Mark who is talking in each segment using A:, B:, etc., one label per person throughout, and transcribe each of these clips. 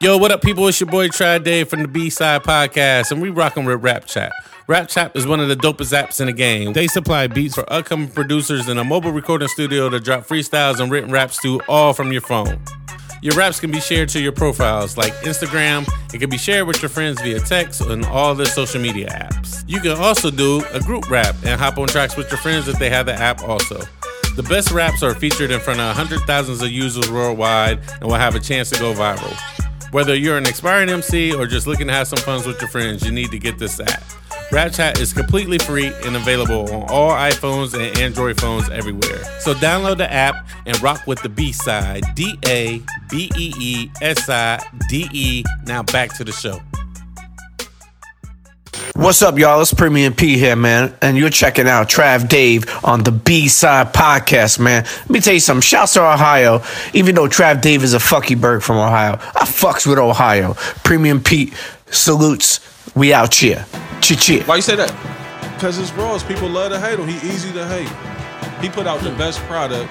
A: Yo, what up, people? It's your boy Try Dave from the B Side Podcast, and we rocking with Rap Chat. Rap Chat is one of the dopest apps in the game. They supply beats for upcoming producers and a mobile recording studio to drop freestyles and written raps to all from your phone. Your raps can be shared to your profiles like Instagram. It can be shared with your friends via text and all the social media apps. You can also do a group rap and hop on tracks with your friends if they have the app also. The best raps are featured in front of 100 thousands of users worldwide and will have a chance to go viral. Whether you're an aspiring MC or just looking to have some fun with your friends, you need to get this app. Rap Chat is completely free and available on all iPhones and Android phones everywhere. So download the app and rock with the B side. D A B E E S I D E. Now back to the show.
B: What's up, y'all? It's Premium P here, man, and you're checking out Trav Dave on the B Side Podcast, man. Let me tell you something. Shouts to Ohio, even though Trav Dave is a fucky bird from Ohio. I fucks with Ohio. Premium Pete salutes. We out here. Cheer, cheer.
C: Why you say that? Because it's Ross. People love to hate him. He easy to hate. He put out the
A: Hmm.
C: best product.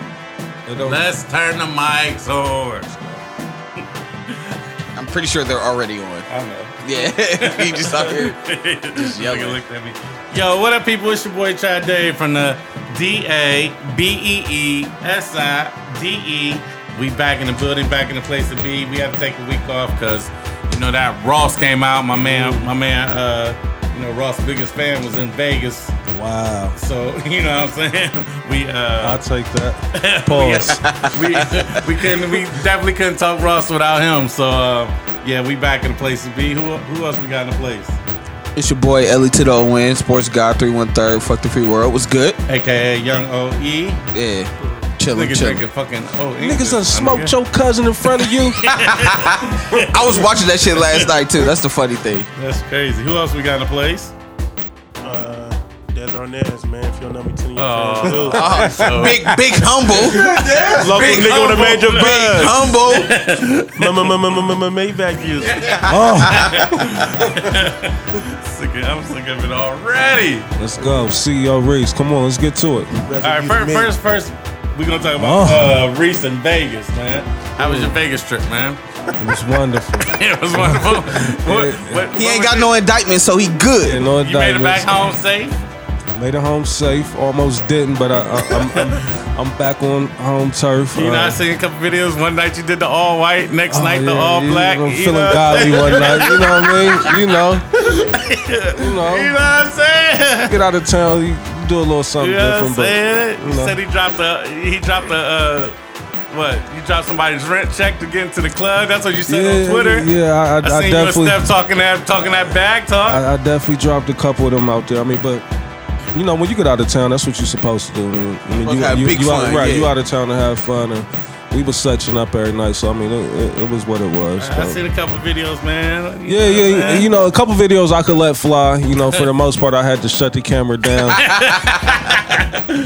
C: It don't-
A: Let's turn the mics over.
D: I'm pretty sure they're already on.
A: I know.
D: Yeah, you just out here.
A: Just
D: yelling.
A: looked at me. Yo, what up, people? It's your boy Chad Dave from the D A B E E S I D E. We back in the building, back in the place to be. We had to take a week off because you know that Ross came out. My man, my man, uh, you know Ross' biggest fan was in Vegas,
C: Wow.
A: so you know what I'm saying. We uh,
C: I'll take that. Pause.
A: we we couldn't we definitely couldn't talk Ross without him. So uh, yeah, we back in the place to be. Who who else we got in the place?
D: It's your boy Ellie to the Owen, Sports God three one third. Fuck the free world. What's good?
A: AKA Young O E.
D: Yeah, chilling,
A: Nigga
D: chilling.
A: drinking fucking oh,
C: Niggas done smoked your cousin in front of you.
D: I was watching that shit last night too. That's the funny thing.
A: That's crazy. Who else we got in the place?
E: Uh, Des Arnaz, man. If you don't know me, ten years
A: Oh. Oh,
E: old.
D: Big, big humble,
E: Local
D: big
E: nigga with a
D: humble, big
E: major buzz.
D: humble.
E: Maybach user.
C: Oh,
A: Sick of- I'm sick of it already.
C: Let's go. CEO Reese. Come on, let's get to it.
A: All right, first, first, first, we're gonna talk about
C: Oh.
A: uh, Reese in Vegas, man. How was your Vegas trip, man?
C: It was wonderful.
A: it was wonderful. what, what,
D: He
A: what was
D: ain't got
A: it?
D: no indictment, so he good.
C: And all
A: You made it back
C: diamonds.
A: home safe.
C: Made it home safe. Almost didn't, but I, I, I'm, I'm, I'm back on home turf.
A: You know, I
C: Uh,
A: seen a couple videos. One night you did the all white, next
C: Oh,
A: night the
C: yeah,
A: all
C: yeah,
A: black.
C: I'm
A: you,
C: feeling
A: know,
C: godly one night. You know what I mean? You know. You
A: you know
C: know.
A: what I'm saying?
C: Get out of town. You do a little something
A: You know what I'm
C: different. But
A: saying?
C: you know.
A: Said he dropped a he dropped a uh, what? You dropped somebody's rent check to get into the club. That's what you said on Twitter.
C: Yeah, I, I,
A: I,
C: I
A: seen you
C: definitely,
A: and Steph talking that talking that bag talk.
C: I, I definitely dropped a couple of them out there. I mean, but you know, when you get out of town, that's what you're supposed to do. I mean,
D: Supposed
C: you,
D: to have
C: you,
D: big
C: you out,
D: fun,
C: right?
D: yeah.
C: You out of town to have fun, and we was searching up every night. So I mean, it, it, it was what it was.
A: I,
C: so.
A: seen a couple videos, man. You
C: Yeah,
A: know what I'm
C: yeah,
A: saying?
C: you know, a couple videos I could let fly. You know, for the most part, I had to shut the camera down.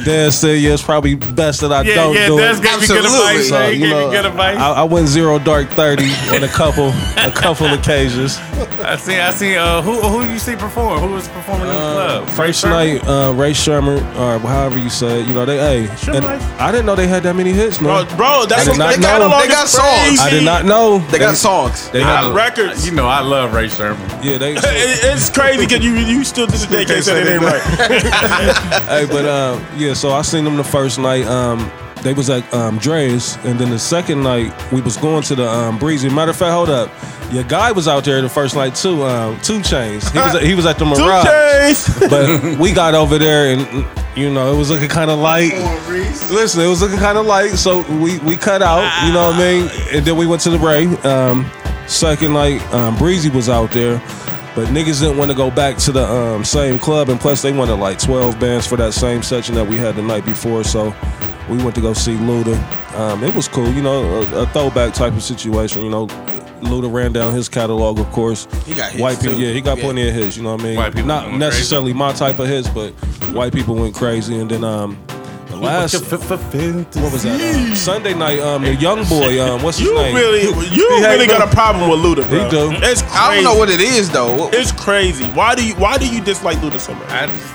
C: Dan said, "Yeah, it's probably best that I
A: yeah,
C: don't
A: yeah.
C: do
A: That's
C: it."
A: gave you good
D: Absolutely.
A: advice.
C: So,
A: man. He
C: you
A: gave
C: know,
A: you good advice.
C: I, I went zero dark thirty on a couple, a couple occasions.
A: I seen, I seen. Uh, who who you see perform? Who was performing
C: Uh,
A: in the club?
C: First
A: Ray Sherman?
C: night, uh, Ray Shermer, or however you say it, you know, they, hey.
E: Sherman.
C: and I didn't know they had that many hits, man.
E: Bro, that's
C: I did
E: what
C: not
E: they
C: know.
E: catalog
D: They got
E: is
D: songs.
E: crazy.
C: I did not know.
D: They got songs.
C: They
A: I-
C: had,
E: records.
A: You know, I love Ray Sherman.
C: yeah, they.
E: It- it's crazy because you you still to this day can't say that ain't right.
C: hey, but um, yeah, so I seen them the first night. Um, they was at um, Dre's, and then the second night we was going to the um, Breezy. Matter of fact, hold up, your guy was out there the first night too. Um, two Chains, he was at, he was at the
E: Two
C: Mirage,
E: chains.
C: but we got over there and. You know, it was looking kind of light. Listen, it was looking kind of light, so we we cut out. You know what I mean?
D: Ah.
C: And then we went to the Ray. Um, second night, um, Breezy was out there, but niggas didn't want to go back to the um, same club, and plus they wanted like twelve bands for that same session that we had the night before. So we went to go see Luda. Um, it was cool, you know, a, a throwback type of situation. You know, Luda ran down his catalog, of course.
D: He got hits,
C: white people,
D: too.
C: yeah, he got
D: Yeah.
C: plenty of hits. You know what I mean?
A: White people
C: Not
A: going crazy.
C: necessarily my type of hits, but white people went crazy, and then um. The last, what was that? Um, Sunday night, um, the young boy, um, what's his
E: You
C: name?
E: really you
C: He had
E: really got
C: them.
E: a problem with Luda, bro.
C: He do.
E: It's crazy.
D: I don't know what it is though. What-
E: It's crazy. Why do you why do you dislike Luda so much?
A: I just,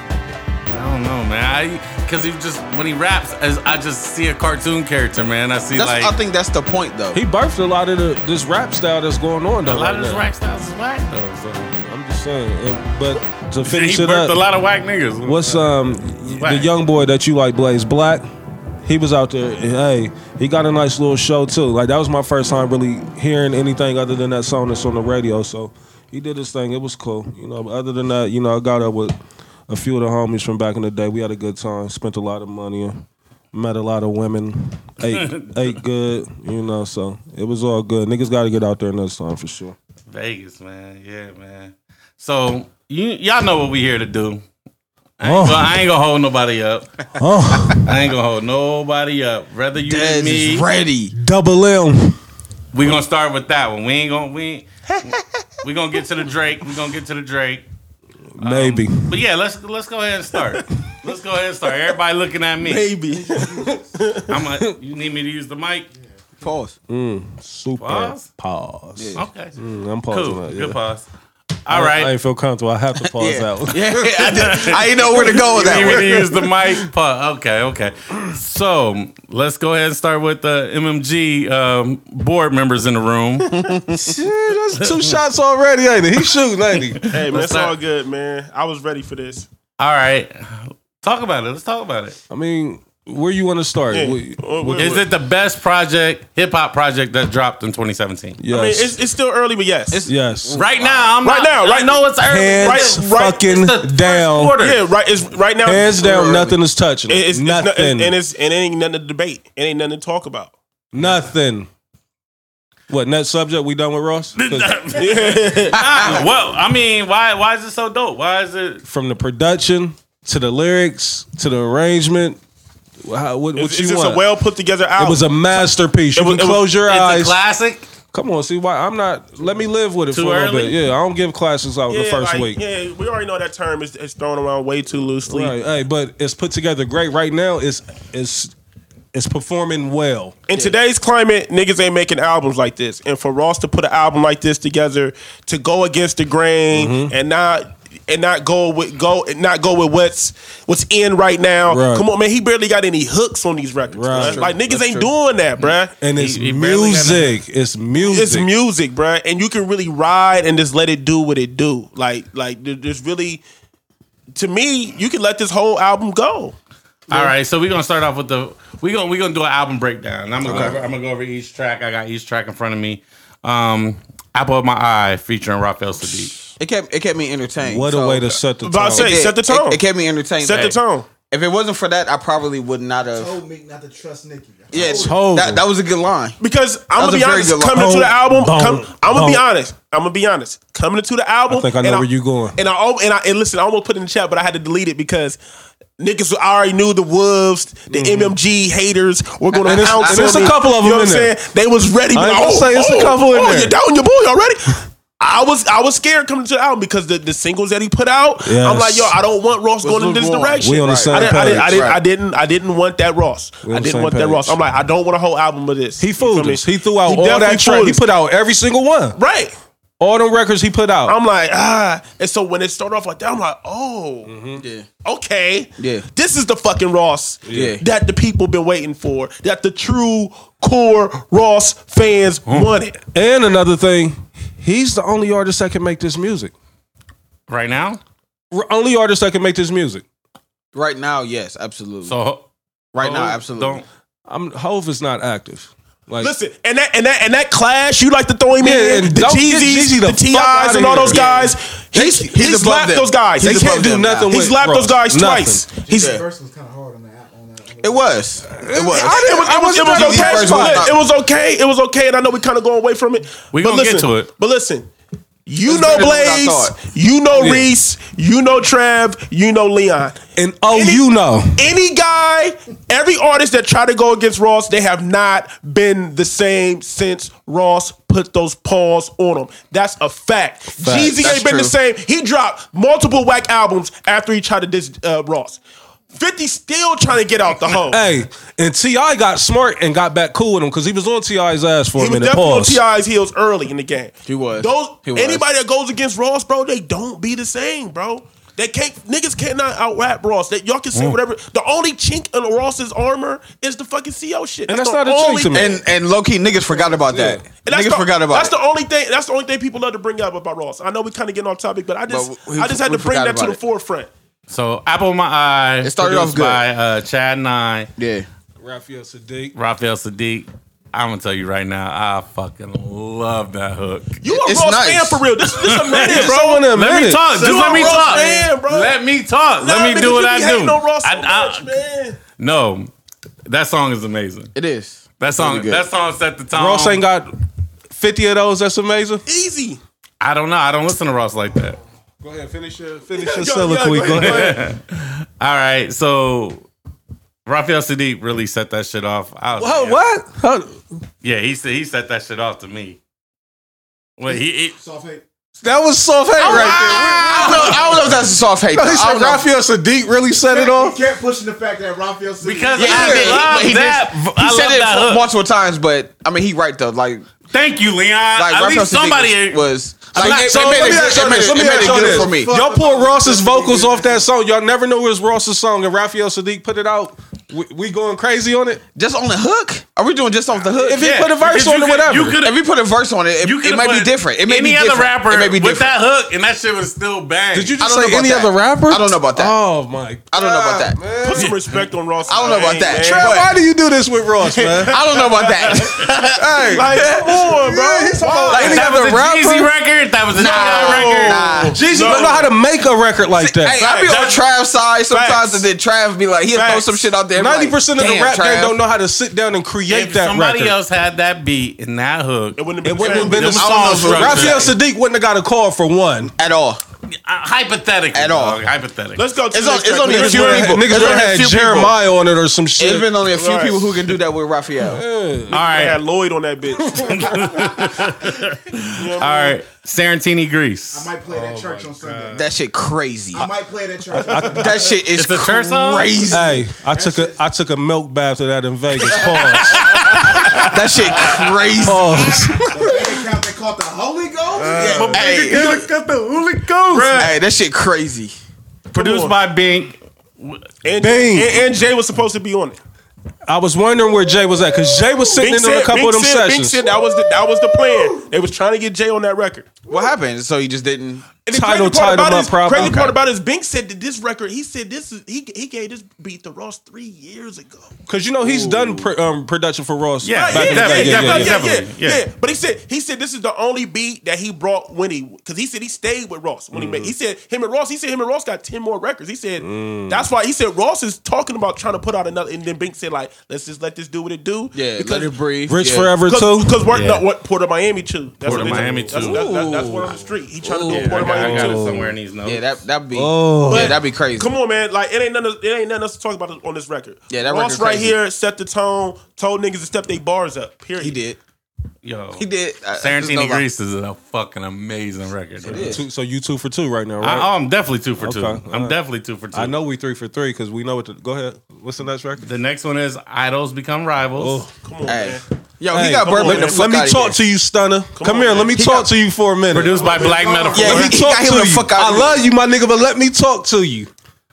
A: I don't know, man. I because he just when he raps, as I just see a cartoon character, man. I see
D: That's,
A: like
D: I think that's the point, though.
C: He birthed a lot of the, this rap style that's going on
A: a
C: though.
A: lot
C: right
A: of his
C: now.
A: rap styles is whack though. Oh, So.
C: I'm just saying. and- but to
A: And he
C: finish it
A: birthed
C: up,
A: a lot of whack niggas.
C: what's um the
A: Black.
C: young boy that you like, Blaze Black? He was out there. and, hey, he got a nice little show too. Like that was my first time really hearing anything other than that song that's on the radio. So he did his thing. It was cool. You know. But other than that, you know, I got up with a few of the homies from back in the day. We had a good time. Spent a lot of money. Met a lot of women. Ate, ate good. You know. So it was all good. Niggas got to get out there next time for sure.
A: Vegas, man? Yeah, man. So you y'all know what we here to do. I ain't,
C: Oh.
A: well, I ain't gonna hold nobody up.
C: Oh.
A: I ain't gonna hold nobody up. Rather you
D: Dez
A: than me,
D: is ready.
C: Double M.
A: we gonna start with that one. We ain't gonna we ain't, we gonna get to the Drake. We gonna get to the Drake.
C: Maybe.
A: But yeah, let's let's go ahead and start. Let's go ahead and start. Everybody looking at me.
D: Baby.
A: I'm a, you need me to use the mic?
D: Pause.
C: Super
A: Pause?
C: pause.
A: Okay.
C: Mm, I'm pausing
A: Cool.
C: that.
A: Good
C: yeah.
A: pause. All
C: I
A: right.
C: ain't feel comfortable. I have to pause
D: Yeah.
C: that one.
D: Yeah, I, did, I didn't know where to go with
A: You
D: that
A: need me
D: one.
A: to use the mic? Pa- Okay, okay. So let's go ahead and start with the MMG um, board members in the room.
C: Shit, that's two shots already, ain't it? He shooting, ain't he?
E: Hey, man, it's
A: not-
E: all good, man. I was ready for this.
A: All right. Talk about it. Let's talk about it.
C: I mean, where you want to start?
E: Yeah.
C: We-
E: Well,
C: we-
E: well,
A: Is it the best project, hip hop project that dropped in 2017?
E: I
C: yes.
E: mean, it's, it's still early, but yes.
C: yes.
A: Right now, I'm
E: Right
A: not-
E: now, right
A: I know it's early.
C: Hands
A: right, right,
C: fucking
A: it's the first
C: down.
A: quarter.
E: yeah, right. It's right now.
C: Hands down,
D: early.
C: nothing is touching. it.
E: It's, it's
C: nothing.
E: nothing. and it's and it ain't nothing to debate. It ain't nothing to talk about.
C: nothing. What, next subject? We done with Ross? 'Cause
A: Ah, well, I mean, why why is it so dope? Why is it
C: From the production to the lyrics to the arrangement. How, what, what
E: It's,
C: you
E: it's just
C: want?
E: a well put together album.
C: it was a masterpiece. You
E: was-
C: can
E: it was-
C: close your
A: it's a
C: eyes.
A: classic?
C: Come on, see why I'm not. Let me live with it
A: Too
C: for a little
A: early?
C: bit. Yeah, I don't give classes out
E: yeah,
C: the first
E: like,
C: week.
E: Yeah, we already know that term is, is thrown around way too loosely.
C: Right, hey, but it's put together great right now. It's it's it's performing well.
E: In today's climate, niggas ain't making albums like this. And for Ross to put an album like this together to go against the grain
C: Mm-hmm.
E: and not and not go with go and not go with what's what's in right now.
C: Right.
E: Come on, man, he barely got any hooks on these records.
C: Right.
E: bruh. Like niggas
C: That's
E: ain't
C: true.
E: doing that, bruh.
C: And it's
A: he barely got
C: music. It's music.
E: It's music, bruh. And you can really ride and just let it do what it do. Like like there- there's really to me, you can let this whole album go.
A: All right, so we're gonna start off with the we gonna we gonna do an album breakdown. I'm gonna go over, I'm gonna go over each track. I got each track in front of me. Um, Apple of My Eye featuring Raphael Sadiq.
D: It kept it kept me entertained.
C: What
D: so-
C: a way to set the tone.
E: About to say- Hey, set the
D: It-
E: tone.
D: It, it kept me entertained.
E: Set the tone.
D: If it wasn't for that, I probably would not have.
F: told me not to trust Nikki. I
D: Yeah,
F: told
C: Told
D: that,
C: him.
D: that was a good line.
E: Because I'm
D: That was
E: gonna be
D: a very
E: honest,
D: good
E: coming
C: line.
E: to the album,
C: Boom,
E: come,
C: boom,
E: I'm gonna be
C: boom.
E: honest. I'm gonna be honest. Coming to the album,
C: I think I know
E: and
C: where you going.
E: And I al- and I and listen, I almost put it in the chat, but I had to delete it because niggas already knew the wolves, the MMG haters were gonna
C: Mm-hmm. And it's-
E: pounce.
C: and
E: on
C: it's a
E: me.
C: couple of
E: You know
C: them
E: what I'm
C: in
E: saying?
C: there.
E: They was ready.
C: I
E: but
C: ain't gonna say it's a couple in
E: oh,
C: there.
E: You down your boy already? I was I was scared coming to the album because the, the singles that he put out, I'm
C: Yes.
E: like, yo, I don't want Ross going in this
D: lukewarm.
E: direction.
C: We on the same
E: I didn't, I, didn't, I,
C: page.
E: didn't, I
D: Right.
E: didn't I didn't want that Ross.
C: We on
E: I
C: the
E: didn't
C: same
E: want that
C: page.
E: Ross. I'm like, I don't want a whole album of this.
C: he
E: You feel
C: fooled
E: me?
C: us. He threw out all
E: definitely
C: that track.
E: fooled
C: He
E: us.
C: put out every single one.
E: Right.
C: All them records he put out.
E: I'm like, ah. And so when it started off like that, I'm like, oh,
C: Mm-hmm.
D: Yeah.
E: okay.
D: Yeah.
E: This is the fucking Ross
D: Yeah.
E: that the people been waiting for, that the true core Ross fans
C: Mm-hmm.
E: wanted.
C: and another thing, he's the only artist that can make this music.
A: Right now,
C: R- only artist that can make this music.
D: Right now, yes, absolutely.
A: so
D: right now,
A: don't-
D: absolutely.
A: don't-
C: I'm Hove is not active. Like
E: Listen, and that and that and that clash, you like to throw him
C: Yeah,
E: in,
C: and
E: the
C: don't get
E: Jeezys,
C: Jeezy
E: the,
C: the fuck
E: TIs,
C: outta
E: and all
C: here.
E: those guys. He's, he's,
D: above
E: slapped
D: them.
E: those guys.
D: He's
E: They
C: he
D: above
E: can't
C: can't do
D: them
E: do.
D: now.
C: nothing.
E: He
C: with
E: slapped
C: Ross.
E: those guys
C: Nothing.
E: twice. He's
F: her. First was kind of hard on that. On that.
D: It was. It was.
E: it was, it was, it was
D: wasn't
E: okay.
D: that
E: It
D: deep.
E: was, it was okay. It was okay. And I know we kind of go away from it.
A: We
E: But
A: gonna get
E: listen-
A: to it.
E: But listen, you
D: It's
E: know
D: better than what I thought.
E: Blaze, you know Reese, you know Trav, you know Leon.
C: And oh,
E: Any-
C: you know.
E: Any guy, every artist that try to go against Ross, they have not been the same since Ross put those paws on them. That's a fact. Jeezy
D: That's
E: ain't been the
D: true.
E: same. He dropped multiple whack albums after he tried to diss uh, Ross. 50 still trying to get out the hole.
C: Hey, and Ti got smart and got back cool with him because he was on Ti's ass for
E: He
C: a
E: was
C: minute.
E: definitely
C: Pause.
E: on Ti's heels early in the game.
D: He was.
E: Those
D: He was.
E: anybody that goes against Ross, bro, they don't be the same, bro. They can't niggas cannot out rap Ross. That y'all can say whatever. The only chink in Ross's armor is the fucking CO shit.
C: And that's
E: the
C: not a chink
E: only
C: to me.
E: thing-
D: And and low key niggas forgot about that.
E: and that's
D: niggas
E: the,
D: forgot about
E: That's
D: it.
E: the only thing. That's the only thing people love to bring up about Ross. I know we kind of getting off topic, but I just
D: But we-
E: I just had
D: we
E: to bring
D: forgot
E: that to
D: about
E: the
D: it.
E: forefront.
A: So Apple in My Eye.
D: It started
A: produced
D: off good.
A: by uh, Chad Nine,
D: yeah.
C: Raphael Sadiq.
A: Raphael Sadiq. I'm gonna tell you right now, I fucking love that hook.
E: You a
D: It's
E: Ross
D: nice.
E: fan for real? This this a man,
C: Bro, I
E: bro.
C: want to
A: Let
C: admit
A: me
C: it.
A: talk. Just
E: You
A: let
E: a
A: me
E: Ross
A: talk.
E: fan, bro.
A: Let me talk.
E: Nah,
A: let me
E: nigga,
A: do
E: you
A: what
E: be
A: I do.
E: hating on Ross so
A: I- I-
E: much, man.
A: no, that song is amazing.
D: It is.
A: That song.
D: Really good.
A: that song set the tone.
C: Ross ain't got 50 of those. That's amazing.
E: Easy.
A: I don't know. I don't listen to Ross like that.
C: Go ahead, finish your, finish
E: Yo,
C: your
E: yo,
C: soliloquy.
E: go
C: Go
E: ahead, go
C: ahead.
A: All right, so Raphael Sadiq really set that shit off. I was-
C: Huh,
A: yeah.
C: What? Huh?
A: Yeah, he said he set that shit off to me. Well, he, Ah! he
F: Soft hate.
C: That was soft hate right
D: I don't, know, I don't know if that's a soft hate.
C: there. He
D: I
C: said
D: don't know.
C: Raphael Sadiq really set it
F: You
C: off.
F: kept pushing the fact that Raphael City.
A: because
D: Yeah,
A: I
D: he-
A: love
D: but he
A: that.
D: did-
A: v-
D: He
A: I
D: said
A: love
D: it
A: that hook.
D: multiple times, but I mean, he right though. Like,
A: Thank you, Leon.
D: like
A: At
D: Raphael
A: least
D: Sadiq
A: somebody was.
D: was. Like,
A: not-
D: it,
A: so
D: it made
A: let
D: it,
A: me
D: good-
A: ask y'all
D: it made
A: this,
D: it,
A: let
D: it
A: me
D: made
A: ask
D: it
A: y'all
D: good
A: this.
D: for me.
F: Fuck.
C: Y'all pulled Ross's vocals off that song. Y'all never knew it was Ross's song, and Raphael Sadiq put it out. We, we going crazy on it.
D: Just on the hook? Are we doing just off the hook?
C: If he
A: Yeah,
C: put a
A: because
C: verse
A: you
C: on it,
A: could-
C: whatever.
A: you could-
D: if we put a verse on it, it,
A: You
D: it
A: could've
D: might be
A: put
D: different. It may
A: any
D: be
A: other
D: different.
A: rapper
D: it may be
A: with that
D: different.
A: hook, and that shit was still bang.
C: Did you
D: I
C: just
D: don't
C: say
D: know
C: any
D: about
C: other
D: that.
C: rapper?
D: I don't know about that.
C: Oh my!
D: I don't know about that.
E: Put some respect on Ross.
D: I don't know about
E: name,
D: that.
E: man.
D: Trap
C: Trap,
D: But-
C: why do you do this with Ross, man?
D: I don't know about that.
C: hey,
E: Like, come on, bro.
C: Yeah, he's talking about
D: Like,
A: If
C: any
A: that was
C: other
A: a Jeezy
C: rapper.
A: record. That was a Gemini record.
D: Nah, nah.
C: Jeezy don't know how to make a record like that.
D: Hey, I be on
E: Facts.
D: Trav's side sometimes,
E: Facts.
D: and then Trav be like, he'll throw
E: Facts.
D: some shit out there.
C: Ninety percent of the rap
D: they
C: game don't know how to sit down and create
A: If
C: that
A: somebody
C: record.
A: else had that beat and that hook,
E: It wouldn't
C: it
E: have been.
C: wouldn't have been
A: Them
C: the
D: the
A: songs
D: song
A: structure.
D: structure.
C: Raphael Sadiq wouldn't have got a call for one.
D: at all.
A: Uh, hypothetically,
D: At all.
A: dog, hypothetically.
E: Let's go. To
D: It's
E: the
D: on-
E: next
D: it's
E: track.
D: on the
E: Niggas
D: It's few
E: would've-
D: people.
C: Niggas
D: It's
C: would
D: been
C: have had
D: a few
C: Jeremiah on it or some
D: It's
C: shit.
D: been only a few
E: Right.
D: people who can do that with Raphael.
A: All right,
E: had Lloyd on that bitch.
A: all right. Sarantini Grease.
F: I might play it at church on Sunday.
D: That shit crazy.
F: I might play it at church. on Sunday.
D: That shit is
A: It's a church song?
D: crazy.
C: Hey, I took a I took a milk bath of that in Vegas. Pause.
D: That shit crazy.
C: Pause.
F: They didn't count. They caught the Holy Ghost. yeah.
D: Hey,
A: got the Holy Ghost.
D: hey, that shit crazy.
A: Produced by Bink.
E: And,
C: Bing.
E: and, and Jay was supposed to be on it.
C: I was wondering where Jay was at because Jay was sitting in
E: Bing
C: on a
E: said,
C: couple
E: Bing
C: of them
E: said, Bing
C: sessions.
E: said that was the that was the plan. They was trying to get Jay on that record.
D: What happened? So you just didn't.
E: And the
C: Title
E: crazy part
C: tied
E: about
C: him up
E: it is-
C: proper.
E: Crazy
C: Okay.
E: part about it is Bink said that this record. He said this is he he gave this beat to Ross three years ago.
C: Because you know he's done pr- um, production for Ross.
A: Yeah,
C: back in the
A: yeah,
C: day.
A: yeah,
E: yeah,
A: yeah,
E: yeah,
A: definitely,
E: yeah,
A: yeah.
E: yeah. But he said he said this is the only beat that he brought when he because he said he stayed with Ross when he made.
A: Mm.
E: He said him and Ross. He said him and Ross got ten more records. He said that's why he said Ross is talking about trying to put out another. And then Bink said like, let's just let this do what it do.
D: Yeah,
E: because
D: let it breathe.
C: Rich
D: yeah.
C: Forever too.
E: because we're
A: Yeah.
E: not what Port of Miami too. That's
A: Port of
E: what they talking
A: Miami
E: about. That's,
A: too.
E: that's, that's, that's word on the street. He trying to do
D: Ooh.
E: a Port of
A: I
E: Miami
A: got it
E: too.
A: somewhere in these notes.
D: Yeah, that that be.
C: Oh.
D: Yeah, that'd be crazy.
E: Come on, man! Like it ain't nothing. It ain't nothing else to talk about on this record.
D: Yeah, that
E: Ross
D: record
E: right
D: crazy.
E: here set the tone. Told niggas to step their bars up. Period.
D: He did.
A: Yo,
D: He did. I- I- there's
A: Sarantini
D: no lie.
A: Grease is a fucking amazing record. bro.
D: is.
C: Two- so you two for two right now, right?
A: I, oh, I'm definitely two for two.
C: Okay,
A: I'm
C: alright.
A: definitely two for two.
C: I know we three for three because we know what. To, go ahead. What's the next record?
A: The next one is Idols Become Rivals.
E: Come on,
D: Hey,
E: man.
D: yo,
C: Hey,
D: he got
C: come
E: on,
D: bourbon.
E: man.
D: the
E: Let
D: fuck
C: Let me
D: outta
C: talk
D: here.
C: to you, Stunner. Come,
E: on,
C: here.
E: man.
C: Let me talk to you for a minute.
A: Produced by Black Metaphor.
D: Yeah,
C: let me
D: he-
C: talk
D: got him
C: to
D: the
C: you.
D: fuck outta
C: I
D: here.
C: love you, my nigga, but let me talk to you.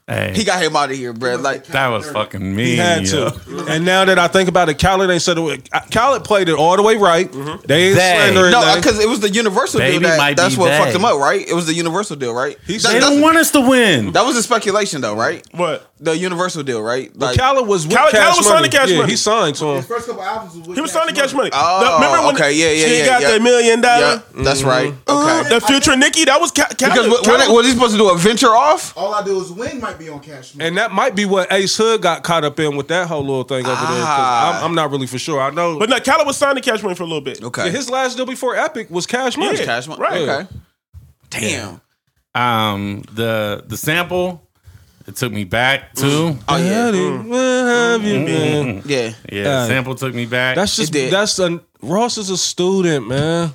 A: Hey,
D: He got him out of here, bro. Like,
A: that was fucking mean.
C: He had
A: yo.
C: to. And now that I think about it, Khaled ain't said a word. Khaled played it all the way right.
D: Mm-hmm.
C: They ain't
A: They.
C: slandering
D: No,
C: nothing.
D: because it was the Universal
A: Baby
D: deal. That,
A: might
D: that's
A: be
D: what
A: dead.
D: fucked him up, right? It was the Universal deal, right? That,
A: They
D: that's-
A: don't want us to win.
D: that was the speculation, though, right?
E: What?
D: The Universal deal, right? Like,
C: Khaled was with
E: Khaled-
C: Cash
E: Khaled was
C: Money.
E: signed to Cash
C: yeah,
E: Money.
C: he signed to him.
F: His first couple albums was with
E: He was trying to catch money.
D: Oh,
E: Now,
D: okay, yeah, yeah,
E: she
D: yeah,
E: got
D: yeah.
E: that million
D: yeah,
E: dollar.
D: that's right.
C: Mm-hmm.
E: Uh,
D: Okay.
E: The future Nikki, that was Ka- Ka-
D: Because what,
E: Ka-
D: what, what he supposed to do? A venture off?
F: All I do is win might be on Cash Money.
C: And that might be what Ace Hood got caught up in with that whole little thing over there. 'cause
D: Ah.
C: I'm, I'm not really for sure. I know.
E: But no, Khaled was signed to Cash Money for a little bit.
D: Okay.
C: his last deal before Epic was Cash Money.
E: Yeah.
D: Cash money.
E: right.
D: Okay. Damn.
A: Um, the the sample, it took me back too.
D: Oh yeah.
C: Daddy, where have
D: Mm-hmm.
C: you been?
D: Yeah.
A: Yeah, the
C: Uh,
A: sample took me back.
C: That's
D: It
C: just
D: did.
C: that's a Ross is a student, man.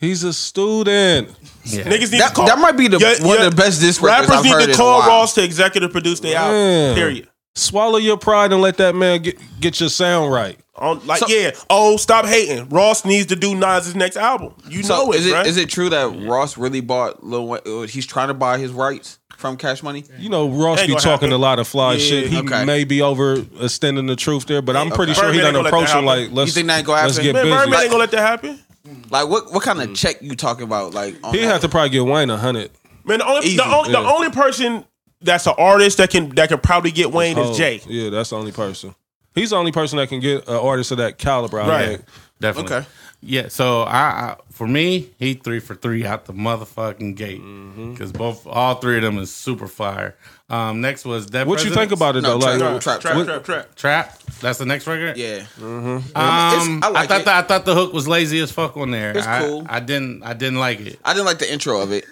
C: He's a student.
A: yeah.
E: Niggas need
D: That,
E: to call.
D: that might be the
E: Yeah,
D: one
E: yeah.
D: of the best disc records
E: rappers
D: I've heard
E: need to
D: in
E: call
D: a while.
E: Ross to executive produce their
C: Yeah.
E: album. Period.
C: Swallow your pride and let that man get, get your sound right.
E: On, like
D: So-
E: yeah. Oh, stop hating. Ross needs to do Nas's next album. You
D: So
E: know it,
D: is it
E: bruh.
D: is it true that Ross really bought Lil Wayne? uh, He's trying to buy his rights from Cash Money?
C: You know, Ross
E: Ain't
C: be
E: gonna
C: talking
E: happen.
C: a lot of fly
E: Yeah,
C: shit. He
D: okay.
C: may be overextending the truth there, but I'm pretty
E: Okay.
C: sure he
E: Birdman
C: done
E: ain't gonna let
C: approach
E: that
C: him like,
E: happen.
C: let's,
D: You think that ain't gonna
C: let's get
D: happen?
E: Man, Birdman
C: busy.
E: ain't gonna let that happen.
D: Like what what kind of check you talking about? Like on
C: He
D: that?
C: have to probably get Wayne a hundred.
E: Man, the only
D: Easy,
E: the, only, the
C: yeah.
E: only person that's an artist that can that can probably get Wayne
C: Oh,
E: is Jay.
C: Yeah, that's the only person. He's the only person that can get an artist of that caliber. I
E: Right.
C: think.
A: Definitely.
D: Okay.
A: Yeah. So I, I for me, he three for three out the motherfucking gate because both all three of them is super fire. Um, next was that.
C: What you think about it
D: No,
C: though? Like,
D: trap,
E: Trap, trap,
D: What-
E: trap, trap.
A: Trap. That's the next record.
D: Yeah. It's-
A: Um,
D: I
A: I,
D: like
A: thought
D: it.
A: The, I thought the hook was lazy as fuck on there.
D: It's
A: I,
D: cool.
A: I didn't. I didn't like it.
D: I didn't like the intro of it.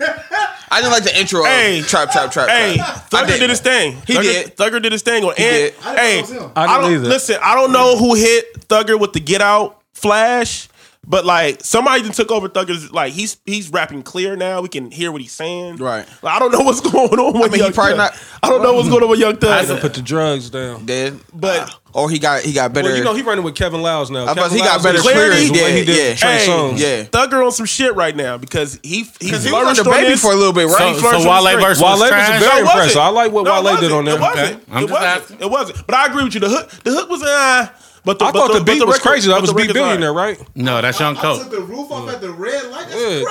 D: I didn't like the intro
E: Hey.
D: of Trap Trap Trap
E: Hey,
D: Trap. I
E: Thugger
D: didn't.
E: did his thing.
D: He
E: Thugger,
D: did.
E: Thugger did his thing on. And,
D: did.
F: I didn't
E: hey,
F: know it was him.
C: I
E: I,
C: didn't
E: don't
C: either.
E: listen. I don't know who hit Thugger with the Get Out flash, but like somebody then took over Thugger's. Like he's he's rapping clear now. We can hear what he's saying.
D: Right.
E: Like, I don't know what's going on with
D: mean, he
E: Young
D: probably
E: Thug.
D: not-
E: I don't know what's going on with Young Thug.
C: put the drugs down.
D: Dead.
E: But-
D: Uh, or he got he got better.
C: Well, you know he running with Kevin Lyles now.
D: I thought
C: Kevin
D: he got
C: Lyles
D: better
C: is clear
E: clarity.
C: as the way he
D: Yeah,
C: did
D: yeah.
C: Trey
E: Hey,
C: Songz.
D: yeah.
E: Thugger on some shit right now because he he
D: he was
E: flourished
D: under
E: on
D: baby
E: this.
D: for a little bit, right?
A: So,
E: he
A: so
E: flourished on the
A: Wale
E: screen.
A: versus
C: Wale was a
A: trash.
C: very-
E: No, it wasn't.
C: impressive. I like what
E: No, it
C: Wale did
E: wasn't.
C: on there.
E: It wasn't.
A: Okay. I'm
E: it,
A: just
E: wasn't.
A: asking.
E: it wasn't. But I agree with you. The hook, the hook was uh but the,
C: I
E: but
C: thought the
E: but
C: beat was
E: record-
C: crazy. That
E: but
C: was
E: the
C: Beat
E: record's all right.
C: Billionaire, right?
A: No, that's Young
F: I took
A: Coke.
F: the roof off at the red light. That's
C: Yeah.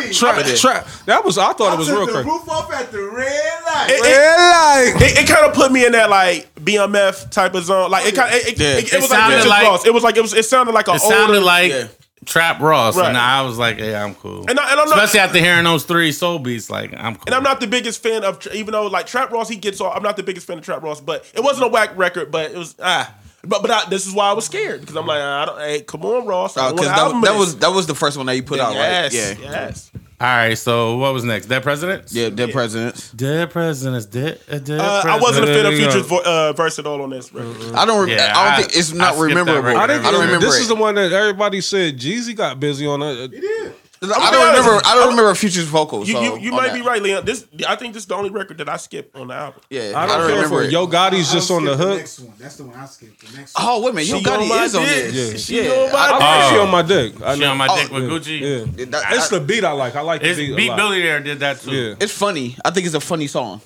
F: crazy.
C: Trap, trap,
D: did.
C: trap. That was. I thought
F: I
C: it was
F: took
C: real
F: the
C: crazy.
F: roof off at the red light.
E: It, kind of put me in that like BMF type of zone. Like it kind of it, it,
D: Yeah.
E: it,
A: It
E: was like
A: sounded
E: Richard
A: like-
E: Ross. It was like it was. It sounded like an
A: It
E: older.
A: sounded like
D: yeah.
A: Trap Ross,
E: Right.
A: and I was like, "Yeah, I'm cool."
E: And I- and I'm not-
A: Especially after hearing those three soul beats, like I'm cool.
E: and I'm not the biggest fan of Tra- even though like Trap Ross he gets off. I'm not the biggest fan of Trap Ross, but it wasn't a whack record. But it was ah. But but I, this is why I was scared because I'm like I don't. Hey, come on, Ross. I
D: because Oh,
E: don't know what
D: that,
E: album
D: that
E: it
D: was
E: is.
D: that was the first one that he put out, right?
E: yes,
D: Yeah.
E: yes.
A: All right. So what was next? Dead presidents.
D: Yeah, dead presidents.
A: Dead presidents. Dead. uh, dead
E: Uh, I
A: presidents.
E: wasn't a fan of
C: Yeah, yeah, yeah.
E: Future's vo- uh, verse at all on this record.
D: I don't. Re-
A: Yeah,
D: I
A: I-
D: don't think it's
A: I
D: not
A: skipped that
D: rememberable.
A: record.
D: I,
C: I
D: don't
C: think
D: remember.
C: this
D: it.
C: is the one that everybody said Jeezy got busy on. Uh,
D: I
E: be
D: don't
E: honest.
D: remember. I
E: I'm-
D: don't remember Future's vocals.
E: You,
D: so,
E: you, you
D: on
E: might
D: that.
E: be right, Leon. This I think this is the only record that I skipped on the album.
D: Yeah,
C: I don't care
D: remember
C: for
D: it.
C: it. Yo Gotti's
F: I
C: just on the
F: skipped
C: hook.
F: next one. That's the one I skipped. The next one.
D: Oh wait a minute, Yo
E: She on my
D: Gotti is on
E: dick.
D: this.
E: Yeah. She on my
D: I-
E: dick.
D: I-
C: She
A: Oh.
C: on my dick. I
A: She on my
D: Oh,
A: dick with
C: yeah,
A: Gucci.
C: Yeah.
D: That- I-
C: It's the beat I like. I like the
A: It's
C: beat. a
A: Beat
C: lot.
A: Billy there did that too.
C: Yeah.
D: It's funny. I think it's a funny song.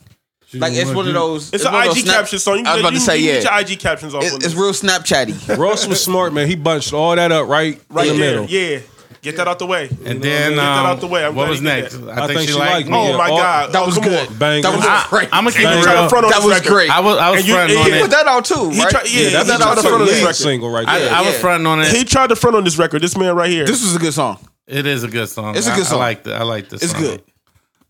D: Like it's one of those.
E: It's,
D: one of
E: an
D: those
E: IG
D: snap-
E: caption song. You,
D: I was about
E: you,
D: to say
E: you
D: yeah.
E: Get your IG captions off.
D: It's,
E: on
D: it's
E: this.
D: real Snapchatty.
C: Ross was smart, man. He bunched all that up right,
E: right
C: in the
E: there.
C: middle.
E: Yeah, get that out the way.
A: And then
E: get that
A: um,
E: out the way. I'm
A: what
E: glad
A: was
E: he did
A: next?
E: that.
A: I, think, she liked me.
E: Oh
C: Yeah,
E: my
C: all-
E: god,
D: That
E: Oh,
D: was
E: come
D: good.
E: on.
C: Bangers.
D: That was
C: I-
D: great.
A: I'm gonna keep
E: He
A: it
E: tried to
A: real.
E: front on
D: That
E: this
D: was
E: record.
D: great.
A: I was I was
E: And you-
A: fronting
E: yeah,
A: on
E: yeah.
A: that.
D: Put that out too,
E: He
D: right?
E: tried- yeah,
D: Put
E: he
D: that
E: tried
D: out too.
E: to put it on this
C: lead
E: record.
C: single right
A: I,
C: there.
A: I was
D: yeah.
A: fronting on it.
E: He tried to front on this record. This man right here.
D: This was a good song.
A: it is a good song.
D: It's a
A: I-
D: good song.
A: I like the I like this.
D: It's
A: song.
D: good.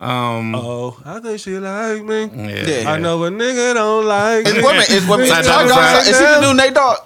A: Um.
C: oh, I think she like me.
A: Yeah.
D: Yeah.
C: I know a nigga don't like
D: It's
C: me.
D: women. It's women.
A: Side
D: It's
A: by
D: Todd
A: side.
D: Dawson. Is he the new Nate Dogg?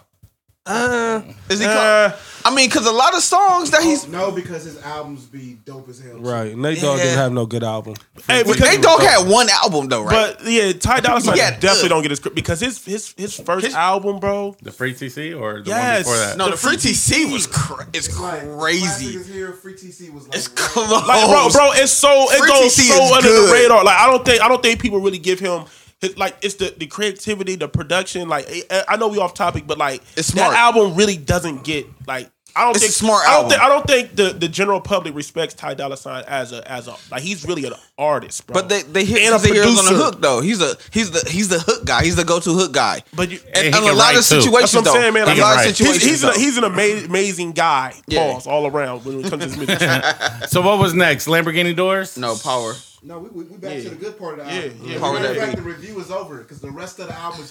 C: Uh,
D: Is he?
E: Uh,
D: I mean, because a lot of songs that he's
F: No, because his albums be dope as hell. too.
C: right. Nate Dogg
D: Yeah.
C: didn't have no good album.
E: hey, because-
D: Nate Dogg had one album though, right?
E: But yeah, Ty Dolla Sign
D: Yeah,
E: definitely
D: ugh.
E: don't get his credit because his his his first
D: His-
E: album, bro.
A: The free TC or the
E: Yes.
A: one before that.
D: no,
E: the
D: the free TC was cra- it's
F: Like, Classic
D: crazy.
F: is here. Free TC was like.
D: It's
F: red.
D: close.
E: Like, bro, bro, it's so it
D: Free
E: goes
D: TC
E: so
D: is
E: under the
D: good.
E: radar. Like, I don't think I don't think people really give him his, like it's the the creativity, the production. Like, eh, I- I know we off topic, but like
D: It's smart.
E: that album really doesn't get like. I don't
D: It's
E: think
D: a smart
E: I don't
D: album.
E: think I don't think the, the general public respects Ty Dolla Sign as a as a like he's really an artist, bro.
D: But they they hit
E: And a
D: because they hear us on the
E: producer.
D: hook though. He's a he's the he's the hook guy. He's the go to hook guy.
E: But you-
A: And he
D: and, and a
A: can
D: lot
A: write,
D: of
A: too.
D: situations
E: That's what I'm
D: though.
E: saying, man.
D: A
E: Like,
D: lot of
A: he's-
E: he's
D: situations.
E: he's,
D: though.
E: an, he's an ama- amazing guy.
D: Yeah.
E: Pause all around when it comes to his music. yeah,
A: So what was next? Lamborghini doors.
D: no power.
F: No, we, we, we back to the good part of the
E: Yeah,
F: album.
E: yeah.
F: Matter
D: Part of
F: of
D: that
F: fact,
D: beat.
F: the review is over because the rest of the album is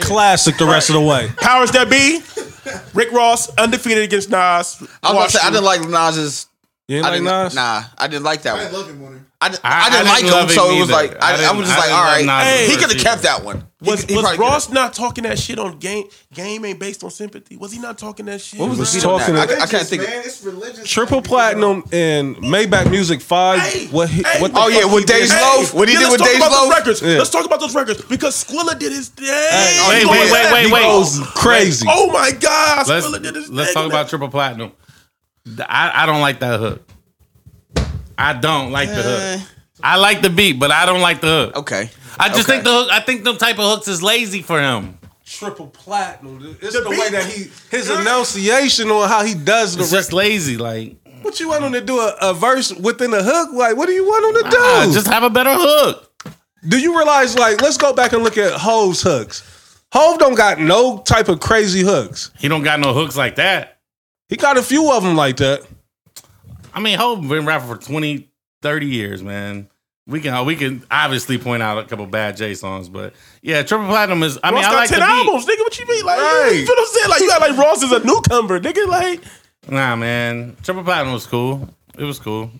C: Classic the rest of the way.
E: powers that be. Rick Ross undefeated against Nas.
D: I was about to say, I
E: Washington.
D: didn't like Nas's.
C: You ain't
D: I
C: like
D: didn't,
C: Nas?
D: Nah, I didn't like that
F: I
D: one.
F: love him on it.
D: I, didn't-
A: I-
D: I,
A: I
D: didn't
A: didn't
D: like
A: love
D: him,
A: him
D: so it was
A: either.
D: like
A: I
D: I, I,
A: didn't-
D: was
A: I
D: just like,
A: didn't
D: all
A: love Nas
D: right,
E: Hey.
D: he could have
A: either.
D: kept that one. He-
E: Was,
D: he
E: was
D: probably coulda-
E: Ross not talking that shit on game? Game ain't based on sympathy. Was he not talking that shit?
D: What was
C: was
D: the beat on
C: talking-
D: that? I, I
F: Religious,
D: can't think.
F: Man, it's religious.
C: Triple platinum and Maybach Music Five.
E: Hey,
C: what? He,
E: hey.
C: what the
D: Oh, yeah,
C: fuck
D: with
C: he did?
D: Dej Loaf. What he
E: yeah,
D: did
E: let's
D: with
E: talk
D: Dej
E: about those
D: Loaf.
E: records.
C: Yeah.
E: Let's talk about those records because Squilla did his thing.
C: oh,
A: Wait,
E: You
A: wait,
E: know
A: wait,
E: that?
A: wait, wait.
C: Goes crazy.
E: Oh my God,
A: Let's
E: Skrilla did his
A: let's
E: thing.
A: talk about triple platinum. The- I I don't like that hook. I don't like the
E: Eh.
A: hook. I like the beat, but I don't like the hook.
D: Okay,
A: I just
D: Okay.
A: think the hook. I think them type of hooks is lazy for him.
C: triple platinum. dude. It's the,
E: beat-
C: way that he his enunciation on how he does the.
A: It's just lazy. Like
C: What you want him to do a, a verse within a hook? Like what do you want him to do?
A: ah, just have a better hook.
C: do you realize? Like, let's go back and look at Hove's hooks. Hove don't got no type of crazy hooks.
A: He don't got no hooks like that.
C: He got a few of them like that.
A: I mean, Hope been rapping for 20, 30 years, man. We can we can obviously point out a couple bad J songs, but yeah, Triple Platinum is. I mean,
E: Ross
A: I
E: got
A: like the
E: ten
A: beat.
E: albums, nigga. What you mean? Like,
C: Right.
E: you feel what I'm saying? Like, you got like Ross is a newcomer, nigga. Like,
A: Nah, man, Triple Platinum was cool. It was cool.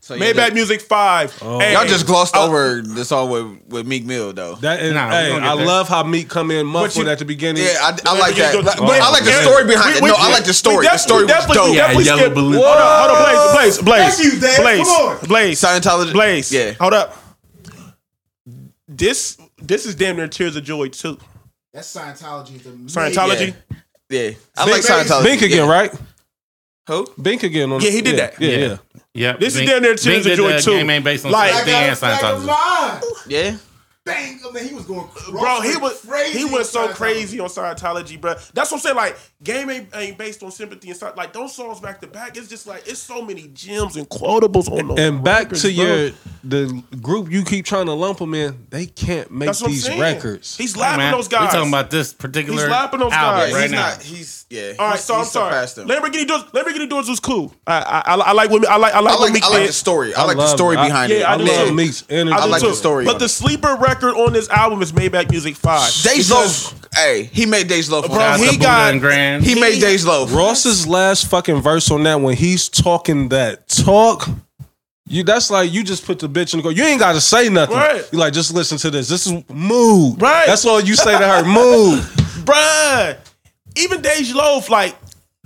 D: So y'all
E: Maybach
D: just-
E: Music Five.
A: Oh.
E: Hey,
D: Y'all just glossed
E: I-
D: over this all with, with Meek Mill though.
C: That is,
A: Nah, we
C: hey,
A: gonna get
C: I
A: there.
C: love how Meek come in muffled
E: you-
C: at the beginning.
D: Yeah, I, I
E: Yeah,
D: like
E: we
D: that.
E: can
D: Like,
E: go-
D: but I like the
E: Yeah.
D: story behind
E: We-
D: it.
E: we-
D: No, I like the story.
E: we
D: The story was
E: definitely-
D: dope.
E: we
A: Yeah,
E: definitely
A: Yellow
E: skipped-
A: Balloon.
E: Hold on, hold on, Blaze, Blaze,
F: Thank you,
E: Blaze,
F: Dad.
E: Blaze,
F: Come on.
E: Blaze,
D: Scientology.
E: Blaze.
D: Yeah.
E: hold up. This this is damn near Tears of Joy too.
F: That's Scientology. The
E: Scientology.
D: Yeah. I
C: Bink,
D: like Scientology.
C: Bink again,
D: yeah.
C: right?
D: Who?
C: Bink again. On
E: Yeah, he did that.
C: Yeah, yeah.
A: Yep.
E: This is
A: Bink-
E: damn near
A: Bink
E: Tears of
A: did
E: Joy
A: the
E: too.
A: Game ain't based on
E: Like-
A: like,
F: Bang,
A: thing and
F: bang,
A: Scientology.
F: bang,
D: Yeah.
F: bang, I mean, oh, he was going crazy.
E: Bro, he was
F: crazy
E: he was so
F: with Scientology.
E: crazy on Scientology, bro. That's what I'm saying. Like, game ain't, ain't based on sympathy and stuff. Like those songs back to back. It's just like it's so many gems and quotables on those.
C: And back
E: records,
C: to
E: bro.
C: your the group you keep trying to lump them in. They can't make
E: That's what I'm
C: these
E: saying.
C: records.
E: He's
A: Hey,
E: lapping
A: man,
E: those guys.
A: We talking about this particular
E: He's lapping those
A: album
E: guys.
D: Yeah,
A: right
D: he's
A: now.
D: not. He's yeah.
E: All right,
D: he's-
E: so I'm
D: he's
E: sorry.
D: surpassed him.
E: Lamborghini doors. Lamborghini doors was cool. I I, I, I like women. I like I like
D: I
E: what
D: like
E: Meek
D: I like
E: did.
D: the story. I, like the
C: love-
D: story
C: I-
D: behind it.
E: yeah, I
C: I
E: do
C: love
E: too.
C: Meek's energy.
E: do
D: I like
E: too.
D: the story
E: But
D: on
E: the
D: it.
E: sleeper record on this album is Maybach Music Five.
D: Days
E: Because
D: Loaf. Hey, he made Days Loaf.
E: Bro,
D: on
A: Shout out
E: he
A: to
D: he,
A: Buddha
E: got-
A: and Grand.
D: he made Days Loaf.
C: Ross's last fucking verse on that when he's talking that talk. You that's like you just put the bitch in the car. You ain't gotta say nothing.
E: Right.
C: You like just listen to this. This is mood.
E: Right.
C: That's all you say to her. Mood.
E: bruh, even Dej Loaf, like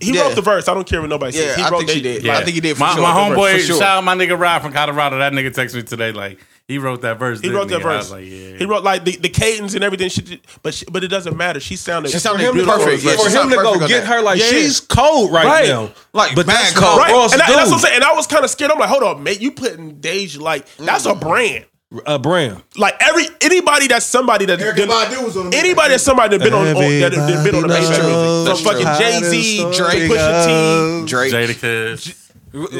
E: he
D: Yeah.
E: wrote the verse. I don't care what nobody
D: Yeah,
E: says. He
D: I
E: wrote
D: think he
E: Dej-
D: did.
A: Yeah.
D: I think he did for
A: my,
D: sure.
A: My
D: For
A: homeboy,
D: sure.
A: shout out my nigga Rob from Colorado. That nigga texted me today, like, he wrote that verse.
E: He wrote that
A: didn't I
E: verse.
A: was like, yeah.
E: He wrote like the, the cadence and everything. She, did- but she, but it doesn't matter. She sounded.
D: She sounded
E: For him to-
D: beautiful. Perfect, yeah,
C: for
D: she's
C: him to
D: not perfect
C: go
D: on
C: get
D: that.
C: her like
E: Yeah.
C: she's cold right,
E: Right.
C: now.
D: Like,
C: but
D: mad
C: that's
D: cold.
C: what
E: Right,
C: Ross
E: and, I, and that's
C: do.
E: what I'm saying. And I was kind of scared. I'm like, hold on, mate. You putting Dej like that's
D: Mm.
E: a brand.
C: A Uh, brand.
E: Like every anybody that's somebody that
F: Erykah Badu was on the
E: anybody that's somebody that been on, on that, that been on the
C: Everybody
E: mainstream.
D: knows
E: So
D: That's true.
E: fucking
D: how
E: Jay Z, Drake, Pusha
D: Drake.
A: Jadakiss.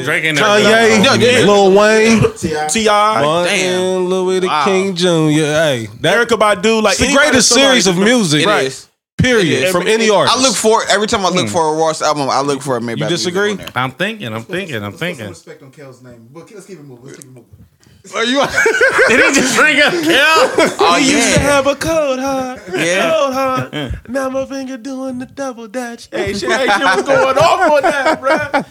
A: Drake ain't
C: Kanye,
A: never done that.
E: yeah.
C: Lil Wayne,
F: T.I.
E: T, Ti, Erykah
C: Martin, Louis the
D: Wow.
C: King Jr. Hey, that,
E: Badu. Like
C: it's the
E: anybody that's
C: greatest
E: somebody
C: series of
E: that's-
C: music,
D: It
C: right?
D: is.
C: Period.
E: is.
C: From any artist.
D: I look for every time I look for a Ross album. I look for a Maybach.
C: You disagree?
D: Music
A: I'm thinking, I'm thinking, I'm
F: Let's put some
A: thinking.
F: respect on Kel's name. But let's keep it moving. Let's keep it moving.
D: on there.
A: Did he just bring up Kel?
D: Oh
E: We used to
D: yeah.
E: have a cold heart,
D: Yeah.
E: cold heart. Now my finger doing the double dutch. Hey, shit, hey, shit, what's going off on that, bruh?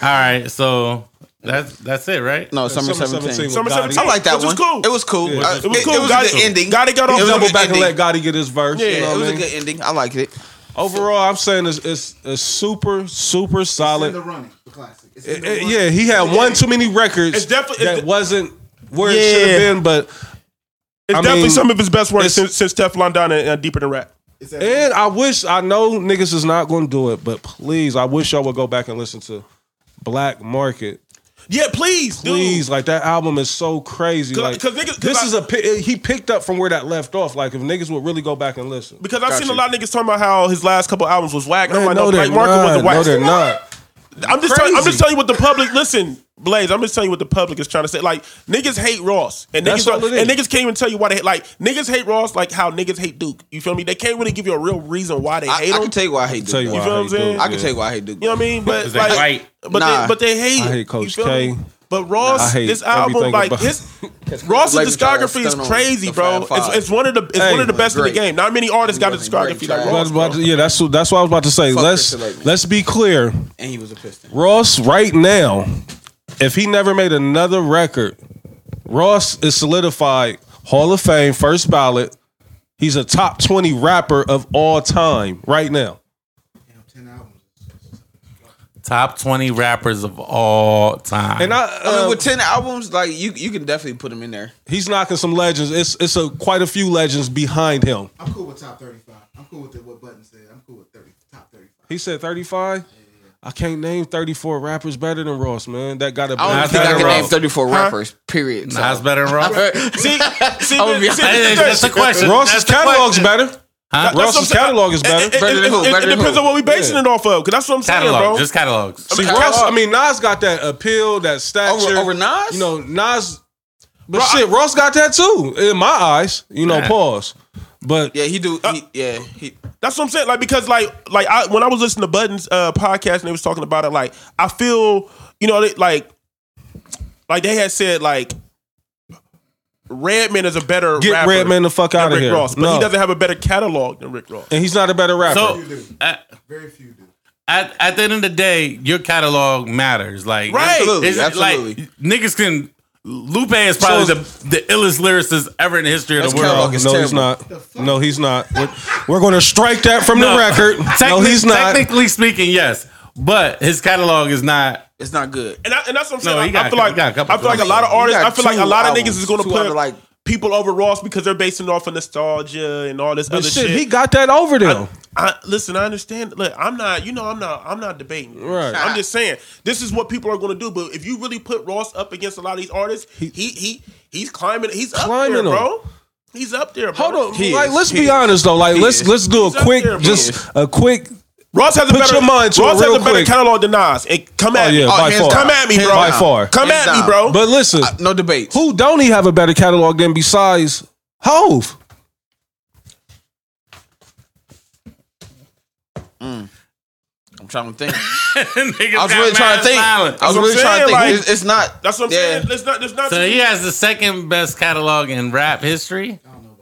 A: All right, so that's that's it, right?
D: No, summer
C: Summer 17.
D: seventeen.
E: Summer
C: Gotti.
E: 17.
D: I like that
E: Which
D: one.
E: was cool.
D: It was cool.
C: Yeah.
D: Uh,
E: It was cool.
D: It was
E: Gotti-
D: a good ending.
E: Gotti got off
D: It was a
E: double
C: Double
D: good
C: back and
D: ending.
C: let Gotti get his verse. you know
D: Yeah,
C: what
D: it was
C: I
D: a
C: mean?
D: good ending. I liked it.
C: Overall, I'm saying it's, it's, it's super, super
F: It's in
C: solid.
F: the running, the classic. It's
E: Eh,
F: in
C: It-
F: the
C: it-
F: running.
C: yeah, he had one too many records
E: It's definitely-
C: that
E: it's-
C: wasn't where
E: Yeah.
C: it should have been, but
E: It's
C: I
E: definitely
C: mean,
E: some of his best work
C: it's-
E: since, since Teflon Don and uh, Deeper Than Rap.
F: It's that-
C: And I wish I know niggas is not going to do it, but please, I wish y'all would go back and listen to Black Market.
E: Yeah, please,
C: Please,
E: dude.
C: like that album is so crazy.
E: Cause-
C: like
E: cause niggas- cause
C: this
E: I-
C: is a pi- eh, he picked up from where that left off. Like if niggas would really go back and listen,
E: Because I've seen
D: Gotcha.
E: a lot of niggas talking about how his last couple albums was whack. I'm
C: Man,
E: like, no, Black
C: No,
E: Market wasn't whack.
C: they're not.
E: I'm just telling, I'm
C: Crazy.
E: just telling you what the public listen, Blaze. I'm just telling you what the public is trying to say. Like niggas hate Ross, and
C: That's
E: niggas don't-
C: all it is.
E: and niggas can't even tell you why they hate. Like niggas hate Ross, like how niggas hate Duke. You feel me? They can't really give you a real reason why they
D: I,
E: hate
D: I
E: him.
D: can tell you why I hate Duke.
C: Tell you,
D: though.
C: why
E: feel
C: I
E: what I'm
C: hate
E: saying?
C: Duke,
D: I can
C: yeah.
D: tell you why I hate Duke.
E: You know what I mean? But
A: 'Cause they
E: like,
A: white.
E: but
D: Nah.
E: they but they hate.
C: I hate
E: you
C: Coach
E: feel me?
C: K.
E: But Ross,
C: I hate
E: this album,
C: everything
E: like
C: about-
E: his Ross's
D: Blame Charles
E: discography is
D: Stone on
E: crazy,
D: the
E: bro.
D: Fab Five.
E: It's, it's one of the it's
C: Hey.
E: one of the best in
D: Great.
E: the game. Not many artists got a
D: Wasn't great,
E: discography like
D: Chad.
C: I
E: Ross.
C: was about to-
E: bro.
C: yeah, that's what that's what I was about to say.
D: Fuck
C: let's
D: Christian Laettner.
C: let's be clear.
D: And he was a piston.
C: Ross right now, if he never made another record, Ross is solidified Hall of Fame first ballot. He's a top twenty rapper of all time right now.
F: Damn, 10 albums.
A: Top 20 rappers of all time.
C: And I,
D: I mean,
C: uh,
D: with ten albums, like you, you can definitely put him in there.
C: he's knocking some legends. It's it's a quite a few legends behind him.
F: I'm cool with top 35. I'm cool with the, what Button said. I'm cool with 30, top 35.
C: He said thirty five. I can't name thirty four rappers better than Ross, man. That got a
D: I don't
A: Nas
D: think I
A: better
D: can
A: than
D: name
A: Ross.
D: thirty four rappers. Period. So.
A: Nas better than Ross.
E: See, see,
D: I'm gonna be honest.
E: see, see,
A: Hey, that's the question.
C: Ross's
A: That's the
C: catalog's
A: question.
C: better.
A: Huh?
E: that's what I'm
C: Ross's
E: saying.
C: catalog is better.
E: It, it-
D: Better than
E: it-
D: who?
E: it-
D: Better
E: it
D: than
E: depends
D: who?
E: on what we basing
C: Yeah.
E: it off of. Cause that's what I'm saying,
A: catalog,
E: bro.
A: just catalogs.
C: See,
D: Catalog.
C: Ross, I mean, Nas got that appeal, that stature.
D: Over- over Nas?
C: You know, Nas But shit, Ross got that too. In my eyes, you know. Pause. But
D: Yeah, he do. He, yeah, he.
E: That's what I'm saying. Like because like like I when I was listening to Buttons uh podcast and they was talking about it, like I feel you know they, like like they had said like Redman is a better
C: Get
E: rapper
C: Redman the fuck
E: than
C: outta
E: Rick
C: here.
E: Ross, but
C: No.
E: he doesn't have a better catalog than Rick Ross.
C: and he's not a better rapper.
A: So at,
F: Very few do.
A: at at the end of the day, your catalog matters. Like
E: Right.
D: Absolutely,
A: it's-
D: absolutely.
A: Like niggas can. Lupe is probably
C: So-
A: the the illest lyricist ever in the history of
D: That's
A: the world.
C: no,
D: catalog is
C: no he's
D: terrible.
C: not. No, he's not. We're, we're going to strike that from
A: No.
C: the record. No,
A: Technic-
C: he's not.
A: Technically speaking, yes, but his catalog is not.
D: It's not good.
E: And, I, and that's what I'm
A: No,
E: saying.
A: he
E: I-
A: got
E: I
A: a
E: feel
A: couple-
E: like
A: he got a couple
E: I feel like a
A: albums.
E: lot of artists.
D: He got
E: I feel like a
D: two
E: lot of
D: albums,
E: niggas is going to
D: two
E: put
D: under, like-
E: people over Ross because they're basing it off of nostalgia and all this
C: But
E: other
C: shit,
E: shit.
C: he got that over them.
E: I, listen, I understand. Look, I'm not. You know, I'm not. I'm not debating. this.
C: Right.
E: I'm just saying this is what people are going to do. But if you really put Ross up against a lot of these artists, he he, he's climbing. He's
C: Climbing
E: up there,
C: them.
E: bro. He's up there. Bro.
C: Hold on,
D: He
C: like
D: is.
C: let's
D: He
C: be
D: is.
C: honest though. Like
D: He
C: let's
D: is.
C: let's do
E: He's
C: a
E: up
C: quick,
E: there, bro.
C: just a quick.
E: Ross has a
C: Put
E: better.
C: your mind to it
E: Ross has
C: real
E: a better
C: quick.
E: catalog than Nas. And come at
C: yeah,
E: me.
C: by
E: hands
C: far.
E: Come at me,
D: Hands
E: bro.
C: By far.
E: Come
D: Hands
E: at me,
D: down.
E: bro.
C: But listen,
D: Uh, No debate.
C: who don't he have a better catalog than besides Hove?
D: I'm trying to think.
A: Niggas
D: I was
A: got
D: really
A: mad
D: trying to think.
A: silent.
D: I was
E: That's what
D: really trying
E: I'm
D: to think.
E: saying, like-
D: it's, it's not.
E: That's what I'm
D: yeah.
E: saying. Let's not. Let's not.
A: So he has the second best catalog in rap history.
E: I don't know.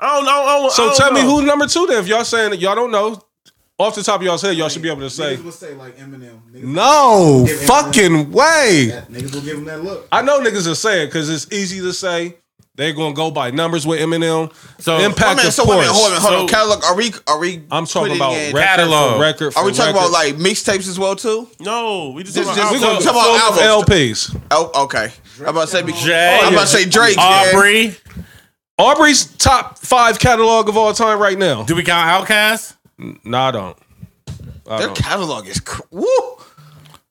E: I don't, I
C: So
E: don't
C: tell me
E: know.
C: who number two then? If y'all saying that y'all don't know, off the top of y'all's head, y'all should be able to say
F: Niggas will say like Eminem. Niggas,
C: no
F: Give him
C: fucking way.
F: that- niggas will give him that look.
C: I know niggas are saying because it's easy to say they're gonna go by numbers with Eminem.
A: So-
D: Wait a
C: impact
D: minute,
C: of
D: so wait
C: course.
D: a minute, hold on, hold on.
A: So-
D: Catalog, are we? Are we?
C: I'm talking
D: putting
C: about
D: in-
C: record catalog.
A: Catalog.
C: For record.
D: Are we
C: for
D: talking about
C: record.
D: like mixtapes as well too?
E: No, we just.
D: This-
E: talking
D: this-
E: about
C: We
E: albums.
C: gonna
D: talking about
C: go for
D: albums?
C: LPs?
D: Oh, okay. I'm about to say. because-
A: Jay.
D: I'm about to say Drake. yeah.
A: Aubrey.
C: Aubrey's top five catalog of all time right now.
A: Do we count Outkast?
C: No, I don't. I
D: Their
A: Oh.
C: don't.
D: catalog is cr- woo. you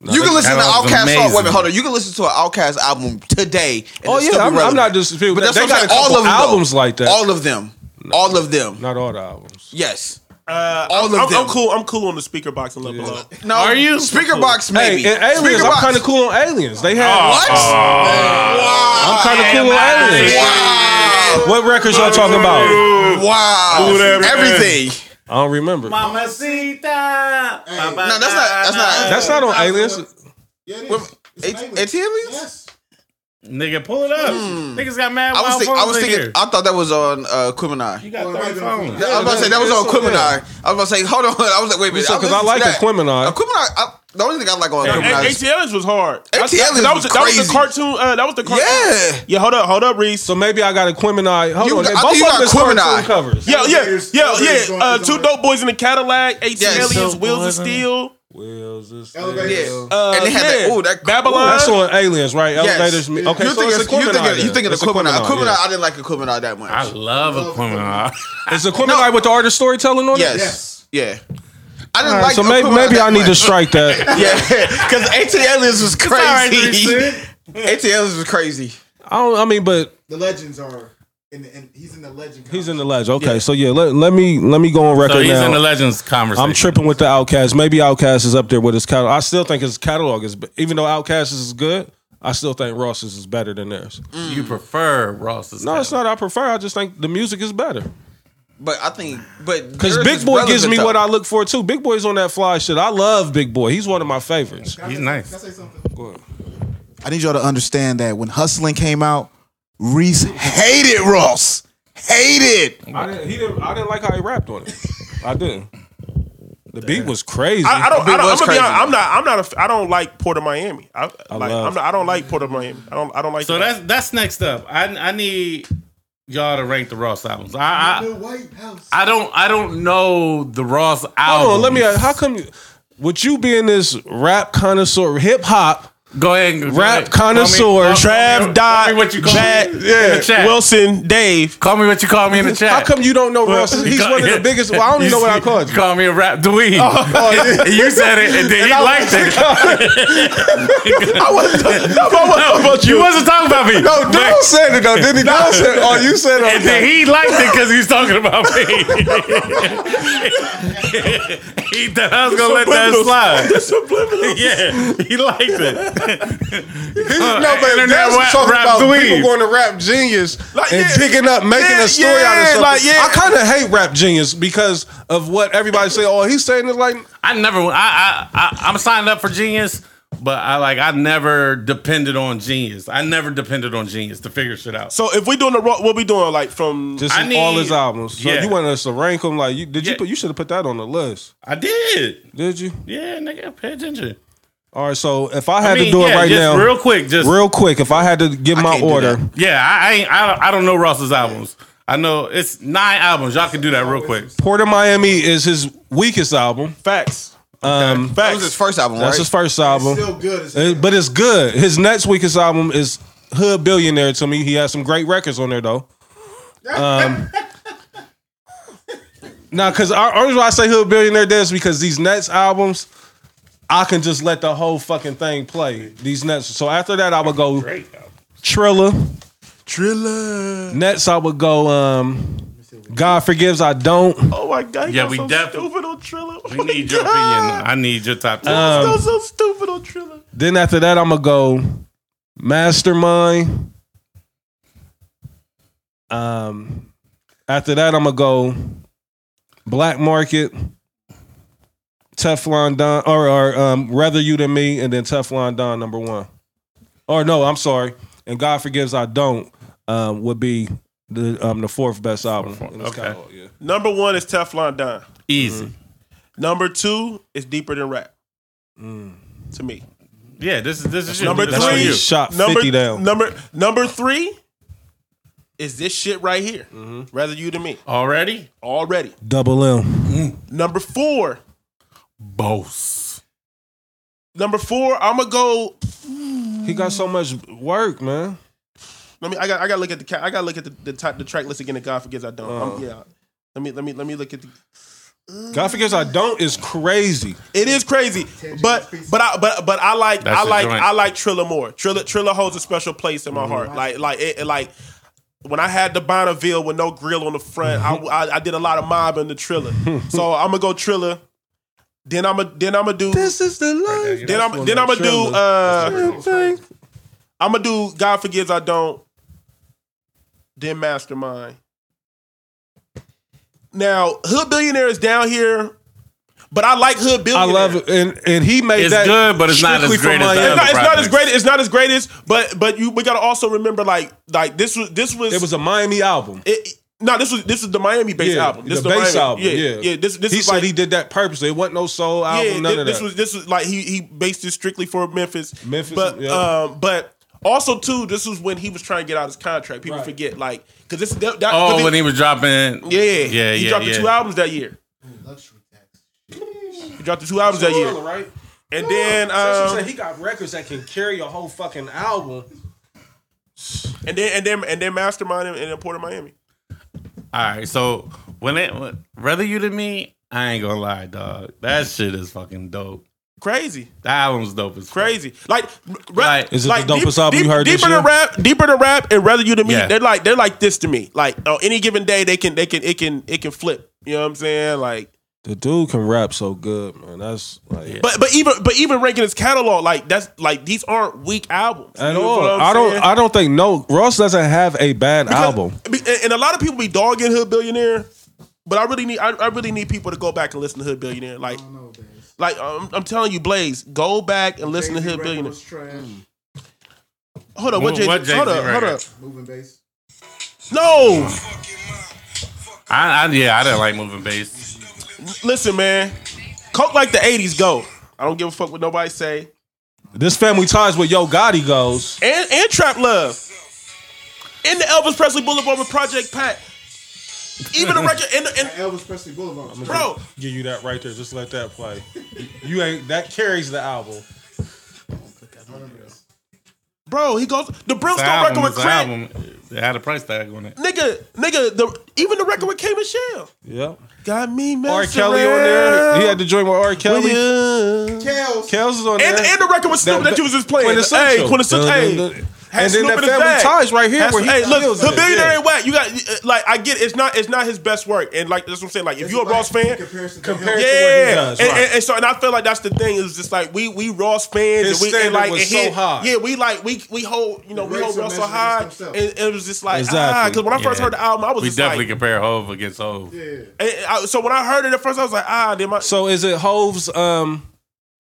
D: can
A: their
D: listen to
A: catalog's
D: Outkast. Song. Wait a minute,
A: amazing.
D: hold on. You can listen to an Outkast album today. and
C: Oh
D: it's
C: yeah,
D: still be
C: I'm, I'm
D: relevant.
C: not disputing.
D: But
C: that.
D: that's
C: they
D: what I'm
C: got a
D: saying.
C: couple
D: All of them, though.
C: albums like that.
D: All of them. All of them.
C: Not all the albums.
D: Yes.
E: Uh,
D: All
E: I'm,
D: of
E: I'm-
D: them.
E: I'm cool. I'm cool on the speaker box and level up.
D: No.
A: Are you?
D: Speaker box
C: Hey,
D: maybe.
C: and Aliens.
D: Speaker
C: I'm
D: Box.
C: kind of cool on Aliens. They had.
D: What? wow.
C: I'm kind of cool
A: man.
C: on Aliens.
D: Wow.
C: What records y'all talking about?
D: Wow.
E: Whatever.
D: Everything.
C: I don't remember.
A: Mamacita.
D: No, that's not. That's not.
C: That's not on Aliens.
F: Yeah, it is. It's an
D: It's,
F: alien.
D: it's Aliens?
F: Yes.
A: Nigga, pull it up. Niggas got mad
D: Hmm. I was,
A: wild
D: think, I was
A: phones in
D: thinking.
A: here.
D: I thought that was on uh, Quimini.
A: You got
F: Well, it might
A: thirty
F: be on
A: phones.
F: phone.
D: I was about to say that was
C: Yeah,
D: on
C: it's on
D: Quimini. I was about to say, hold on. I was like, wait a minute.
C: Because I
D: I'll listen
C: like
D: to
C: the
D: that.
C: Quimini.
D: Uh, Quimini. I, the only thing I like on
E: A-
D: Quimini
E: A-
D: is
E: ATLs was hard.
D: ATLs
E: that was
D: was
E: that was
D: crazy.
E: the cartoon. Uh, that was the cartoon.
D: Yeah.
E: yeah. Hold up, hold up, Reese.
C: So maybe I got a Quimini. Hold
D: You
C: on.
D: got-
C: they
D: I
C: both
D: think
C: of
D: you
C: them
D: got
C: is cartoon
D: Quimini.
C: covers.
E: Yeah, yeah,
F: Elevators-
E: yeah,
F: elevators
E: yeah.
F: going-
E: Uh,
F: is
E: two
F: on-
E: dope boys in a Cadillac. ATLs,
D: Yes.
E: aliens,
A: Dope
E: wheels of
A: boys in-
E: steel.
C: Wheels is still-
F: Elevators.
D: Yeah.
E: Uh,
D: and they had that.
E: yeah.
D: Ooh, that
E: Babylon.
C: That's on Aliens, right?
D: Yes.
C: Elevators. me- Okay,
D: you
C: so
D: think
C: it's a
D: it's, you
C: Quimini.
D: think it- you
C: then.
D: think it's
C: It's
D: a Quimini? A Quimini.
C: yeah.
D: I didn't like a Quimini that much.
A: I love a criminal.
C: Is the Quimini with the artist storytelling on it?
D: yes. Yeah. I didn't like.
C: so
D: a
C: maybe
D: Quimini
C: maybe
D: that
C: I need to
D: much.
C: strike that.
D: Yeah, because ATLs was
A: right,
D: crazy. ATLs was crazy.
C: I don't. I mean, but
F: The legends are. In the, in, he's in the legend.
C: he's in the ledge. Okay, so yeah, let, let me let me go on record
A: So he's
C: now.
A: in the legends conversation.
C: I'm tripping with the Outcast. Maybe Outcast is up there with his catalog. I still think his catalog is, even though Outcast is good, I still think Ross's is better than theirs.
A: You prefer Ross's?
C: No, it's not. I prefer. I just think the music is better
D: But I think, but
C: because
D: yours
C: Big
D: is
C: Boy gives
D: relevant,
C: me
D: though.
C: what I look for too. Big Boy's on that fly shit. I love Big Boy. He's one of my favorites.
A: He's nice.
F: Can I say something? I need y'all to understand that when Hustling came out, Reese hated Ross. Hated.
C: I didn't, he didn't, I didn't like how he rapped on it. I didn't. The beat was crazy.
E: I, I don't. I don't I'm
D: was
E: gonna be
D: crazy.
E: honest. I'm not. I'm not. A, f- I don't like Port of Miami. I, like,
C: love-
E: I'm not, I don't like Port of Miami. I don't. I don't like.
A: So
E: it.
A: that's that's next up. I I need y'all to rank the Ross albums. I I,
F: The White House.
A: I don't I don't know the Ross album.
C: Hold on, Oh, let me. ask, How come? you- With you being this rap connoisseur, hip hop,
A: go ahead. And,
C: Rap
A: Call me-
C: connoisseur.
A: call me-
E: Trav
A: call me
E: Dot,
A: what you call
E: Chad-
A: me in
E: yeah,
A: the chat.
E: Wilson, Dave.
A: Call me what you call me in the chat.
C: how come you don't know Ross? He's one of the biggest. Well, I don't even know what I called you. Oh,
A: Call me a rap dweeb. you said it, and then you liked it.
C: I wasn't
A: you wasn't talking about me.
C: No, Don said it though, didn't he? Don said, "Oh, you said it."
A: And then he liked it because he's talking about me. he thought I was gonna let that slide. yeah, he liked it.
C: no, but
A: Uh, Internet
C: that's
A: rap-
C: talking
A: rap
C: about
A: queen.
C: people going to Rap Genius
E: Like,
C: and
E: yeah.
C: picking up, making
E: Yeah,
C: a story
E: yeah,
C: out of something.
E: like, yeah.
C: I kind of hate Rap Genius because of what everybody say. Oh, he's saying is like,
A: I never. I, I I I'm signed up for Genius, but I like I never depended on Genius. I never depended on Genius to figure shit out.
E: So if we doing the rock, what we doing like from
C: just
A: I
C: in all
A: need-
C: his albums. So
A: yeah.
C: you want us to rank them? Like, you, did
A: Yeah.
C: you put? You should have put that on the list.
A: I did.
C: Did you?
A: Yeah, nigga, pay attention.
C: All right. So if I had
A: I mean,
C: to do
A: yeah,
C: it right
A: just
C: now,
A: real quick. Just
C: real quick, if I had to give my
F: can't do
C: order,
A: yeah. I I, ain't, I I don't know Ross's albums. I know it's nine albums. Y'all can do that real quick.
C: Port of Miami is his weakest album.
E: facts?
C: Um,
E: Facts.
D: was his first album,
C: That's
D: right?
C: his first album.
F: still good as
C: Uh, but it's good. His next weakest album is Hood Billionaire to me. He has some great records on there though. Um, now, because the only reason why I say Hood Billionaire there is because these next albums, I can just let the whole fucking thing play. These next. So after that, I would go Trilla.
F: Triller.
C: Next, I would go. Um, God forgives, I don't.
E: Oh my god, he
A: Yeah,
E: got
A: we
E: so
A: definitely-
E: stupid on Triller. Oh
A: We
E: my
A: need your opinion.
E: God.
A: I need your top ten.
E: He got
C: Um,
E: so stupid on Triller.
C: Then after that, I'm gonna go Mastermind. Um, after that, I'm gonna go Black Market, Teflon Don, or, or um, rather you than me, and then Teflon Don number one. Or no, I'm sorry, and God forgives I don't um, would be the um, the fourth best album. in this
A: okay.
C: catalog, yeah.
E: Number one is Teflon Don.
A: Easy.
E: Mm-hmm. Number two is deeper than rap.
C: Mm.
E: To me,
A: Yeah, this is this is you.
E: number
A: That's
C: why
A: for
E: three
A: you.
C: you shot
E: number,
C: 50 down.
E: Number number three is this shit right here.
C: Mm-hmm.
E: Rather you than me
A: already.
E: already.
C: Double M.
E: Number four,
A: Both.
E: number four, I'm gonna go.
C: He got so much work, man.
E: Let me. I got. I got to look at the. Ca- I got to look at the the, top, the track list again. And God forgets I don't. I'm, yeah. Let me. Let me. Let me look at the.
C: God forgives I don't is crazy.
E: It is crazy, but but I but but I like
A: That's
E: I
A: a
E: like
A: joint.
E: I like Triller more. Triller Triller holds a special place in my heart. Like like it, it- like when I had the Bonneville with no grill on the front, I, I I did a lot of mob in the Triller. so I'm gonna go Triller. Then I'm a then I'm gonna do
C: This is the life.
E: then I'm then I'm gonna do uh I'm gonna do God forgives I don't. Then Mastermind. Now Hood Billionaire is down here, but I like Hood
C: I
E: Billionaire.
C: love it, and and he made
A: It's
C: that
A: good, but it's not
C: strictly
A: as great
C: for
A: as the
C: Miami.
E: uh, It's not, it's not as
A: projects.
E: great. It's not as great as, but but you we gotta also remember like like this was this was
C: It was a Miami album.
E: it- no this was this is the Miami based
C: yeah,
E: album. This
C: the
E: is
C: bass
E: Miami-
C: album. Yeah,
E: yeah, This this
C: he
E: is
C: said
E: like
C: he did that purposely. It wasn't no soul album. none
E: thi-
C: of
E: this
C: that.
E: was this was like he he based it strictly for Memphis.
C: Memphis,
E: but
C: yeah.
E: um, but also too, this was when he was trying to get out his contract. People
C: Right.
E: forget like because this that, that- 'cause
A: Oh,
E: it-
A: when he was dropping.
E: yeah
A: yeah,
E: he
A: yeah,
E: dropped the
A: yeah.
E: two albums that year. He dropped the two albums that year,
C: right?
E: and then um,
C: he got records that can carry a whole fucking album.
E: and then and then and then Mastermind and, and then Port of Miami.
A: All right, so when it when- rather you than me, I ain't gonna lie, dog. That shit is fucking dope.
E: Crazy,
A: The album's dope as fuck.
E: crazy. Like,
A: Like,
C: Is it the dopest album you heard
E: Deeper
C: this year?
E: than rap, deeper than rap, and rather you than me.
A: Yeah.
E: They're like they're like this to me. Like on any given day, they can they can it can it can flip. You know what I'm saying? Like
C: The dude can rap so good, man. That's like
E: But but even but even ranking his catalog, like that's like these aren't weak albums
C: at
E: You know
C: all.
E: what I'm
C: I don't.
E: saying?
C: I don't think no. Ross doesn't have a bad album.
E: Be- And, and a lot of people be dogging Hood Billionaire, but I really need I, I really need people to go back and listen to Hood Billionaire. Like like um, I'm telling you, Blaze, go back and listen to Hood Billionaire. Mm. Hold on, what,
A: What-
E: Jay,
A: what Jay-Z
E: hold up, hold
A: record?
E: up.
F: Moving bass.
E: No,
A: I, I yeah, I didn't like moving bass.
E: listen, man, Coke like the '80s go. I don't give a fuck what nobody say.
C: This family ties with Yo Gotti goes.
E: and and Trap Love, and the Elvis Presley Boulevard with Project Pat. Even the record and, and
F: Elvis Presley Boulevard.
E: bro,
C: Give you that right there. Just let that play. You ain't that carries the album.
E: bro, he goes the
A: The
E: Brimstone record
A: album,
E: with
A: was the
E: Crack.
A: album it had a price tag on it.
E: Nigga, nigga, the even the record with K Michelle
C: Yep.
E: got me messing
C: R. Kelly on there. He had to join with R. Kelly.
E: and,
F: Kels.
C: Kels is on there.
E: and the record with Snoop that,
C: That-
E: you was just playing.
C: Quintessential.
E: Hey, Quintessential.
C: Dun,
E: Hey,
C: dun, dun.
E: Had
C: and then
E: Snoop
C: that
E: in his
C: family
E: bag.
C: ties right here
E: Had-
C: where he
E: hey, look,
C: kills
E: the
C: it.
E: billionaire
C: Yeah.
E: ain't whack. You got uh, like I get it's not it's not his best work, and like that's what I'm saying. Like if you're a Ross fan,
F: Comparison to
C: Compared
F: him.
C: to what he
E: yeah,
C: does,
E: and,
C: right.
E: and, and so and I feel like that's the thing is just like we we Ross fans.
C: His
E: and we, and
C: standard
E: like,
C: was
E: and
C: so high.
E: Yeah, we like we we hold you know we
F: rates
E: hold
F: are
E: Ross so
F: measured
E: high,
F: against
E: and
F: themselves.
E: it was just like ah,
C: Exactly.
E: because when I first
A: Yeah.
E: heard the album, I was
A: we
E: just
A: definitely
E: like,
A: compare Hove against Hove.
E: and I- so when I heard it at first, I was like ah, then my
C: So is it Hove's um,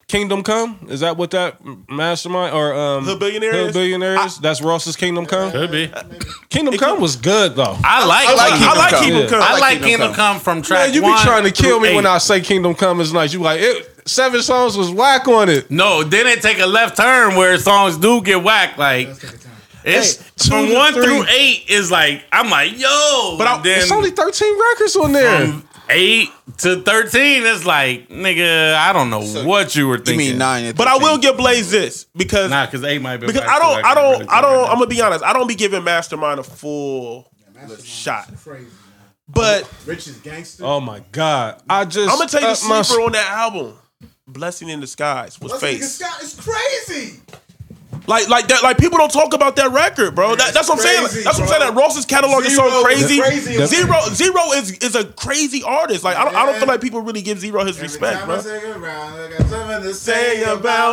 C: Kingdom Come? Is that what that mastermind or um,
E: The Billionaire is?
C: The Billionaire is? That's Ross's Kingdom Come.
A: Could be.
C: Kingdom Come was good though.
A: I like.
E: I like,
D: Kingdom
E: I like
D: Come.
E: Kingdom
C: Yeah.
E: Come.
A: I like
D: Kingdom
A: Kingdom
D: Come.
A: Come from track
C: Man, you be
A: one
C: trying to kill
A: through
C: me when
A: eight.
C: I say Kingdom Come is nice. You like it, seven songs was whack on it.
A: No, then it take a left turn where songs do get whacked. Like it's
C: Hey, two
A: from
C: to
A: one
C: three.
A: through eight is like I'm like yo,
E: But I-
A: and then
C: It's only thirteen records on there.
A: from eight to thirteen is like nigga, I don't know what you were
F: You
A: thinking.
F: mean nine? and
E: But I
F: 13.
E: will give Blaze this because
A: Nah, because eight might be
E: because I don't I don't I don't I'm gonna be honest. I don't be giving Mastermind a full shot.
F: Crazy.
E: But
F: Rich is gangster.
C: oh my god! I just
E: I'm gonna tell you the
C: upped my-
E: sleeper on that album. Blessing in disguise was face.
F: It's crazy.
E: Like like that like people don't talk about that record, bro. That, that's what I'm
F: crazy,
E: saying. That's what I'm
F: bro.
E: saying. That Ross's catalog is so
F: Zero is
E: crazy.
F: crazy. That's-
E: Zero Zero is is a crazy artist. Like I don't I don't
F: Yeah.
E: feel like people really give Zero his respect, bro.
F: I got something to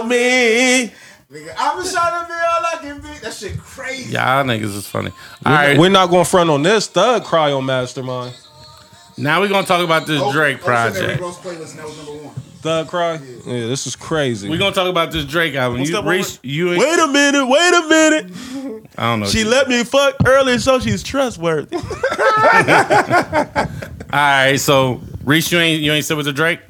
E: me.
F: Nigga, I'm just trying to be all I can be. That shit crazy.
A: Y'all niggas is funny. All
C: We're,
A: right,
C: we're not going to front on this thug cry on Mastermind.
A: now we're gonna talk about this
F: Oh,
A: Drake project.
C: Thug cry. Yeah, this is crazy.
A: We're gonna talk about this Drake album.
E: What's
A: You,
E: that one
A: Reese,
E: with-
A: you,
E: Wait a minute, wait a minute.
A: I don't know.
E: She let me fuck early, so she's trustworthy.
A: All right, so Reese, you ain't you ain't sit with the Drake.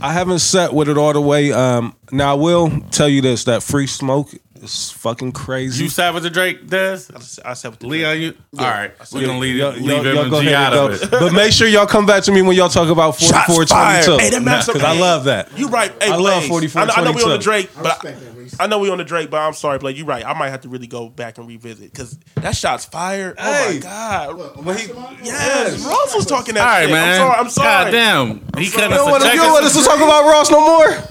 C: I haven't sat with it all the way. Um, now I will tell you this: that free smoke is fucking crazy.
A: You sat with the Drake, Des.
E: I said with the
A: Leon, you all right? We're gonna leave,
C: Y'all-
A: leave
C: y'all- y'all
A: him
C: go
A: and G
C: ahead
A: out
C: and
A: of
C: go.
A: it.
C: But make sure y'all come back to me when y'all talk about
E: Shots
C: 4422.
E: fired. Hey, that master-
C: Because I love that.
E: You right. Hey,
C: I love
E: Blaze.
C: 44,
E: I know, I know we on the
C: 22.
E: Drake, but I,
F: respect that, Reese.
E: I know we on the Drake, but I'm sorry, Blake. You right. I might have to really go back and revisit because that shot's fired. Oh my
C: Hey.
E: god.
C: When he-
E: Yes, Ross was talking that
A: All right,
E: shit.
A: man.
E: I'm sorry. I'm sorry.
A: God damn, he cut
C: You don't
A: us
C: want
A: a
C: to
A: check.
C: you don't want us to talk about Ross no more.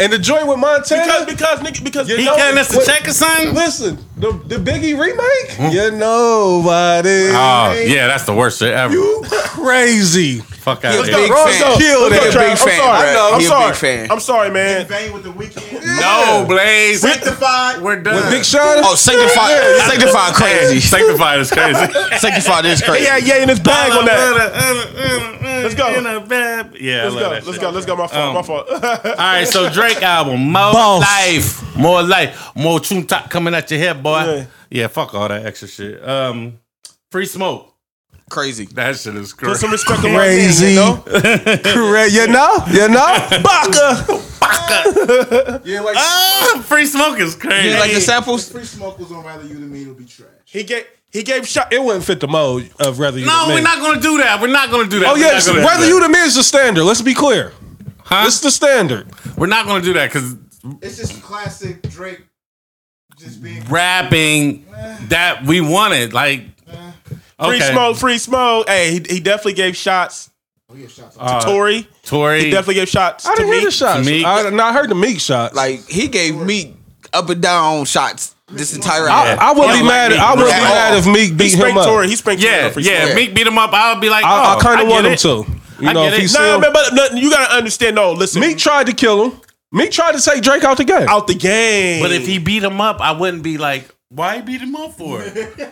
C: And the joint with Montana.
E: Because because nigga because
C: You
A: He
C: know-
A: cutting us a
C: What-
A: check or something?
C: Listen, the, the Biggie remake. You're nobody.
A: Oh yeah, that's the worst shit ever.
C: You crazy.
A: Fuck out of
E: Let's go,
A: here.
D: Big
E: Ross,
D: fan.
E: though.
C: Kill
E: Let's go,
C: that.
E: Trav.
D: Big fan,
E: I'm sorry.
D: bro.
E: I'm
D: He a
E: sorry.
D: big fan.
E: I'm sorry, man.
F: Vein with the weekend.
A: No, Blaze.
F: Sanctified.
A: We're done.
C: Big Sean.
D: Oh, sanctify, sanctify crazy.
A: Sanctified is crazy.
D: Sanctify this crazy.
E: Yeah, yeah, in his
C: Ah,
E: bag on that.
A: Let's
E: go.
A: Yeah,
E: Let's go. Let's go. Let's go. My
A: Um,
E: fault. My fault.
A: All right, so Drake album, more
C: Boss.
A: life, more life, more tune top coming at your head, boy. Yeah.
E: Yeah.
A: fuck all that extra shit. Um, free smoke.
D: Crazy.
A: That shit is crazy.
E: Put some respect on my name,
C: Crazy.
E: you know?
C: Correct. You know? You know?
E: Baka.
A: Ah, free smoke is crazy.
D: You like the samples?
F: Free smoke was on rather you than me. It'll be trash.
E: He gave he gave shot.
C: It wouldn't fit the mode of rather you
A: no,
C: than me.
A: we're not gonna do that. We're not gonna do that.
C: Oh
A: We're
C: yes,
A: not gonna do
C: rather
A: that.
C: you than me is the standard. Let's be clear.
A: Huh?
C: It's the standard.
A: We're not gonna do that because
F: It's just classic Drake. Just being.
A: rapping that we wanted, like.
E: Free
A: okay.
E: smoke, free smoke. Hey, he, he definitely gave shots.
F: Oh yeah, shots.
A: Uh,
E: Tory,
A: Tory.
E: he definitely gave shots.
C: I
E: to
C: didn't hear
E: me.
C: the shots.
A: Meek.
C: I, no, I heard the Meek shots.
D: Like he gave me up and down shots this entire
C: I,
D: album.
C: I
A: Yeah,
C: would be
A: like
C: mad.
A: Meek.
C: I would be
D: At all.
C: mad if Meek
E: He
C: beat
E: sprang
C: him up.
E: Tory. He sprang Tory.
A: yeah,
E: on free
A: yeah.
D: smoke.
A: Meek beat him up. I would be like,
C: I,
A: oh,
C: I kind
A: get
C: of want him
A: it.
C: to. You
A: I
C: know,
A: get
C: if
A: it.
C: he
E: Nah,
C: still,
E: man, but no, you gotta understand. No, listen.
C: Meek tried to kill him. Meek tried to take Drake out the game.
E: out the game.
A: But if he beat him up, I wouldn't be like, why you beat him up for?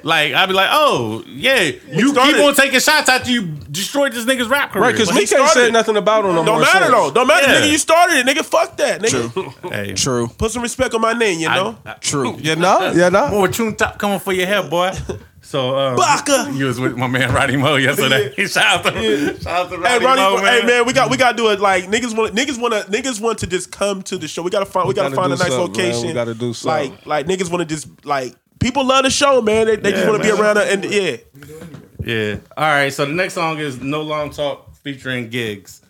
A: like, I'd be like, oh, yeah, you
E: started-
A: keep on taking shots after you destroyed this nigga's rap career.
C: right? Because
A: Like,
C: Meek
E: he
C: ain't
E: started.
C: said nothing about him. No
E: don't
C: more
E: matter
C: since.
E: though. Don't matter,
A: Yeah.
E: nigga. You started it, nigga. Fuck that, nigga.
A: hey,
D: True,
E: Put some respect on my name, you know.
D: true.
C: You know? You know?
A: more tune top coming for your head, boy. So, um,
E: Baka.
A: you was with my man Roddy Mo yesterday. Shout out to, shout out to Roddy,
E: Hey, Ronnie,
A: Mo, man.
E: hey man, we got we gotta do it. Like niggas want niggas want to niggas want to just come to the show. We gotta find we gotta,
C: gotta
E: find a
C: do
E: nice
C: something, man.
E: location.
C: We gotta do something.
E: Like like niggas want to just like people love the show, man. They, they just want to be around it and yeah.
A: Yeah. All right. So the next song is No Long Talk featuring Gigs.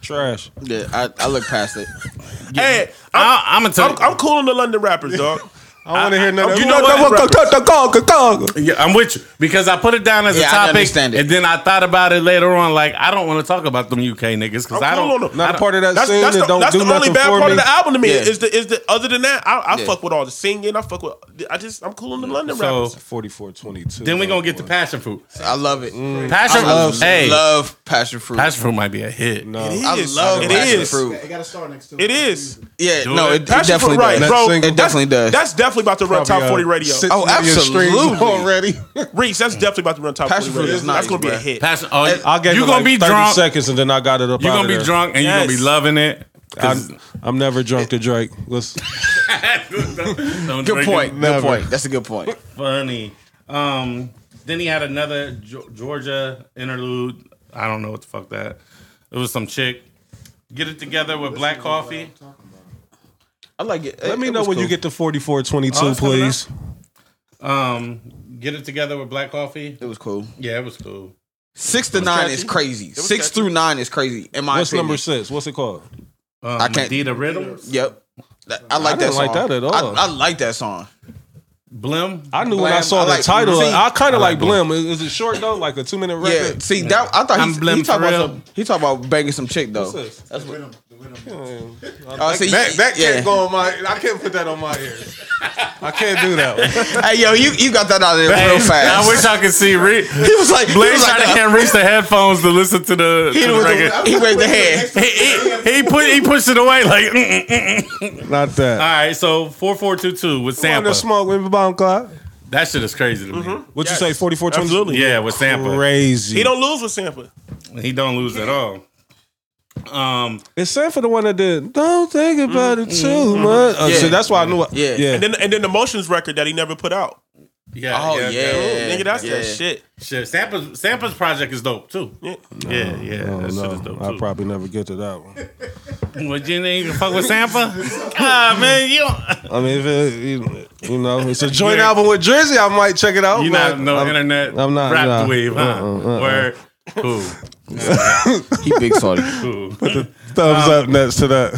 C: Trash.
D: Yeah, I, I look past it.
E: Hey,
A: I, I'm gonna tell
E: I'm, I'm cool on the London rappers, dog.
C: I don't want to hear none of
E: You
C: that.
E: know what?
A: Yeah, I'm with you because I put it down as
D: Yeah,
A: a
D: I
A: topic,
D: understand it.
A: and then I thought about it later on. Like I don't want to talk about them UK niggas
D: Oh,
A: because I
E: Hold
A: don't.
E: on, hold on.
A: I
C: Not a
A: don't-
C: part of that
E: That's,
C: scene
E: that's
C: that
E: the,
C: don't
E: that's
C: do
E: the only
C: nothing
E: bad
C: for
E: part
C: me.
E: of the album to me
D: Yeah.
E: is the is the other than that I, I
D: Yeah.
E: fuck with all the singing I fuck with I just I'm cool in the London
A: So
E: rappers
C: 4422.
A: then we gonna get to passion fruit.
D: I love it.
A: Mm. Passion
D: I love,
A: fruit. Hey,
D: love passion fruit.
A: passion fruit might be a hit.
C: No.
E: It
D: I
E: is.
D: love
E: It
D: passion
E: is.
D: fruit.
F: It got a star next to
E: it is
D: Yeah,
A: Do
D: no,
A: it.
D: it, it
E: Passion
D: definitely
E: fruit right
D: does.
E: bro
C: It
E: That's-
D: definitely does.
E: that's definitely about to run
C: Probably,
E: top
C: uh,
E: 40 radio
C: six
D: Oh,
C: million streams
D: absolutely.
C: already.
E: Reese that's definitely about to run top
D: Passion
E: 40
D: fruit
E: radio
D: is nice,
E: that's gonna be a
D: bruh.
E: hit
A: Passion. Oh,
C: I gave
A: you
C: it
A: gonna
C: like
A: be
C: 30
A: drunk.
C: seconds and then I got it up
A: You
C: out
A: gonna
C: of
A: be
C: there.
A: drunk and you gonna
E: Yes.
A: be loving it. 'cause-
C: I'm, I'm never drunk to Drake. Let's,
A: Don't
D: Good
A: drink it.
D: point.
C: Never.
D: Good point. That's a good point.
A: funny. Um, then he had another G- Georgia interlude. I don't know what the fuck that. It was some chick. Get it together with black coffee.
D: I like it.
C: let me know when you get to 4422,
A: Oh, it's coming up.
C: please.
A: Um, get it together with black coffee.
D: It was cool.
A: Yeah, it was cool.
D: Six to nine is crazy. Six through nine is crazy. In my
C: What's
D: opinion.
C: number six? What's it called?
A: Um,
D: I can't-
A: Dita Riddles,
D: Yep. That- I like
C: I
D: that
C: didn't
D: song.
C: like that at all.
D: I, I like that song.
A: Blim.
C: I knew when I
D: Blim.
C: saw
D: I
C: the
D: like-
C: title.
D: see,
C: I kind of like Blim. Is, is it short though? Like a two minute
D: Yeah.
C: record?
D: See that I thought
A: I'm
D: he,
A: Blim
D: he talked
A: Pharrell.
D: about some, he talked about banging some chick though.
C: this?
D: That's what. Oh, see,
C: That, that
D: yeah.
C: can't go on my. I can't put that on my ear. I can't do that. One.
D: Hey yo, you, you got that out of there real
A: I
D: fast.
A: wish I could see Rick.
D: he was like, he
A: Blaine
D: was like
A: tried to
D: that.
A: can't reach the headphones to listen to the,
D: He
A: to the
D: was
A: record.
D: the- he waved the hand.
A: he, he, he put he pushed it away like. Mm, mm, mm, mm.
C: Not
A: All
C: that.
A: right, so four four two two with
C: I'm gonna
A: Sampa.
C: smoke with bomb clock.
A: That shit is crazy to me.
C: What you say? Forty four twenty.
E: Absolutely.
A: Yeah, with Sampa.
C: Crazy.
E: he don't lose with Sampa
A: He don't lose at all. Um,
C: It's Sam for the one that did. Don't think
A: Mm-hmm.
C: about it too much. Oh,
D: Yeah.
C: so that's why I knew. I,
D: Yeah.
C: yeah.
E: and then and then the Motions record that he never put out
A: yeah,
D: Oh yeah,
E: nigga that's that
D: yeah.
E: shit
A: Shit, Sampa's, Sampa's project is dope too.
E: Yeah.
A: yeah, yeah
C: I
A: that
C: don't
A: shit is dope
C: know. I'll
A: too.
C: probably never get to that one.
A: But you ain't gonna fuck with Sampa? ah man, you don't.
C: I mean, if it, you- you know, it's a joint
A: Yeah.
C: album with Drizzy, I might check it out.
A: You
C: but
A: not no
C: I'm-
A: internet
C: I'm not,
A: rap
C: nah.
A: wave, huh?
C: Uh-uh, uh-uh.
A: Word. Cool,
D: He big salty.
A: cool.
C: Thumbs up next to that.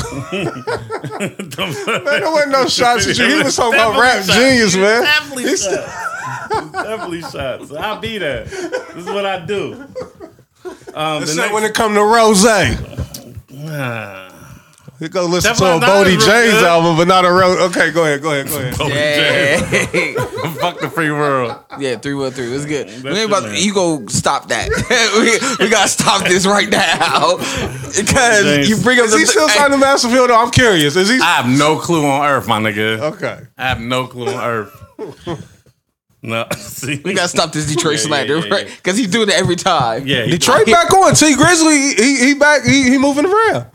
C: There wasn't no shots at you. He was talking about rap genius, man.
A: Definitely shots. Definitely shots. I'll be there. This is what I do. Um, the
C: Except
A: next-
C: when it come to Rose. You go listen
A: Teflon
C: to a
A: Don
C: Bodie
A: is real
C: James
A: good.
C: album, but not a Rose. Okay, go ahead, go ahead, go ahead.
D: Yeah,
A: Oh, fuck the free world.
D: yeah, three one three. It's good. We
A: your
D: ain't about
A: man.
D: you go stop that. we, we gotta stop this right now because
A: James.
D: you bring up
C: Is
D: the
C: he still
D: hey,
C: signed to Masterfield? Though I'm curious. Is he?
A: I have no clue on Earth, my nigga.
C: Okay.
A: I have no clue on Earth. no, see,
D: We gotta stop this Detroit
A: Yeah, yeah,
D: slander,
A: yeah,
D: right? Because he doing it every time.
A: Yeah, he-
C: Detroit back on. T Grizzly, he, he back. He, he moving around.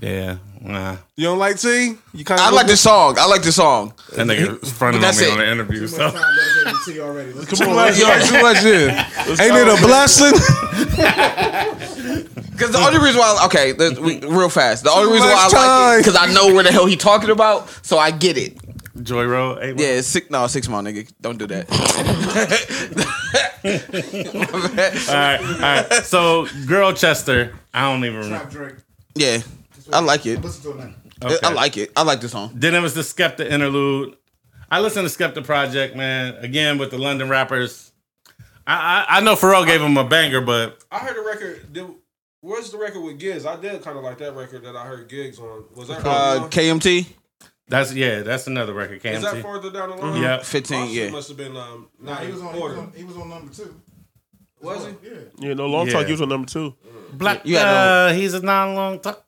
A: Yeah, nah.
C: You don't like T? You kind
D: I like the song. I like the song.
A: That nigga was fronting on
D: that's
A: me
D: it.
A: on the interview. So.
F: Come
D: Yeah.
C: Too much, yeah. Ain't it a blessing?
D: Because the only reason why, okay, let's- we, real fast. The only reason why
C: much
D: I like it
C: time.
D: because I know where the hell he talking about, so I get it.
A: Joy Road, hey,
D: Yeah, it's six. No, six mile, nigga. Don't do that.
A: All right, all right. So, Girl Chester, I don't even remember.
D: yeah, I like it.
F: Listen to it now.
D: I like it. I like the song.
A: Then it was the Skepta interlude. I listened to Skepta Project, man. Again with the London rappers. I I, I know Pharrell gave him a banger, but
C: I heard a record. Did, where's the record with Gigs? I did kind of like that record that I heard Gigs on. Was that
D: Uh, KMT
A: that's yeah, that's another record.
C: Is that um,
A: KMT.
C: further down the line? Oh,
A: Yeah,
D: fifteen. Yeah,
C: must have been um,
F: He was on. He was on, he was on number two.
C: Was he?
F: Yeah.
E: yeah no long
A: Yeah.
E: talk he was on number two
A: Black.
D: You had
A: uh, he's a non-long talker.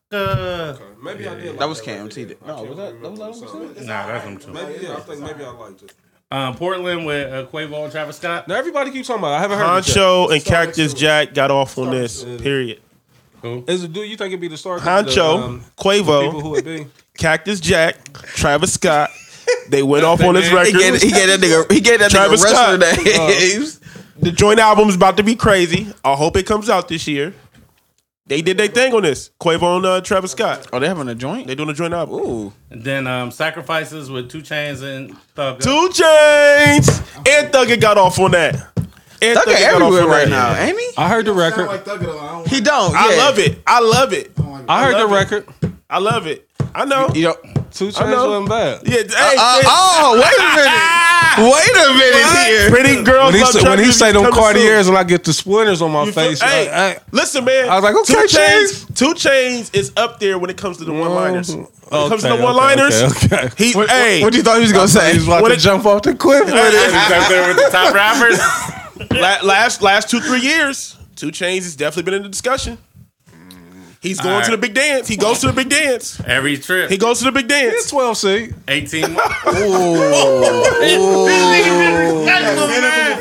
C: Maybe I did.
D: that was KMT. No, Oh, was that? That was that.
A: Nah, that's him too.
C: Maybe yeah, I think maybe I liked it.
A: Uh, Portland with uh, Quavo and Travis Scott.
C: Now everybody keeps talking about. It. I haven't heard it yet.
E: Honcho and Cactus Jack got off on this period
C: Is it? Do you think it'd be the star? the,
E: Honcho
C: um, people
E: Quavo
C: who it be?
E: Cactus Jack, Travis Scott. They went off on this
D: He
E: record.
D: gave, he gave that nigga. He gave that
E: Travis
D: nigga
E: Scott. Uh,
D: wrestler names.
E: the joint album's about to be crazy. I hope it comes out this year. They did their thing on this. Quavo and uh, Travis Scott.
D: Are Oh, they having a joint?
E: They doing a joint album.
D: Ooh,
A: And then um, Sacrifices with Two Chains and Thug.
E: Two Chains and Thugger got off on that. And
D: Thugger
E: Thugger got off
D: everywhere
E: on
D: right
E: that.
D: now, ain't he?
C: I heard the
F: Sound
C: record.
F: like Thugger though. I don't.
D: He don't.
E: I
D: yeah.
E: love it. I love it.
C: I heard the
E: love it.
C: record.
E: I love it. I know.
D: You know,
C: Two
E: I
C: chains
E: know.
C: wasn't bad.
E: Yeah, hey,
D: Uh, oh, wait a minute. Wait a minute here.
E: pretty girls
C: When he,
E: love
C: say,
E: Chuck
C: when he
E: D's
C: say them
E: coming soon.
C: Cartiers, when I get the splinters on my
E: You feel-
C: face,
E: hey,
C: I- I-
E: listen, man.
C: I was like, okay,
E: two chains. Two chains is up there when it comes to the one liners. When it comes to the
C: okay,
E: one liners,
C: okay, okay.
E: he hey.
D: What you thought he was gonna say?
C: he's about
E: What
C: to
E: it-
C: jump off the cliff.
A: with the top rappers.
E: la- last last two three years, two chains has definitely been in the discussion. He's going
A: All
E: to the
A: right.
E: big dance. He goes to the big dance.
A: Every
E: He
A: trip,
E: goes to the big
C: It's
E: dance.
C: 12 C.
A: 18 months. This nigga been respectful, man.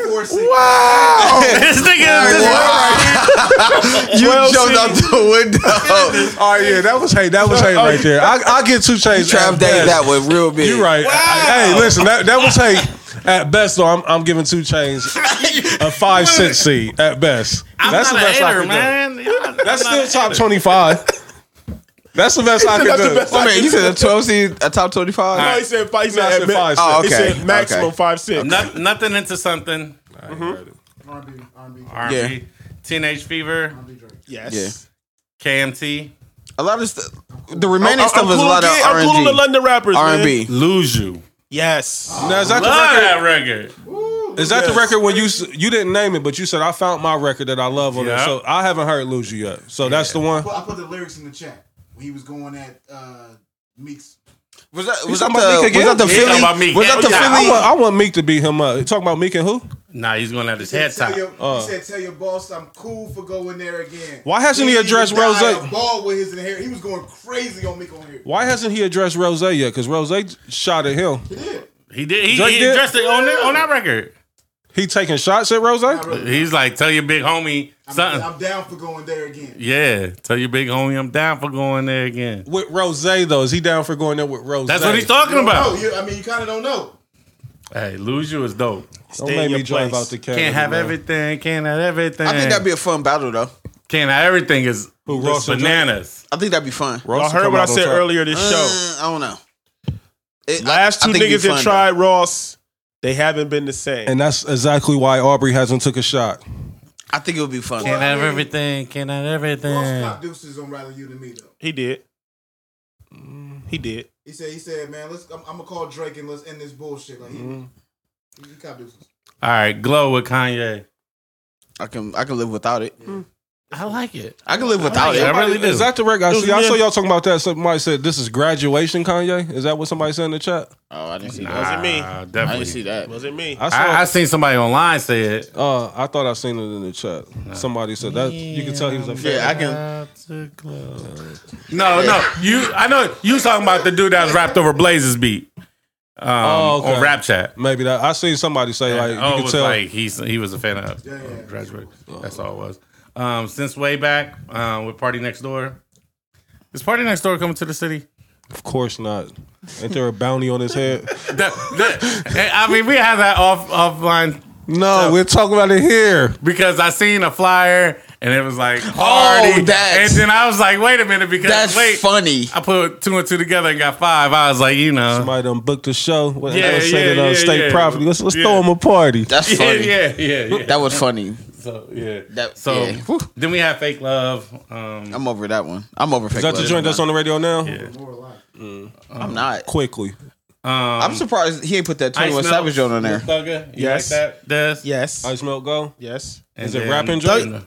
A: This nigga.
D: You
E: Well,
D: jumped
E: see.
D: out the window.
C: Oh, yeah, that was hate. That was hate right there. I, I get two chains.
D: Trav
C: at
D: Dave
C: best.
D: that one real big.
C: Oh, You right. I- I- hey, listen, that, that was hate. At best, though, I'm, I'm giving two chains a five cent seed at best.
A: I'm
C: That's
A: not
C: the
A: a
C: best I
A: hater,
C: can
A: man.
C: do. That's still top 25. That's the best I can do.
D: Wait a minute, Oh, you said a 12 seed, a top 25?
E: No, he said five. He
C: No, I
E: said,
C: said five, six.
E: he
D: Oh, okay,
E: said maximum
D: okay.
E: five six.
A: Not, nothing into something.
F: R&B, R&B.
A: R&B, Teenage Fever,
E: yes.
D: Yeah.
A: KMT,
D: A lot of st- the remaining
E: I'm,
D: stuff
E: cool
D: is a lot
E: again. I'm cool on the
D: of
E: London rappers.
D: R
E: man.
D: and B.
A: Lose You.
E: Yes.
C: Now, is that the
A: Love
C: record?
A: that record.
C: Is that the record when you s- you didn't name it, but you said I found my record that I love on
A: Yeah.
C: it? So I haven't heard "Lose You" yet. So that's the one.
F: Well, I put the lyrics in the chat when he was going at uh, Meeks.
D: Was that was that
C: talking
D: the
C: about Meek
D: was
C: again?
D: that the
A: You talking
D: Philly?
A: about Meek.
D: Was that the
A: Yeah.
C: I
D: Philly?
C: want, I want Meek to beat him up. You talking about Meek and who?
A: Nah, he's gonna have his head
F: Tell
A: top.
F: your- he said, "Tell your boss I'm cool for going there again."
C: Why hasn't he
F: didn't
C: addressed
F: even die
C: Rose?
F: a Ball with his inherit. He was going crazy on Meek on here.
C: Why hasn't he addressed Rose yet? Because Rose shot at him.
A: He did. He,
C: Drake
A: he
C: did?
A: addressed it on that, on that record.
C: He taking shots at Rose.
A: He's like, tell your big homie
F: I'm,
A: something.
F: I'm down for going there again.
A: Yeah, tell your big homie I'm down for going there again.
C: With Rose though, is he down for going there with Rose?
A: That's what he's
F: You
A: talking
F: don't
A: about.
F: know. You- Oh, I mean, you kind of don't know.
A: Hey, lose you is dope.
C: Don't
E: Stay in
C: make
E: your
C: me drive
E: place.
C: out the Canada,
A: Can't have
C: man.
A: everything. Can't have everything.
D: I think that'd be a fun battle though.
A: can't have everything is
C: Who,
A: just
C: Ross and Drake?
A: bananas.
D: I think that'd be fun.
C: Rose
E: I
C: will
E: heard
C: come
E: what I
C: out on
E: said
C: top.
E: earlier this show.
D: Mm, I don't know. It- Mm, I-
E: Last
D: I
E: two
D: think it'd be
E: niggas that
D: fun,
E: tried Ross, they haven't been the same.
C: and that's exactly why Aubrey hasn't took a shot.
D: though. I think it would be fun.
A: Can't have everything. Can't have
F: Ross
A: everything.
F: pop deuces on rather you than me though.
E: He did.
D: Mm.
E: He did.
F: He said, he said, man, let's. I'm, I'm gonna call Drake and let's end this bullshit. Like, he, he cop deuces.
A: All right, glow with Kanye.
D: I can I can live without it.
A: I like it.
D: I can live without
A: I
D: it.
A: really do.
C: Is that the record? I,
E: Those
C: see, I
E: men-
C: saw y'all talking about that. Somebody said this is graduation, Kanye. Is that what somebody said in the chat?
D: Oh, I didn't see that.
E: Wasn't me.
A: Ah,
D: I didn't see
A: definitely.
D: that.
E: Wasn't me.
C: I saw.
A: I, I seen somebody online say it.
C: Uh, I thought I seen it in the chat. Somebody said that. You can tell he was a fan.
D: Yeah, I can.
A: No, no. You I know you was talking about the dude that was wrapped over Blaze's beat. Um,
C: Oh, okay.
A: on rap chat.
C: Maybe that. I seen somebody say like
A: oh,
C: you
A: it
C: can
A: was
C: tell.
A: like he's he was a fan of graduate.
D: Uh-huh.
A: That's all it was. Um, since way back, um, with Party Next Door. Is Party Next Door coming to the city?
C: of course not. Ain't there a bounty on his head?
A: That- that- Hey, I mean, we had that off offline
C: No, we're talking about it here.
A: because I seen a flyer and it was like Party.
D: Oh, that's-
A: and then I was like, wait a minute, because
D: That's
A: wait,
D: funny.
A: I put two and two together and got five. I was like, you know,
C: Somebody done booked a show. What
A: Yeah,
C: yeah,
A: yeah,
C: said it on
A: yeah,
C: state
A: yeah.
C: property. Let's, let's
A: Yeah.
C: throw him a party.
D: That's
A: yeah,
D: funny.
A: yeah, yeah, yeah.
D: That was funny.
A: So yeah.
D: That-
A: so
D: yeah. Whew.
A: then we have fake love. Um,
D: I'm over that one. I'm over.
C: Is that the joint that's on the radio now?
D: I'm not.
C: Quickly.
D: I'm surprised he ain't put that 21
A: Ice
D: Savage
A: Milk.
D: joint on there.
A: Thugga, you
E: Yes.
A: like that? Des?
E: Yes.
C: Ice Milk Go.
A: Uh,
E: yes.
A: And
C: Is it
A: then-
C: rapping joint?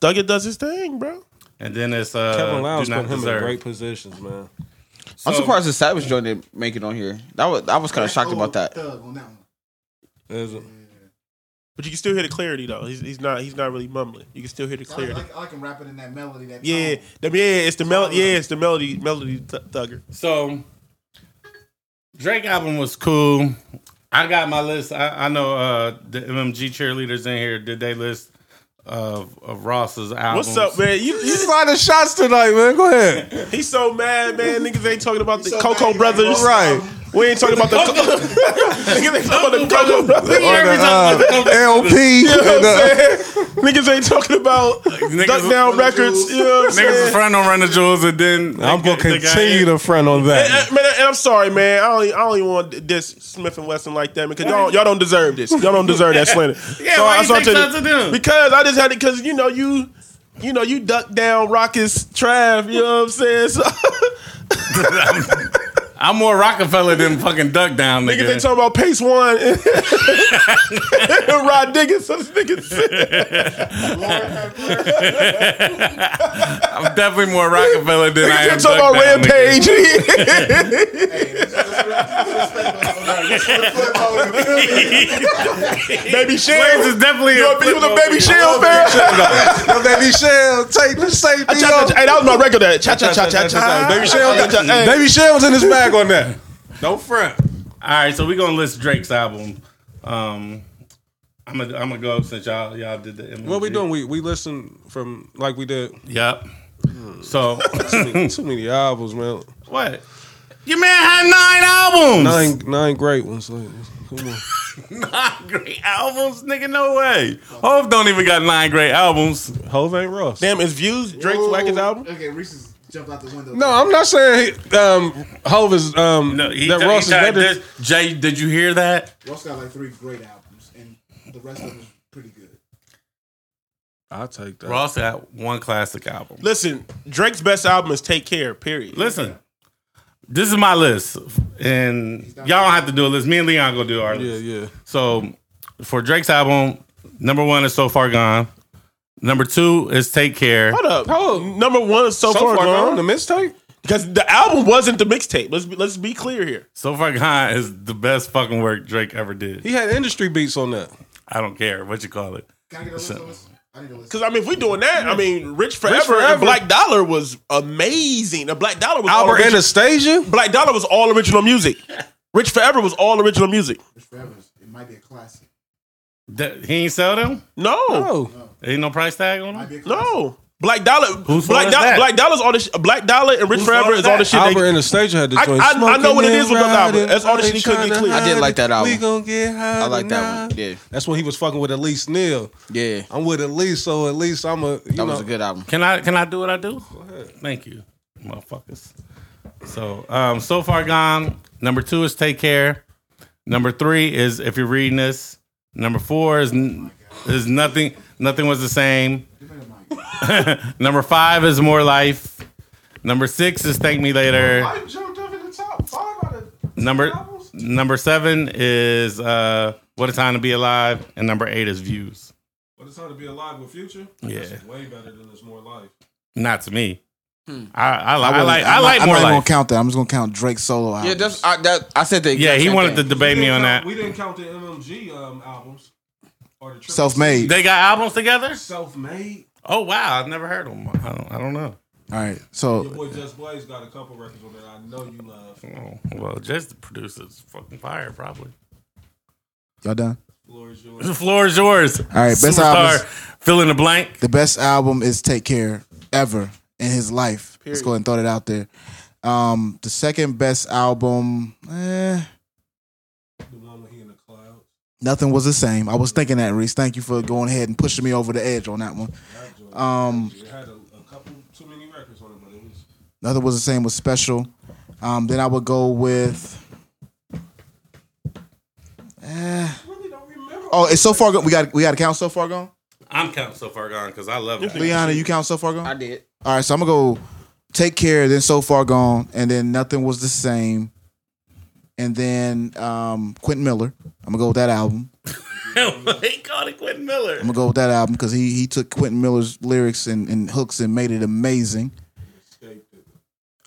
E: Thugger does his thing, bro.
A: And then it's uh,
C: Kevin Lowndes
A: do
C: put
A: not
C: him in great
A: deserve.
C: positions, man.
D: I'm
A: So-
D: surprised the Savage joint didn't make it on here. That was I was kind of shocked about that.
F: Thug on that one.
C: Is it-
E: But you can still hear the clarity though. He's, he's not he's not really mumbling. You can still hear the
F: I like, I
E: clarity.
F: like, I like him rapping in that melody. That
E: Yeah,
F: tone.
E: the, yeah, it's the melody. Yeah, it's the melody. Melody th- thugger.
A: So Drake album was cool. I got my list. I, I know uh, the MMG cheerleaders in here did they list of, of Ross's albums.
E: What's up, man? You,
C: He's finding shots tonight, man. Go ahead.
E: he's so mad, man. Niggas ain't talking about the
F: so mad,
E: Coco
F: he
E: Brothers.
C: Right.
F: like,
E: We ain't talking about the Niggas ain't talking about the Coco Brothers.
A: Every
C: Uh,
A: time-
C: LP.
E: You
C: uh,
E: know what I'm saying? Niggas ain't talking about Duck Down Records. You know what I'm
A: Niggas in
E: saying?
A: front on Run the Jewels, and then they
C: I'm gonna
A: got- they got-
C: continue to front on
E: And,
A: uh,
C: that.
E: and- man, and I'm sorry, man. I don't, I don't even want to diss Smith and Wesson like that because y'all, y'all don't deserve this. Y'all don't deserve that slander.
A: Yeah, why
E: I-
A: you
E: so I
A: think
E: tell you-
A: something to them?
E: Because I just had to. Because you know you, you know you duck down Rockets Trav. You know what I'm saying? So,
A: I'm more Rockefeller than fucking Duck Down,
E: Niggas ain't
A: nigga.
E: talking about Pace One and Rod Diggins. Those niggas.
A: I'm definitely more Rockefeller than I
E: Niggas
A: am
E: ain't
A: Duck
E: talking about
A: Down. nigga.
E: Rampage. Baby
A: Flames
E: Shell.
A: is definitely
E: You
A: a
E: a- you was a Baby Shell fan?
C: Yo, baby Shell, take the safety
E: Cha-
C: off.
E: cha- Hey, that was my record. That cha cha cha cha cha.
C: Baby Shell,
E: Cha- cha- hey.
C: Baby Shell was in his bag on that.
A: No front. All right, so we're gonna list Drake's album. Um, I'm gonna I'm gonna go since y'all y'all did the. MLG.
C: What we doing? We we listen from like we did
A: Yep. So
C: too many, too many albums, man.
A: what? Your man had nine albums.
C: Nine nine great ones. Like, come on.
A: Nine great albums, nigga. No way. Hove don't even got nine great albums.
C: Hove ain't Ross.
E: Damn, is Views Drake's wackest album?
F: Okay, Reese's jumped out the window.
C: No, I'm not saying he, um, Hove is um,
A: No, he,
C: that
A: he
C: Ross is
A: tried
C: better.
A: this- Jay, did you hear that?
F: Ross got like three great albums, and the rest of them pretty good.
C: I take that.
A: Ross got one classic album.
E: Listen, Drake's best album is Take Care, period.
A: Listen, this is my list, and y'all don't have to do a list. Me and Leon gonna do our list.
C: Yeah, yeah.
A: So for Drake's album, number one is So Far Gone. Number two is Take Care.
E: Hold up.
C: Hold up.
E: Number one is so,
C: So
E: far,
C: the
E: gone.
C: mixtape.
E: Because the album wasn't the mixtape. Let's be, let's be clear here.
A: So Far Gone is the best fucking work Drake ever did.
C: He had industry beats on that.
A: I don't care what you call it.
F: Can I get a list of this? I need a list.
E: Because I mean, if we doing that, I mean, Rich Forever, and
C: Forever.
E: Black Dollar was amazing. The Black Dollar was all
C: Albert
E: original.
C: Anastasia.
E: Black Dollar was all original music. Rich Forever was all original music.
F: Rich Forever's. It might be a classic.
A: That- he ain't sell them?
E: No, no.
C: Oh,
A: Ain't no price tag on
F: Might be
A: them?
F: a classic.
E: Black Dollar,
A: Who's
E: Black,
A: all
E: Dollar
A: that?
E: Black Dollar's all this. Black Dollar and Rich
A: Who's
E: Forever
A: all
E: is all
A: that?
E: the shit.
C: Albert
E: They,
C: Anastasia had the
E: I-
C: joint.
E: I- I know
C: Smoking
E: what it
C: and
E: is with Black Albert.
C: riding,
E: That's all the shit he couldn't
C: trying
E: get
C: to
E: clear.
D: I did like that
C: hide it. We
D: album.
C: gonna get high
D: I like that
C: tonight.
D: one. Yeah,
C: That's when he was fucking with Elise Neal.
D: yeah.
C: I'm with Elise, so at least I'm a. You
D: That
C: know,
D: was a good album.
A: Can I can I do what I do? Thank you, motherfuckers. So um so far gone. Number two is take care. Number three is if you're reading this. Number four is n- is nothing nothing was the same. Number five is more life. Number six is thank me later.
F: I jumped up in the top five out of
A: Number number seven is uh what a time to be alive, and number eight is views.
C: What it's time to be alive with Future.
A: Yeah.
C: That's way better than this more life.
A: Not to me. I, I, li- I
F: wouldn't-
A: like I
F: I'm not-
A: like
F: I'm
A: more
F: not even
A: life.
F: gonna count that. I'm just gonna count Drake's solo album.
D: Yeah, that's I, that. I said that.
A: Yeah, he wanted to
D: the.
A: debate me on that.
C: We didn't count the MMG um, albums or the
F: self-made.
A: They got albums together?
C: Self made.
A: Oh wow, I've never heard of them. I don't, I don't know.
F: All right,
C: Your
F: so
C: boy Just Blaze got a couple records on that I know you love.
A: Oh, well, just the producers fucking fire probably.
F: y'all done.
C: Lord's yours.
A: The floor is yours. All
F: right, best albums.
A: Fill in the blank.
F: The best album is Take Care ever in his life. Let's go ahead and throw that out there. Um, the second best album, eh,
C: The one when he in the clouds.
F: nothing was the same. I was thinking that, Reese. Thank you for going ahead and pushing me over the edge on that one. Um,
C: It had a, a couple too many records on it, but it was.
F: nothing was the same was special. Um, then I would go with. Eh. Oh, it's so far gone. We got we got to count so far gone.
A: I'm counting so far gone because I love that.
F: Leanna, you count so far gone.
D: I did.
F: All right, so I'm gonna go take care. Then so far gone, and then nothing was the same. And then um, Quentin Miller. I'm gonna go with that album.
A: he called it Quentin Miller.
F: I'm gonna go with that album because he he took Quentin Miller's lyrics and, and hooks and made it amazing.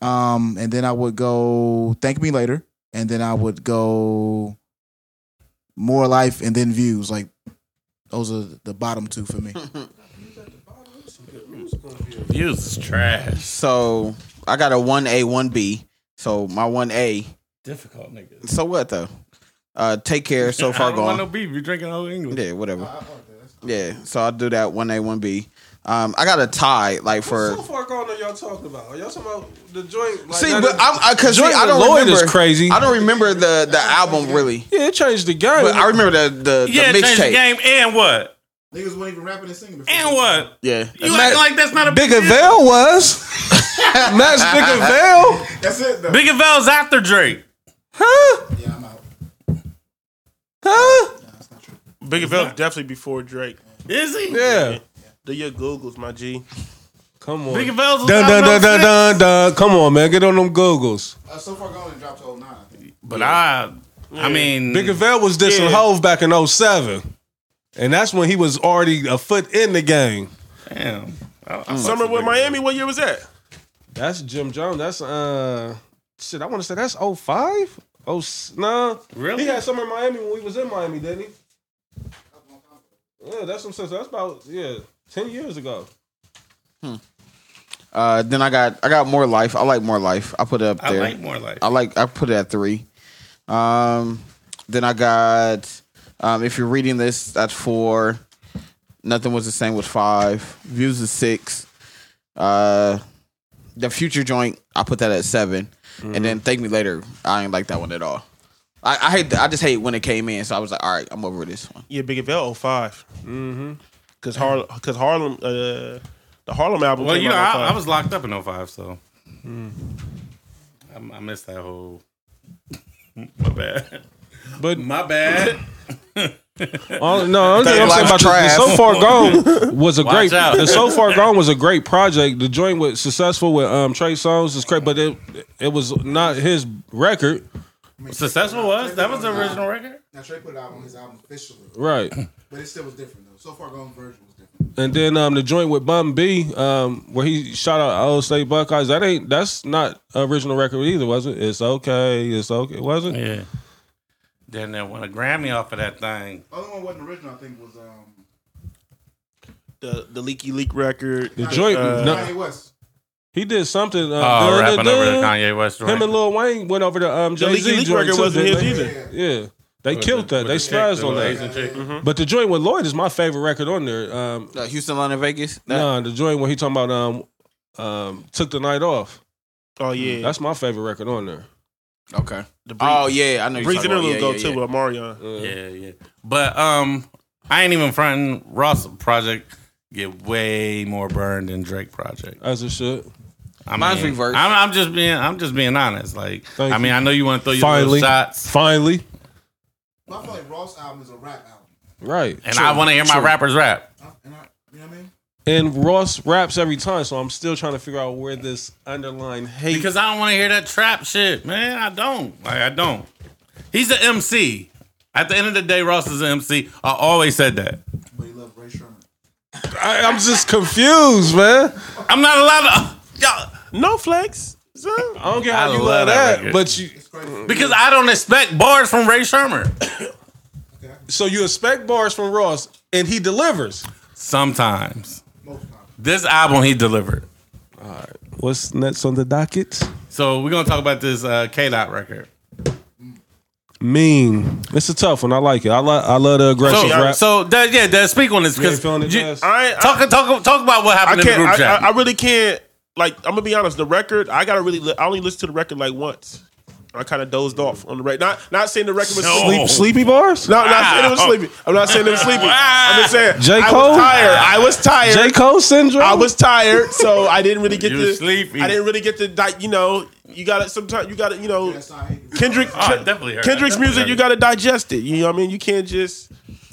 F: Um, and then I would go thank me later, and then I would go more life, and then views. Like those are the bottom two for me.
A: Views is trash.
D: So I got a one A, one B. So my one A.
A: Difficult niggas.
D: So what though? Uh, take care. So
A: I
D: far
A: don't
D: gone.
A: want no beef. You drinking whole English?
D: Yeah, whatever. Yeah, so I'll do that one A, one B. Um, I got a tie like for.
C: So far gone are y'all talking about? Are y'all talking about the joint? Like,
D: See,
C: not
D: but
C: the-
D: I'm because
C: Joint
D: I
C: with
D: don't
C: Lloyd
D: remember.
C: is crazy.
D: I don't remember the the album really,
C: yeah, it changed the game.
D: but I remember the the,
A: Yeah,
D: the
A: change the
D: mixtape.
A: game and what?
F: Niggas weren't even rapping and singing. Before.
A: And what?
D: Yeah,
A: You acting like that's not a
C: Big Avail was. Max Big Avail.
F: That's it. Though.
A: Big Avel's after Drake.
C: Huh?
F: Yeah, I'm out.
C: Huh?
E: Big Avail definitely before Drake.
A: Is he?
C: Yeah.
E: Do your Googles, my G.
C: Come on.
A: Big Vel's
C: Dun dun dun dun dun dun. Come on, man. Get on them googles.
F: Uh, so far gone and dropped to 09, I think.
A: But I, I mean,
C: Big Vel was dissing
E: Yeah.
C: Hove back in 07. And that's when he was already a foot in the game.
A: damn. I-
D: Mm.
A: I
E: Summer
A: fuck
E: with Miami. What year was that?
C: That's Jim Jones. That's uh shit, I want to say that's 05? Oh s- nah.
A: Really?
C: He had summer in Miami when we was in Miami, didn't he? Yeah, that's some sense. That's about yeah, ten years ago.
D: Uh, then I got I got more life. I like more life. I put it up
A: I
D: there.
A: like more life.
D: I like I put it at three. Um, then I got um, if you're reading this, that's four. Nothing was the same with five. Views is six. Uh, the future joint, I put that at 7 and
E: Mm-hmm.
D: then thank me later. I ain't like that one at all. I, I hate. I just hate when it came in. So I was like, all right, I'm over this one.
E: Yeah, Big Vel 05. Mm-hmm. Cause Harlem, cause Harlem, uh, the Harlem album.
A: Well,
E: came
A: you know,
E: out
A: I,
E: 05.
A: I was locked up in 05, so
D: Mm.
A: I, I missed that whole. My bad.
C: But
A: My bad.
C: all, no, I'm,
D: Thug
C: I'm saying
D: Life
C: about the- the
D: Trav.
C: so far gone was a
A: Watch
C: great.
A: out.
C: The so far gone was a great project. The joint was successful with um, Trey Songz is great, but it it was not his record,
A: Successful was that was the original record.
F: Now, Trey put it out on his album officially,
C: right?
F: but it still was different, though. So far gone version was different.
C: And then um, the joint with Bum B, um, where he shot out Old State Buckeyes. That ain't that's not a original record either, was it? It's okay, it's okay, was it?
A: Yeah. Then they won a Grammy off of that thing.
F: Other one wasn't original, I think, was um,
E: the the Leaky Leak record.
C: The joint,
E: Uh,
C: no,
F: Kanye West.
C: he did something. Uh,
A: Oh,
C: dun-
A: rapping
C: dun-
A: over the Kanye West.
C: Him
A: record.
C: and Lil Wayne went over to um,
E: the
C: Jay
E: Leaky
C: Z
E: Leak
C: joint
E: record
C: too,
E: wasn't
C: didn't
E: his
C: they?
E: either.
C: Yeah, they
A: With
C: killed
A: the-
C: that.
A: with
C: They
A: the
C: spazzed
A: chick,
C: on
A: the
C: that.
A: Asian chick.
C: But the joint with Lloyd is my favorite record on there. Um,
D: Uh, Houston, London, Vegas. That-
C: nah, the joint where he talking about um, um, took the night off.
E: oh yeah,
C: Mm, That's my favorite record on there.
D: Okay.
E: the Bree-
D: Oh yeah, I know.
E: Breeze interlude go
D: too.
E: too with Marion.
C: Mm.
A: Yeah, yeah. But um, I ain't even fronting Ross project. Get way more burned than Drake project.
C: As it should.
A: I
D: Mine's
A: mean,
D: reversed.
A: I'm, I'm just being, I'm just being honest. Like,
C: Thank
A: I mean,
C: you.
A: I know you want to throw your little
C: Finally,
A: shots,
C: finally,
F: But I feel like Ross' album is a rap album.
C: right.
A: and I want to hear my rappers rap.
F: Huh? And I, you know what I mean?
C: And Ross raps every time, so I'm still trying to figure out where this underlying hate.
A: Because I don't want to hear that trap shit, man. I don't. Like I don't. He's the MC. At the end of the day, Ross is an MC. I always said that.
F: But he loved Ray Sherman.
C: I, I'm just confused, man.
A: I'm not allowed to uh, y'all,
E: No flex. So-
C: I don't get how
A: I
C: you
A: love
C: love
A: that
C: that,
A: record.
C: but you.
F: It's crazy.
C: Mm-hmm.
A: because I don't expect bars from Ray Shermer.
C: So you expect bars from Ross, and he delivers.
A: Sometimes
F: Most times.
A: this album he delivered.
C: What's next on the docket?
A: So we're gonna talk about this uh, K Dot record.
C: Mean. It's a tough one. I like it. I like. I love the aggressive
A: So,
E: Uh,
C: rap.
A: so that, yeah, that speak on this
C: You ain't
A: because
C: feeling it,
A: you-
C: Jazz?
E: I, I
A: talk talk talk about what
E: I
A: happened in the
E: can't.
A: group
E: I,
A: chat. Oh,
E: I, I really can't. Like I'm gonna be honest. The record. I gotta really. Li- I only listened to the record like once. I kind of dozed off on the record. Not not saying the record was
A: No.
E: sleep.
C: Sleep, sleepy bars.
E: No, I'm not saying it was
A: Wow.
E: sleepy. I'm not saying it was sleepy. I'm just saying
C: J.
E: I
C: Cole?
E: was tired. I was tired.
C: J Cole syndrome.
E: I was tired, so I didn't really get
A: You
E: the.
A: was sleepy.
E: I didn't really get the. di- You know, you got to sometimes. You got to. You know,
F: That's not hate.
E: Kendrick.
A: Oh, I definitely heard
E: Kendrick's
A: that.
E: music. You got to digest it. You know what I mean? You can't just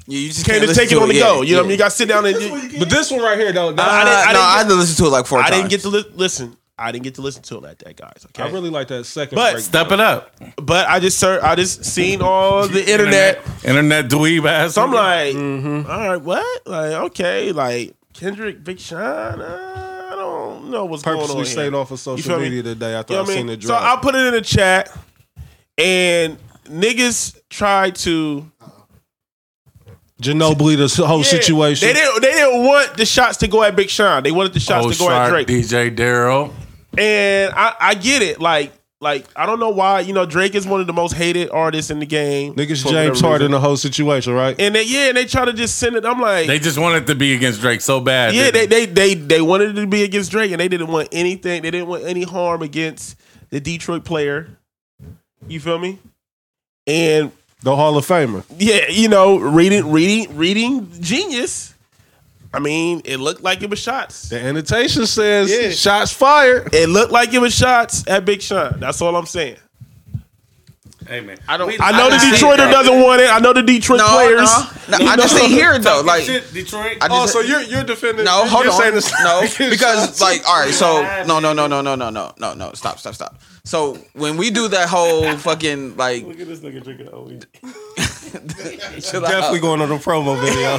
D: Yeah, you just
E: can't just
D: listen
E: take it
D: to
E: on the
D: yeah,
E: go. You know what I mean?
D: yeah.
E: You got to sit down and. you-
C: But this one right here, though. that-
E: I
D: I
E: didn't- I
D: didn't,
E: didn't
D: no, I
E: get-
D: had to listen to it like four
E: I
D: times.
E: didn't get to li- listen. I didn't get to listen to it like that, guys. Okay,
C: I, really like that second.
E: But-
C: break.
A: Step it up,
E: but I just ser- I just seen all the internet.
A: internet Mm-hmm. dweeb ass.
E: So I'm like, all right, what? Like, okay, like Kendrick, Big Sean. Uh, I don't know what's going
C: purposely
E: on.
C: stayed
E: here.
C: off of
E: You
C: social
E: feel me?
C: media today. I thought
E: You know
C: I
E: what I
C: seen
E: mean?
C: the
E: So
C: drop.
E: I put it in the chat, and niggas tried to
C: Ginobili, the whole
E: Yeah,
C: situation.
E: They didn't. They didn't want the shots to go at Big Sean. They wanted the shots
C: Oh,
E: to go at Drake.
A: DJ Daryl.
E: and I, I get it. Like, like I don't know why. You know, Drake is one of the most hated artists in the game.
C: Niggas James
E: for whatever
C: Harden
E: reason.
C: the whole situation, right?
E: And they, yeah, and they try to just send it. I'm like,
A: They just wanted to be against Drake so bad.
E: Yeah, they,
A: didn't
E: they they they wanted it to be against Drake, and they didn't want anything. They didn't want any harm against the Detroit player. You feel me? And
C: The Hall of Famer.
E: yeah, you know, reading reading reading genius. I mean, it looked like it was shots.
C: The annotation says
E: Yeah.
C: shots fired.
E: It looked like it was shots at Big Sean. That's all I'm saying.
A: Hey man,
D: I don't-
A: We-
E: I
D: I
E: know the
D: just see
E: Detroiter
D: that.
E: doesn't want it. I know the Detroit
D: No,
E: players.
D: no, no, I just didn't hear it though. Like,
A: shit, Detroit.
D: I
A: Oh,
E: Oh,
D: just,
E: so you're you're defending?
D: No,
E: you're
D: hold
E: saying
D: on.
E: this-
D: No, because like, all right, so no, no, no, no, no, no, no, no, no. Stop, stop, stop. So when we do that whole fucking like,
E: Look at this nigga drinking OE.
D: chill out.
C: Definitely going on the promo video.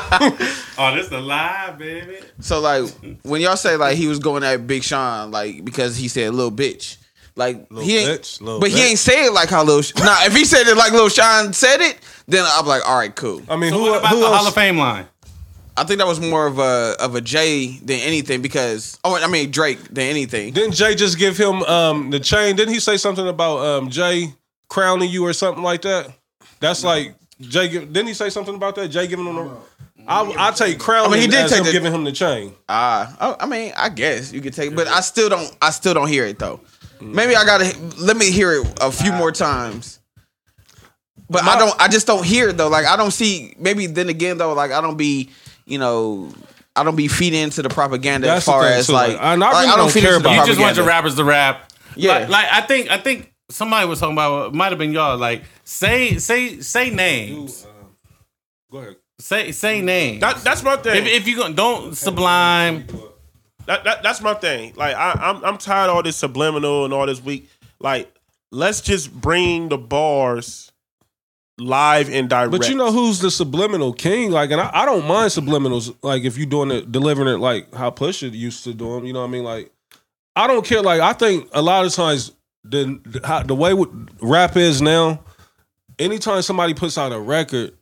A: oh, this a lie, baby.
D: so like when y'all say like he was going at Big Sean like because he said little bitch. Like he ain't,
C: bitch, little
D: but he
C: bitch.
D: ain't say it like how little. Sh- nah, if he said it like little Sean said it, then I'm like, all right, cool.
C: I mean,
A: So
C: who,
A: what about
C: who
A: the
C: else?
A: Hall of Fame line?
D: I think that was more of a of a J than anything because oh, I mean Drake than anything.
C: Didn't Jay just give him um, the chain? Didn't he say something about um, Jay crowning you or something like that? That's like Jay. Give, didn't he say something about that? Jay giving him the. I, I take crowning.
D: I mean,
C: he did take him giving him the chain.
D: Ah, oh, I mean, I guess you could take, but I still don't. I still don't hear it though. Maybe I gotta let me hear it a few more times. But I don't. I just don't hear it though. Like I don't see. Maybe then again though, like I don't be. You know, I don't be feeding into the propaganda
C: That's
D: as
C: the
D: far
C: thing,
D: as
C: too.
D: like.
C: Like, and I really don't
D: feed
C: care
D: into the
C: about it.
A: You just want
D: propaganda.
A: your rappers to rap.
D: Yeah.
A: Like, like, I think I think somebody was talking about it might have been y'all. Like say say say names.
C: um, Go ahead.
A: Say say names.
E: That, that's my thing.
A: if, if you gonna don't sublime,
E: that, that that's my thing. Like I, I'm I'm tired of all this subliminal and all this weak. Like let's just bring the bars live and direct.
C: But you know who's the subliminal king? Like, and I, I don't mind subliminals. Like, if you doing it, delivering it like how Pusha used to do them. You know what I mean? Like, I don't care. Like, I think a lot of times the the, how, the way what rap is now. Anytime somebody puts out a record,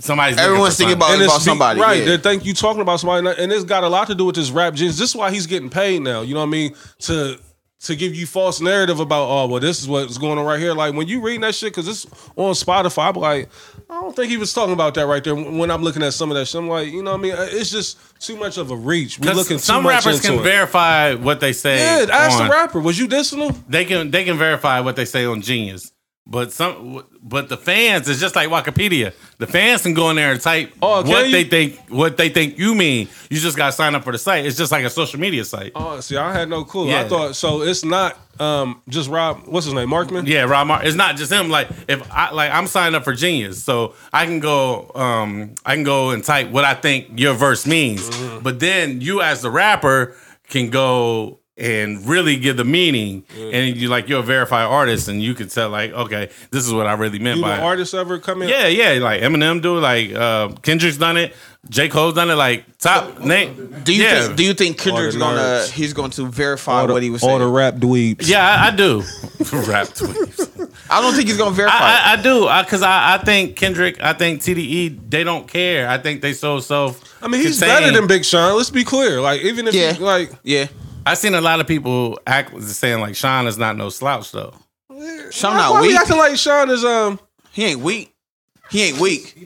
A: somebody's looking
D: Everyone's
A: for something.
D: thinking about,
C: and
D: about
C: be-
D: somebody,
C: right?
D: yeah.
C: They think you talking about somebody, and it's got a lot to do with this rap genius. This is why he's getting paid now. You know what I mean? To to give you false narrative about oh well, this is what's going on right here. Like when you reading that shit, because it's on Spotify, I'm like, I don't think he was talking about that right there. When I'm looking at some of that shit, I'm like, you know what I mean? Uh, It's just too much of a reach. We
A: 'Cause
C: looking
A: some
C: too much
A: rappers
C: into
A: can
C: it.
A: verify what they say.
C: yeah, ask
A: on-
C: the rapper. Was you dissing him?
A: They can they can verify what they say on Genius. But some but the fans is just like Wikipedia. The fans can go in there and type
C: Oh, can
A: what
C: you?
A: they think what they think you mean. You just gotta sign up for the site. It's just like a social media site.
C: Oh, see, I had no clue.
A: Yeah.
C: I thought so. It's not um just Rob. What's his name? Markman.
A: Yeah, Rob. Mar- it's not just him. Like if I like, I'm signed up for Genius, so I can go. Um, I can go and type what I think your verse means.
D: Mm-hmm.
A: But then you, as the rapper, can go and really give the meaning, and you like you're a verified artist, and you can tell like, okay, this is what I really meant
C: You
A: by
C: the
A: it.
C: artist ever come in?
A: Yeah, yeah. Like Eminem do it. Like uh, Kendrick's done it. J Cole's done it. Like top name.
D: Do you
A: yeah.
D: think? Do you think Kendrick's
C: nerds.
D: gonna? He's going to verify what he was
C: all the
D: saying.
C: rap dweebs.
A: yeah, I, I do. Rap tweets.
D: I don't think he's gonna verify. it.
A: I, I, I do, I because I, I think Kendrick, I think TDE, they don't care. I think they so self.
C: I mean, he's better than Big Sean. Let's be clear. Like, even if
D: Yeah.
C: he, like,
D: yeah,
A: I've seen a lot of people act saying like Sean is not no slouch though.
D: Sean
C: why,
D: not
C: why we
D: weak.
C: acting like Sean is um.
D: He ain't weak. He ain't weak. He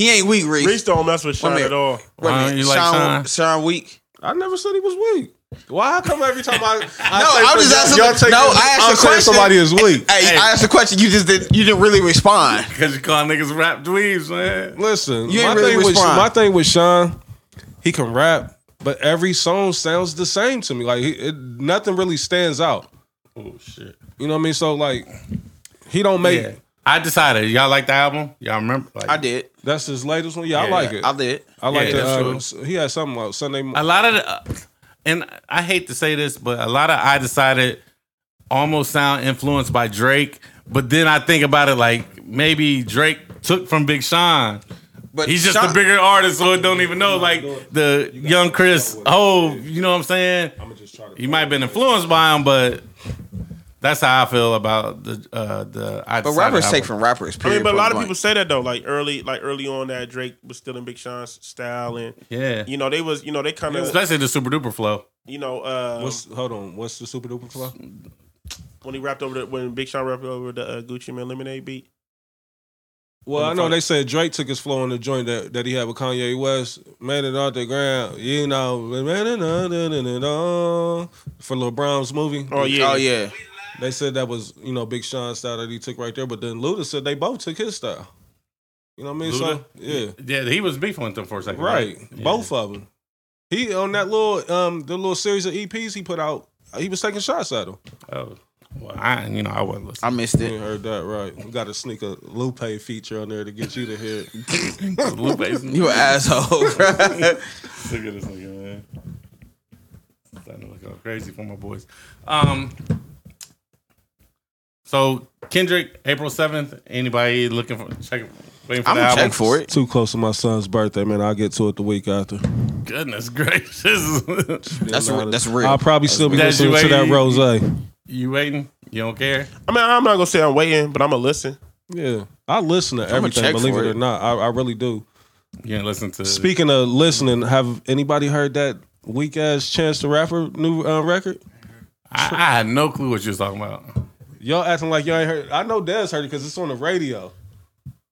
D: ain't weak, Reese.
E: Reese don't mess with Sean
D: minute.
E: at all.
D: Wait a
A: Why
D: minute.
A: don't you like
D: Sean,
A: Sean?
D: Sean weak.
C: I never said he was weak. Why I come every time I? I
D: No,
C: say
D: I
C: something,
D: was just asking-
C: y'all take
D: no,
C: it-
D: I asked
C: I'm
D: a
C: saying
D: question.
C: Somebody is weak.
D: Hey,
A: Hey.
D: I asked a question. You just didn't. You didn't really respond.
A: Because you call niggas rap dweebs, man.
C: Listen,
D: You ain't
C: my
D: really
C: thing with
D: respond.
C: my thing with Sean, he can rap, but every song sounds the same to me. Like, he, it, nothing really stands out.
A: Oh shit.
C: You know what I mean? So like, he don't make.
A: Yeah. I decided. Y'all like the album? Y'all remember? Like,
D: I did.
C: That's his latest one. Yeah, I
A: Yeah,
C: like it.
D: I did.
C: I like
A: Yeah,
C: the. Um,
A: that's
C: he had something like Sunday. Mo-
A: A lot of, the, uh, and I hate to say this, but a lot of I decided almost sound influenced by Drake. But then I think about it like maybe Drake took from Big Sean.
D: But
A: He's just
D: Sean,
A: a bigger artist, so it don't even know. Like the young Chris Oh, you know what I'm saying? You might have been influenced by him, but that's how I feel about the uh the I
D: But
A: Decided
D: rappers
A: album.
D: take from rappers.
E: I
D: Period,
E: mean, but a lot of
D: point
E: people say that though. Like early, like early on, that Drake was still in Big Sean's style, and
A: Yeah.
E: you know they was, you know they kind of,
A: especially the super duper flow.
E: you know, uh,
C: What's hold on? What's the super duper flow?
E: when he rapped over the, when Big Sean rapped over the uh, Gucci Man Lemonade beat.
C: Well,
E: What
C: I
E: the
C: know
E: fuck?
C: they said Drake took his flow on the joint that, that he had with Kanye West, made it off the ground, you know, for Lil Brown's movie.
E: Oh
D: blank.
E: yeah,
D: Oh yeah.
C: They said that was, you know, Big Sean's style that he took right there, but then Luda said they both took his style. You know what I mean?
A: Luda?
C: So, yeah,
A: Yeah, he was beefing with them for a second.
C: right.
A: Yeah.
C: Both of them. E He, on that little, um, the little series of EPs he put out, he was taking shots at him.
A: Oh. Well, I you know I wasn't listening.
D: I missed
C: You
D: it.
C: heard that right. We got to sneak a Lupe feature on there to get you to hear it.
A: Lupe's
D: You an asshole. bruh.
A: Look at this nigga, man. Starting to look all crazy for my boys. Um, so Kendrick, April seventh. Anybody looking for check? Waiting for
D: I'm
A: the
D: gonna
A: album?
D: check for it.
C: Too close to my son's birthday, man. I'll get to it the week after.
A: Goodness gracious!
D: That's re- that's real.
C: I'll probably still be
A: That's
C: listening to that
A: you
C: rose.
A: you waiting? You don't care?
E: I mean, I'm not gonna say I'm waiting, but I'm gonna listen.
C: Yeah, I listen to everything.
D: check
C: Believe
D: for
C: it or
D: it.
C: not, I, I really do.
A: You ain't listen to
C: Speaking of listening, have anybody heard that weak ass Chance the Rapper new uh, record?
A: I, I had no clue what you was talking about.
C: Y'all acting like y'all ain't heard. I know Dez heard it because it's on the radio.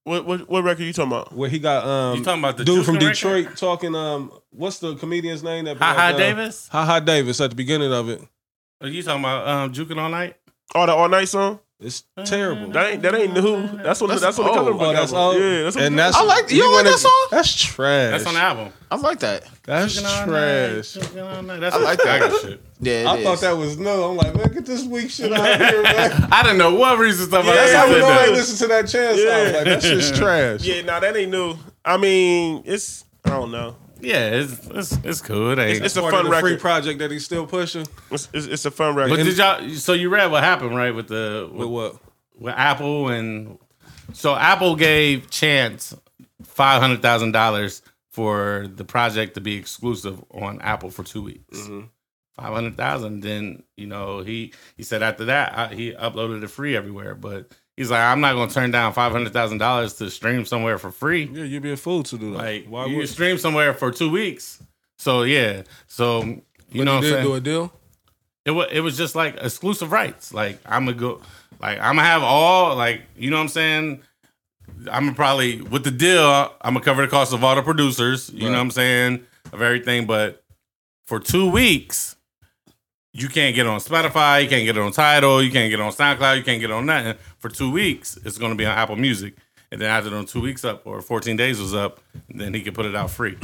E: What what, what record you talking about?
C: Where he got um
A: You talking about the
C: dude from
A: Houston
C: Detroit talking um what's the comedian's name that
A: Hi Hi
C: uh,
A: Davis?
C: Ha Ha Davis at the beginning of it.
A: Are you talking about um, juking all night?
E: Oh, the All Night song.
C: It's terrible.
E: That ain't that ain't new. That's what that's, what the
D: old.
E: cover
C: Oh,
E: boy.
C: that's all.
E: Yeah, that's what
C: and
E: the-
C: that's
D: I like- you don't like
C: wanna-
D: that song?
C: That's trash.
A: That's on the album.
D: I like that.
C: That's
A: Juking all night,
C: trash.
A: juking all night. That's
D: I like that.
A: Gaga shit.
D: Yeah, it
C: I thought
D: is.
C: that was no. I'm like, man, get this weak shit out of here, man.
A: I didn't know what reason stuff. Yeah,
C: That's how we
E: said
C: know
E: that.
C: they listen to that chance. I was like, that shit's trash.
E: yeah. Now that ain't new. I mean, it's I don't know.
A: Yeah, it's it's, it's cool. It ain't.
E: It's a
C: Part of
E: fun
C: the free
E: record.
C: project that he's still pushing.
E: It's, it's, it's a fun record.
A: but did y'all? So you read what happened, right? With the with,
C: But what?
A: with Apple and so Apple gave Chance five hundred thousand dollars for the project to be exclusive on Apple for two weeks.
C: Mm-hmm.
A: Five hundred thousand. Then you know he he said after that I, he uploaded it free everywhere, but. He's like, I'm not gonna turn down five hundred thousand dollars to stream somewhere for free.
C: Yeah, you'd be a fool to do that.
A: Like
C: Why
A: you
C: would you
A: stream somewhere for two weeks. So yeah. So you know what I'm
C: did
A: saying?
C: do a deal?
A: It was it was just like exclusive rights. Like I'm gonna go like I'm gonna have all like you know what I'm saying? I'm gonna probably with the deal, I'm gonna cover the cost of all the producers, you know what I'm saying, of everything, but for two weeks, you can't get it on Spotify, you can't get it on Tidal, you can't get it on SoundCloud, you can't get it on nothing. For two weeks, it's gonna be on Apple Music. And then after them two weeks up or 14 days was up, then he could put it out free.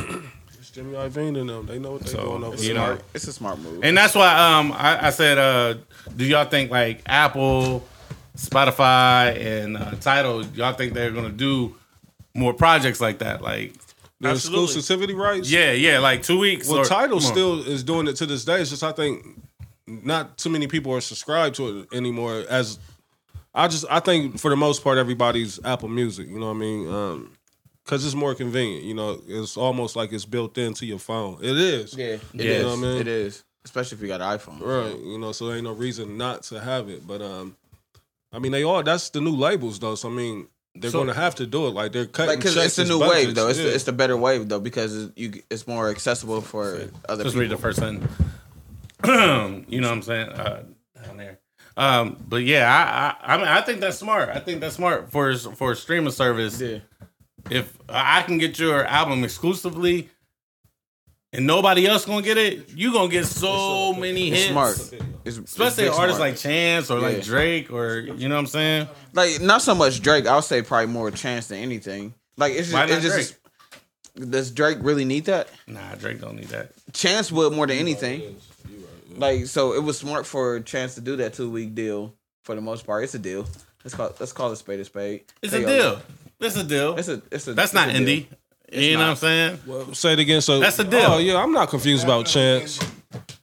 C: It's Jimmy Iovine and them. They know what they're doing over
A: you
C: there.
A: know,
D: It's a smart move.
A: and that's why um I, I said uh do y'all think like Apple, Spotify, and uh, Tidal y'all think they're gonna do more projects like that? Like
C: The
E: Absolutely.
C: exclusivity rights.
A: yeah, yeah, like two weeks.
C: Well,
A: or-
C: Title
A: come on.
C: still is doing it to this day. It's just I think not too many people are subscribed to it anymore. As I just I think for the most part everybody's Apple Music. You know what I mean? Um, Cause it's more convenient. You know, it's almost like it's built into your phone. It is.
D: yeah, it is.
A: Yeah.
C: You know what I mean?
D: It is. Especially if you got an iPhone.
C: Right. You know, so there ain't no reason not to have it. But um, I mean, they all that's the new labels though. So I mean, they're
A: So-
C: going to have to do it. Like they're cutting.
D: Like, cause
C: checks
D: it's the
C: as
D: new
C: budgets.
D: wave though. It's,
C: Yeah.
D: the, it's the better wave though because it's, you it's more accessible for other
A: Just
D: people.
A: read the first sentence. you know what I'm saying? Uh, down there. Um, but yeah, I, I I mean I think that's smart. I think that's smart for for a streaming service.
D: Yeah.
A: If I can get your album exclusively and nobody else gonna get it, you gonna get so many
D: It's
A: hits.
D: smart. It's,
A: Especially
D: it's big
A: artists
D: smart.
A: like Chance or
D: Yeah.
A: like Drake or you know what I'm saying?
D: like not so much Drake. I'll say probably more Chance than anything. Like it's
A: Why
D: just,
A: not
D: it's just does Drake really need that?
A: Nah, Drake don't need that.
D: Chance would more than anything. Like so, it was smart for Chance to do that two week deal. For the most part, it's a deal. Let's call let's call it spade a spade.
A: It's a
D: Hey, yo,
A: deal. It's a deal.
D: It's a it's a.
A: that's
D: it's
A: not
D: a deal.
A: indie. You know what I'm saying?
C: Well, say it again. So
A: That's the deal.
C: Oh yeah, I'm not confused about Chance.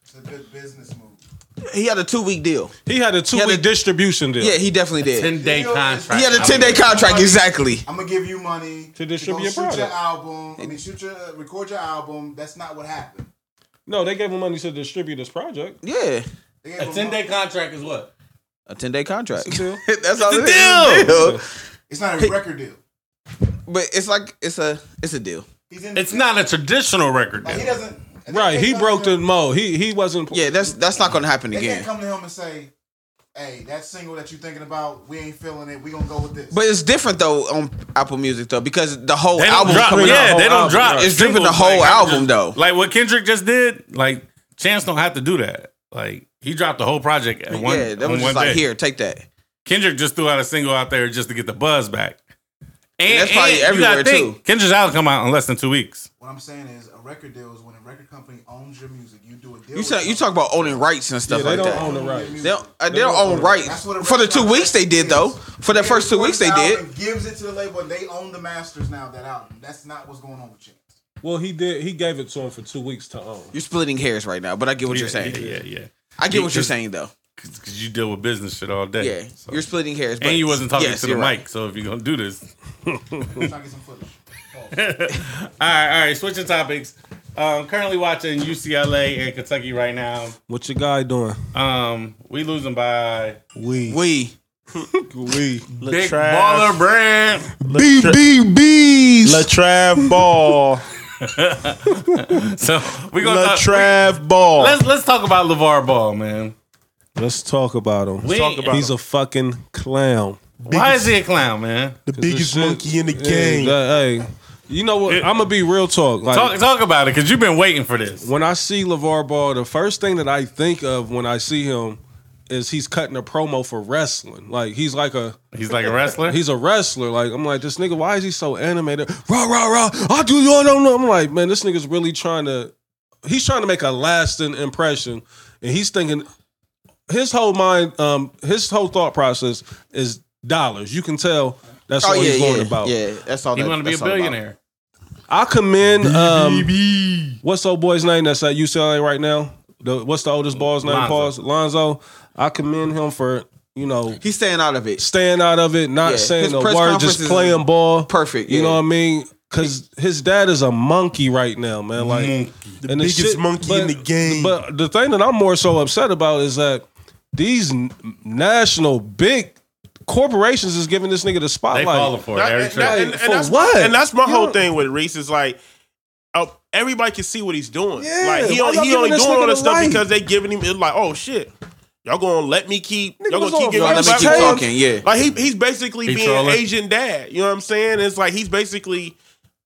F: It's a good business move.
D: He had a two week deal.
C: He had a two
D: He
C: week
D: had a-
C: distribution deal.
D: Yeah, he definitely did.
A: Ten day
F: Deal is-
A: contract.
D: He had a
A: I
D: ten day
A: mean,
D: contract exactly.
F: I'm gonna give you money
C: To distribute
F: go
C: your
F: shoot
C: product.
F: album. I mean, shoot your uh, record your album. That's not what happened.
C: No, they gave him money to distribute his project.
D: Yeah,
F: They gave
A: A
F: him
A: ten day
F: money.
A: contract is what?
D: a ten day contract.
C: It's a deal.
D: that's all it
A: deal.
D: is. It's a deal.
F: It's not a record deal.
D: But it's like it's a it's a deal.
F: He's in.
A: It's not a traditional record
F: Like, he
A: deal.
F: doesn't. and they
C: Right,
F: can't
C: he
F: come
C: broke
F: to
C: the
F: him-
C: mold. He he wasn't.
D: Yeah, that's that's not gonna happen
F: They
D: again.
F: can't come to him and say, "Hey, that single that you thinking about, we ain't feeling it. We gonna go with this."
D: But it's different though on Apple Music though because the whole
A: They don't
D: album
A: drop.
D: coming
A: Yeah,
D: out.
A: they don't
C: album,
A: drop.
D: right. It's dripping the
A: singles,
D: whole
A: like,
D: album,
A: just-
D: though.
A: Like what Kendrick just did. Like Chance don't have to do that. Like he dropped the whole project at one.
D: yeah, that
A: on
D: was
A: one
D: just
A: day.
D: like here, take that.
A: Kendrick just threw out a single out there just to get the buzz back. And,
D: that's probably
A: and you
D: everywhere,
A: gotta think, Kendra's album come out in less than two weeks.
F: What I'm saying is, a record deal is when a record company owns your music. You do a deal.
D: You
F: with
D: talk, you
F: them.
D: talk about owning rights and stuff
C: Yeah, they
D: like
C: don't
D: that.
C: own the rights.
D: They don't, uh, they don't own rights.
F: That's what a
D: For the two
F: record
D: weeks they did,
F: is.
D: though. For the first two weeks they did.
F: Album Gives it to the label, and they own the masters now. of That album. That's not what's going on with Chance.
C: Well, he did. He gave it to him for two weeks to own.
D: You're splitting hairs right now, but I get what you're
A: Yeah,
D: saying.
A: yeah, yeah.
D: I get what you're
A: Because-
D: saying, though.
A: Because you deal with business shit all day.
D: Yeah,
A: so.
D: you're splitting hairs. But
A: and you wasn't talking
D: yes,
A: to the
D: you're
A: mic,
D: right.
A: so if you're gonna do this,
F: I'm trying to get some footage.
A: all right, all right. Switching topics. Um, currently watching UCLA and Kentucky right now.
C: What your guy doing?
A: Um, we losing by
C: We
D: We
C: we
A: big
E: Trav.
A: baller brand.
C: BBBs.
E: Latrav Ball.
A: So we gonna talk,
E: Latrav Ball.
A: let's let's talk about Levar Ball, man.
C: Let's talk about him.
A: We-
E: talk about
C: He's a fucking clown.
A: Why is he a clown, man?
E: The biggest
C: shit-
E: monkey in the
C: Hey,
E: game.
C: hey, you know what? I'm gonna be real talk. Like,
A: Talk talk about it, cause you've been waiting for this.
C: when I see LeVar Ball, the first thing that I think of when I see him is he's cutting a promo for wrestling. Like he's like a
A: He's like a wrestler.
C: he's a wrestler. Like I'm like this nigga. Why is he so animated? Rah rah rah. I do y'all don't know. I'm like man, this nigga's really trying to. He's trying to make a lasting impression, and he's thinking his whole mind, um, his whole thought process is dollars. You can tell that's
D: Oh
C: what
D: yeah,
C: he's going
D: yeah,
C: about.
D: yeah. That's all.
A: he
D: that-
A: want to be a
D: that's all about.
A: billionaire.
C: I commend um, what's the old boy's name that's at UCLA right now? The, what's the oldest ball's name?
A: Lonzo.
C: Pause. Lonzo. I commend him for you know
D: He's staying out of it.
C: staying out of it, not
D: Yeah, his
C: saying a
D: press
C: word,
D: conference
C: just
D: is
C: playing ball.
D: perfect,
C: You
D: yeah.
C: know what I mean? Because his dad is a monkey right now, man. Like
E: The biggest monkey in the game.
C: But the thing that I'm more so upset about is that these n- national big corporations is giving this nigga the
A: They
C: spotlight.
A: falling for it.
E: That-
A: every
E: and-
A: trip.
E: and-
C: Like,
E: and
C: for
E: that's
C: what?
E: And that's my
C: You
E: whole
C: don't-
E: thing with Reese is like, uh, everybody can see what he's doing.
C: Yeah,
E: like he,
C: why
E: on-
C: y'all
E: he
C: giving
E: only
C: this
E: doing all
C: nigga
E: this
C: the
E: stuff
C: light?
E: because they giving him it's like, oh shit, y'all gonna let me keep, y'all
C: was
E: gonna keep
C: on Let
E: giving me
C: me keep
E: black
C: talking,
E: talk.
D: yeah.
E: Like he, he's basically
A: He
E: being
A: trolling.
E: Asian dad. You know what I'm saying? It's like he's basically,